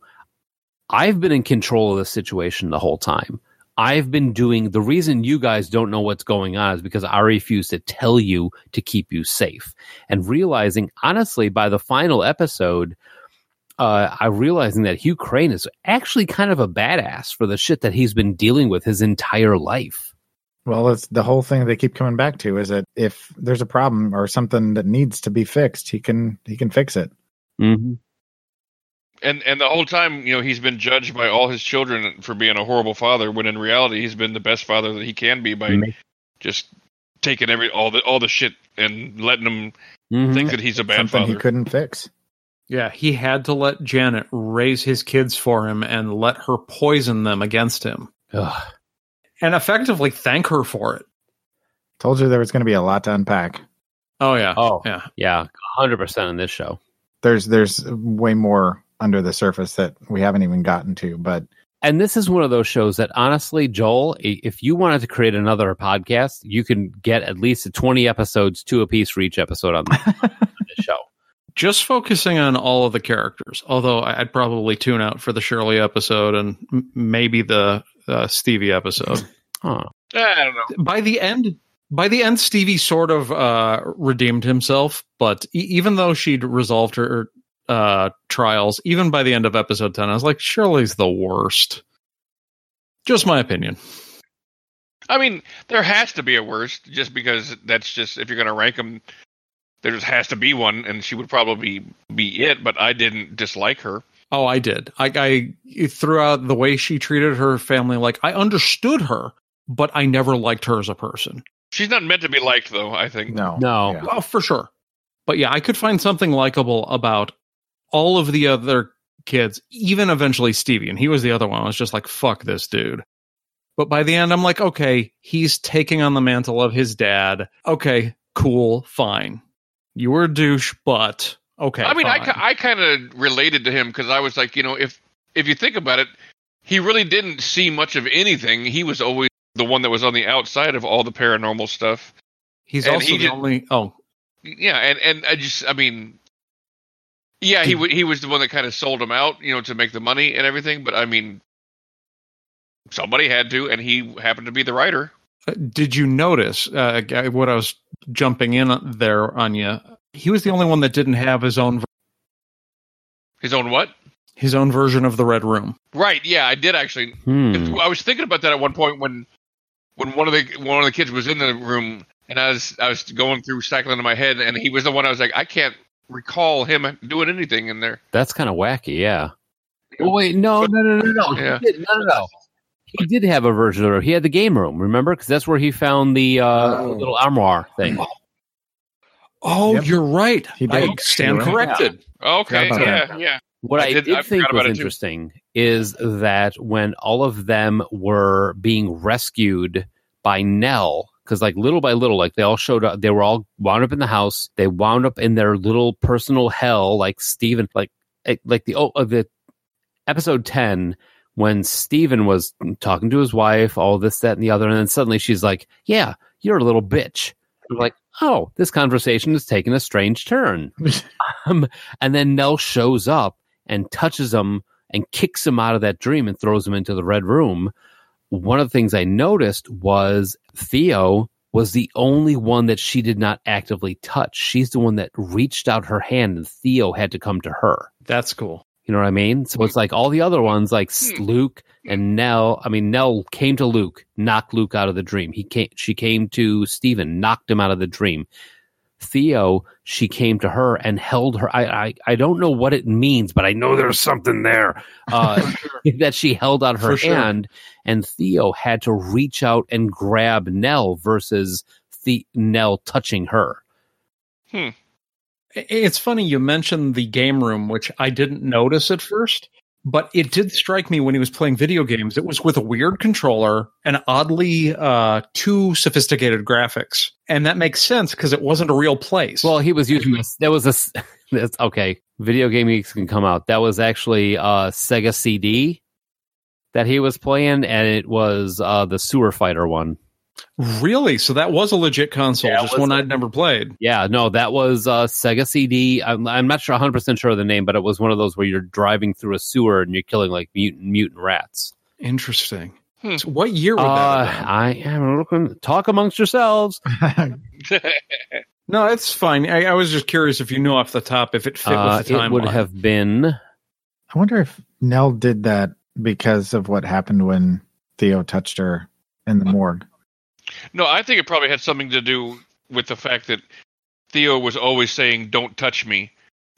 C: i've been in control of the situation the whole time I've been doing the reason you guys don't know what's going on is because I refuse to tell you to keep you safe. And realizing, honestly, by the final episode, uh, I realizing that Hugh Crane is actually kind of a badass for the shit that he's been dealing with his entire life.
E: Well, it's the whole thing they keep coming back to is that if there's a problem or something that needs to be fixed, he can he can fix it.
C: Mm-hmm.
D: and and the whole time you know he's been judged by all his children for being a horrible father when in reality he's been the best father that he can be by
E: Mhm.
D: just taking every all the all the shit and letting them
F: Mm-hmm.
D: think that he's a bad
E: something
D: father
E: he couldn't fix.
F: yeah, he had to let Janet raise his kids for him and let her poison them against him and effectively thank her for it.
E: Told you there was going to be a lot to unpack.
F: Oh, yeah.
C: Oh
F: Yeah.
C: yeah, hundred percent in this show.
E: There's there's way more under the surface that we haven't even gotten to, but
C: And this is one of those shows that honestly, Joel, i- if you wanted to create another podcast, you can get at least twenty episodes, two apiece for each episode on on this show.
F: Just focusing on all of the characters, although I- I'd probably tune out for the Shirley episode and m- maybe the uh, Stevie episode.
C: Huh.
D: Eh, i don't know
F: by the end by the end stevie sort of uh redeemed himself but e- even though she'd resolved her uh trials even by the end of episode 10 i was like shirley's the worst just my opinion
D: i mean there has to be a worst just because that's just if you're going to rank them there just has to be one and she would probably be it but i didn't dislike her
F: oh i did i i throughout the way she treated her family like i understood her but i never liked her as a person
D: she's not meant to be liked though i think
E: no,
C: No.
E: Yeah.
F: well Oh, for sure but yeah i could find something likable about all of the other kids even eventually stevie and he was the other one i was just like fuck this dude but by the end i'm like okay he's taking on the mantle of his dad okay cool fine you were a douche but okay
D: I mean, I,
F: fine.
D: ki- I kind of related to him because I was like, you know, if if you think about it, he really didn't see much of anything. He was always the one that was on the outside of all the paranormal stuff.
F: he's
D: and
F: also
D: he
F: the
D: did-
F: only oh
D: Yeah, and and I just, I mean, yeah, he w- he was the one that kind of sold him out, you know, to make the money and everything. But I mean, somebody had to, and he happened to be the writer.
F: Uh, did you notice uh, g- what I was jumping in there on you? He was the only one that didn't have his own ver-
D: His own what?
F: his own version of the Red Room.
D: Right? Yeah, I did actually.
C: Hmm.
D: I was thinking about that at one point when when one of the one of the kids was in the room and I was I was going through cycling in my head and he was the one I was like I can't recall him doing anything in there.
C: That's kind of wacky, yeah. Well, wait, no, no, no, no, no.
D: Yeah.
C: He did, no, no, no. He did have a version of it. He had the game room, remember? Because that's where he found the uh,
E: Oh.
C: little armoire thing.
F: Oh,
E: Yep.
F: you're right.
E: He
F: I
E: did.
F: stand
E: You're *laughs* right.
F: corrected.
D: Okay,
E: Forgot
D: yeah,
E: about
D: yeah.
C: What
D: I
C: I,
D: did-
C: did,
D: I
C: think
D: forgot
C: was
D: about it, too.
C: interesting is that when all of them were being rescued by Nell, because like little by little, like they all showed up, they were all wound up in the house. They wound up in their little personal hell, like Steven, like it- like the oh uh, the episode ten when Steven was talking to his wife, all this, that, and the other, and then suddenly she's like, "Yeah, you're a little bitch." I'm like, "Oh, this conversation is taking a strange
D: *laughs*
C: turn." um, and then Nell shows up and touches him and kicks him out of that dream and throws him into the red room. One of the things I noticed was Theo was the only one that she did not actively touch. She's the one that reached out her hand and Theo had to come to her.
F: That's cool.
C: You know what I mean? So it's like all the other ones, like s-
D: Hmm.
C: Luke and Nell. I mean, Nell came to Luke, knocked Luke out of the dream. He came, she came to Stephen, knocked him out of the dream. Theo, she came to her and held her. I, I, I don't know what it means, but I know there's something there
D: *laughs*
C: uh, *laughs* that she held out her
F: For sure.
C: hand, and Theo had to reach out and grab Nell versus the Nell touching her.
F: I- It's funny you mentioned the game room, which I didn't notice at first. but it did strike me when he was playing video games it was with a weird controller and oddly uh too sophisticated graphics and that makes sense because it wasn't a real place
C: Well, he was using this. That was a. s- *laughs* That's okay. Video game geeks can come out. That was actually uh, Sega CD that he was playing, and it was uh, the Sewer Fighter one.
F: really so that was a legit console
C: Yeah, it
F: just
C: was
F: one
C: a-
F: i'd never played
C: Yeah, no, that was uh, Sega CD. I'm, I'm not sure 100 percent sure of the name, but it was one of those where you're driving through a sewer and you're killing like mutant mutant rats.
F: interesting
D: Hmm.
F: So what year
C: Uh,
F: was that have been?
C: I am looking. Talk amongst yourselves.
E: *laughs*
D: *laughs*
F: no it's fine I, I was just curious if you knew off the top if it fit
C: Uh,
F: with the
C: it
F: timeline
C: would have been.
E: I wonder if Nell did that because of what happened when Theo touched her in the morgue.
D: No, I think it probably had something to do with the fact that Theo was always saying, "Don't touch me,"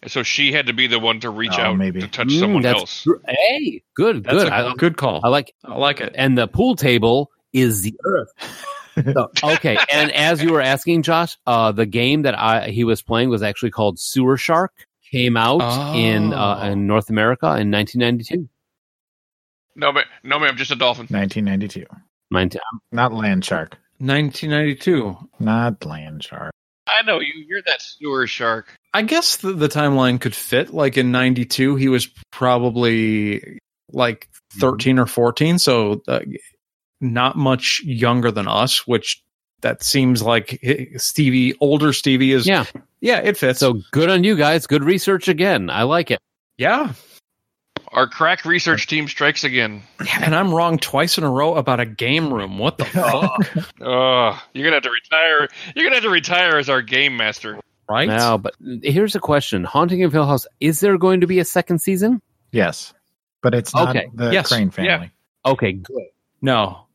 D: and so she had to be the one to reach
E: Oh,
D: out
E: maybe.
D: to touch
C: Mm,
F: Hmm,
D: someone
C: that's
D: else.
C: gr- Hey, good,
F: that's
C: good.
F: a
C: I,
F: good call
C: I like
F: I like it
C: and the pool table is the earth. So, okay, and as you were asking, Josh, uh, the game that I he was playing was actually called Sewer Shark. Came out
F: Oh.
C: in uh, in North America in 1992.
D: No, ma- no, ma'am, just a dolphin.
E: 1992.
C: Mine-
E: Not Land Shark.
F: 1992
E: Not Land Shark.
D: I know you. You're that sewer shark.
F: I guess the, the timeline could fit. Like in '92, he was probably like
C: Mm-hmm.
F: 13 or 14, so uh, not much younger than us. Which that seems like hi- Stevie, older Stevie is.
C: Yeah.
F: yeah, it fits.
C: So good on you guys. Good research again. I like it.
F: yeah,
D: Our crack research team strikes again.
F: and I'm wrong twice in a row about a game room.
C: *laughs*
F: What the fuck,
D: Oh, you're gonna have to retire. You're gonna have to retire as our game master.
F: right?
C: Now, but here's a question: Haunting of Hill House. Is there going to be a second season?
E: Yes. But it's not
C: Okay.
E: the
F: Yes.
E: Crane family.
C: Okay, good.
F: No.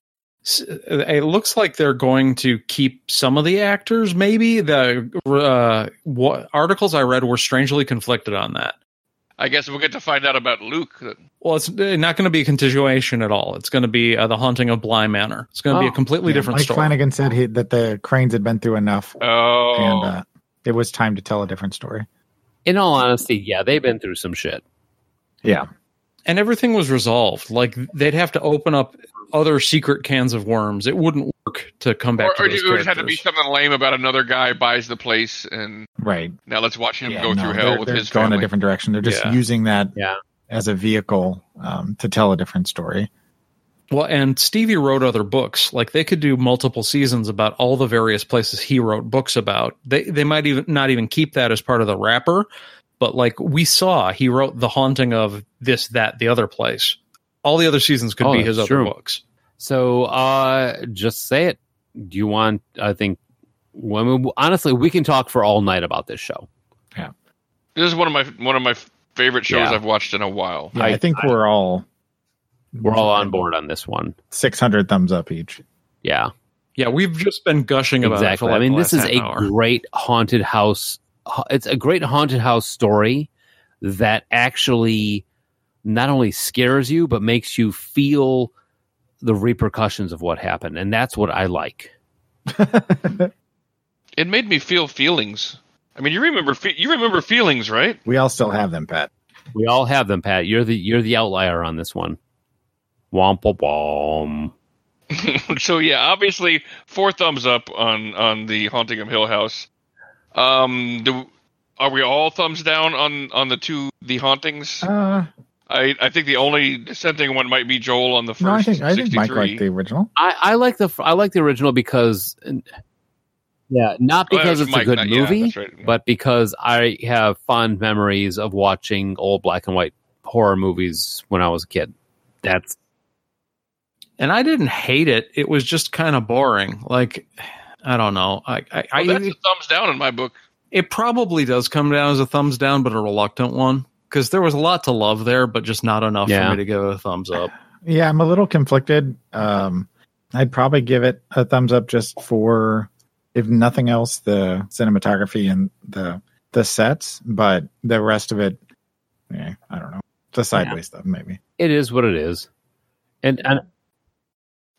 F: S- uh, It looks like they're going to keep some of the actors. Maybe the uh, what, articles I read were strangely conflicted on that.
D: I guess we'll get to find out about Luke.
F: Well, it's uh, not going to be a continuation at all. It's going to be uh, the haunting of Bly Manor. It's going to be
C: Oh.
F: a completely
E: Yeah,
F: different
E: Mike
F: story.
E: Flanagan said he, that the Cranes had been through enough
D: Oh,
E: and uh, it was time to tell a different story.
C: In all honesty, yeah, they've been through some shit.
E: Yeah.
F: And everything was resolved. Like they'd have to open up other secret cans of worms. It wouldn't work to come back
D: or,
F: to
D: or
F: those
D: it would have to be
F: characters.
D: something lame about another guy buys the place, and
E: Right.
D: now let's watch him
E: Yeah,
D: go
E: no,
D: through
E: they're-
D: hell with
E: they're
D: his
E: going
D: family.
E: a different direction. They're just
F: Yeah.
E: using that
C: Yeah.
E: as a vehicle um, to tell a different story.
F: Well, and Stevie wrote other books. Like they could do multiple seasons about all the various places he wrote books about. They they might even not even keep that as part of the wrapper, but like we saw, he wrote The Haunting of this, that, the other place. All the other seasons could
C: Oh,
F: be his
C: that's
F: other
C: true.
F: books.
C: So uh just say it. Do you want I think when we, honestly we can talk for all night about this show.
D: This is one of my one of my favorite shows
C: Yeah.
D: I've watched in a while.
E: Yeah, I,
C: I-
E: think we're all
C: We're all on board on this one.
E: 600 thumbs up each.
C: Yeah.
F: Yeah, we've just been gushing about it. for,
C: Exactly.
F: like,
C: I mean
F: the
C: this is
F: last
C: a
F: half hour.
C: great haunted house it's a great haunted house story that actually not only scares you but makes you feel the repercussions of what happened and that's what I like.
D: It made me feel feelings. I mean, you remember fe- you remember feelings, right? *laughs*
E: We all still have them, Pat.
C: We all have them, Pat. You're the you're the outlier on this one. Womp womp womp.
D: so yeah, obviously four thumbs up on on the Haunting of Hill House. Um, do are we all thumbs down on on the two the hauntings?
E: Uh,
D: I I think the only dissenting one might be Joel on the first.
E: no, I think I think Mike
D: 63.
E: liked the original.
C: I, I like the I like the original because, yeah, not
D: Oh, that
C: because
D: was
C: it's
D: Mike,
C: a good
D: not- yeah,
C: movie,
D: that's right.
C: but because I have fond memories of watching old black and white horror movies when I was a kid. That's
F: and I didn't hate it. It was just kind of boring. Like I don't know. I, I,
D: Well,
F: I
D: that's a thumbs down in my book.
F: it probably does come down as a thumbs down, but a reluctant one because there was a lot to love there, but just not enough
C: Yeah.
F: for me to give it a thumbs up.
E: Yeah, I'm a little conflicted. Um, I'd probably give it a thumbs up just for, if nothing else, the cinematography and the the sets, but the rest of it, eh, I don't know. The sideways stuff, maybe.
C: it is what it is, and and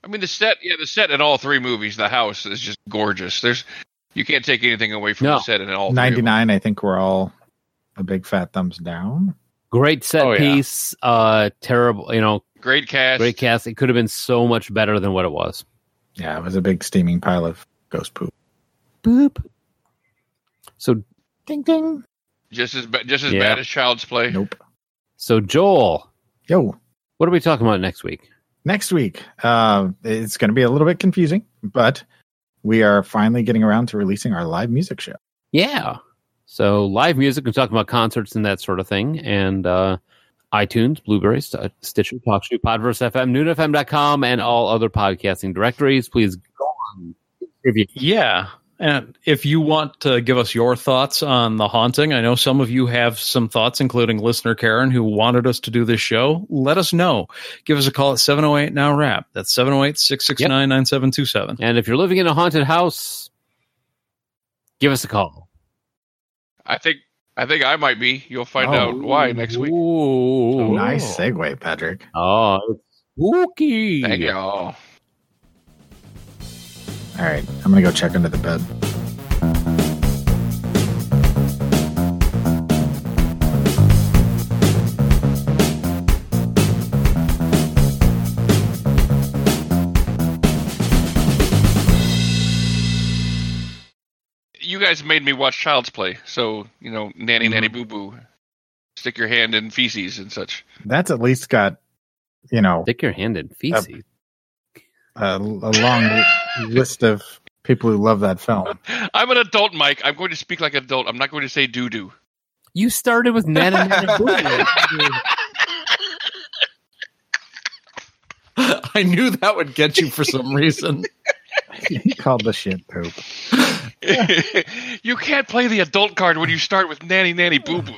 D: I mean, the set, yeah, the set in all three movies, the house is just gorgeous. There's you can't take anything away from
C: No.
D: the set in all three of them.
E: 99, I think we're all a big fat thumbs down.
C: Great set
F: Oh, yeah.
C: piece. Uh, terrible. You know,
D: Great cast.
C: great cast. It could have been so much better than what it was.
E: Yeah, it was a big steaming pile of ghost poop.
C: Boop. So
E: Ding ding.
D: Just as ba- just as
C: Yeah.
D: bad as Child's Play.
E: Nope.
C: so Joel,
E: Yo.
C: what are we talking about next week?
E: next week uh, it's going to be a little bit confusing but we are finally getting around to releasing our live music show
C: Yeah. So live music and talking about concerts and that sort of thing. And uh, iTunes, Blueberry, St- Stitcher, TalkShoe, Podverse FM, NoonFM.com, and all other podcasting directories. Please go on. If you
F: Yeah. And if you want to give us your thoughts on The Haunting, I know some of you have some thoughts, including listener Karen, who wanted us to do this show. Let us know. Give us a call at 708 Now Rap. That's 708 669 9727.
C: And if you're living in a haunted house, give us a call.
D: I think I think I might be. You'll find
E: Oh.
D: out why next week.
C: Ooh.
E: nice segue patrick
C: Oh, it's spooky.
D: Thank you all.
E: all right i'm going to go check under the bed
D: You guys made me watch Child's Play, so you know, nanny
C: Mm-hmm.
D: nanny boo boo, stick your hand in feces and such.
E: that's at least got you know
C: Stick your hand in feces.
E: a, a long list of people who love that film
D: I'm an adult, Mike. I'm going to speak like an adult. I'm not going to say doo doo.
C: You started with Nana Nana
D: *laughs*
C: Boo.
F: I knew that would get you for some reason.
E: he called the shit poop
D: *laughs* you can't play the adult card when you start with nanny nanny boo boo.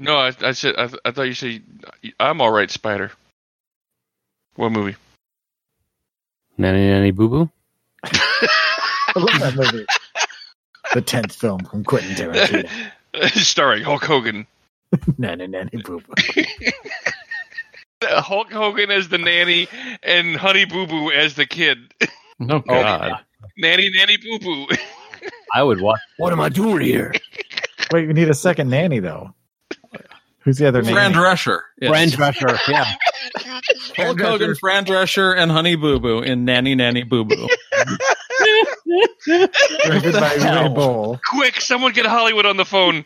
D: no, I, I said I, th- I thought you said I'm all right, Spider. What movie? *laughs*
C: Nana Nana Boo Boo.
E: i love that movie the 10th film from quentin tarantino
D: Starring Hulk Hogan.
E: nanny nanny poop
D: Hulk Hogan as the nanny and Honey Boo Boo as the kid. *laughs*
F: Oh, God.
D: nanny nanny boo boo. *laughs*
C: I would watch. What am I doing here?
E: wait we need a second nanny though who's the other
F: Fran
E: nanny
F: Drescher. Yes.
C: Brand Drescher. Yeah.
F: Hulk Hogan, Fran Drescher, and Honey Boo Boo in Nanny Nanny Boo Boo.
E: directed by
F: hell?
E: Ray Bowl.
D: Quick, someone get Hollywood on the phone.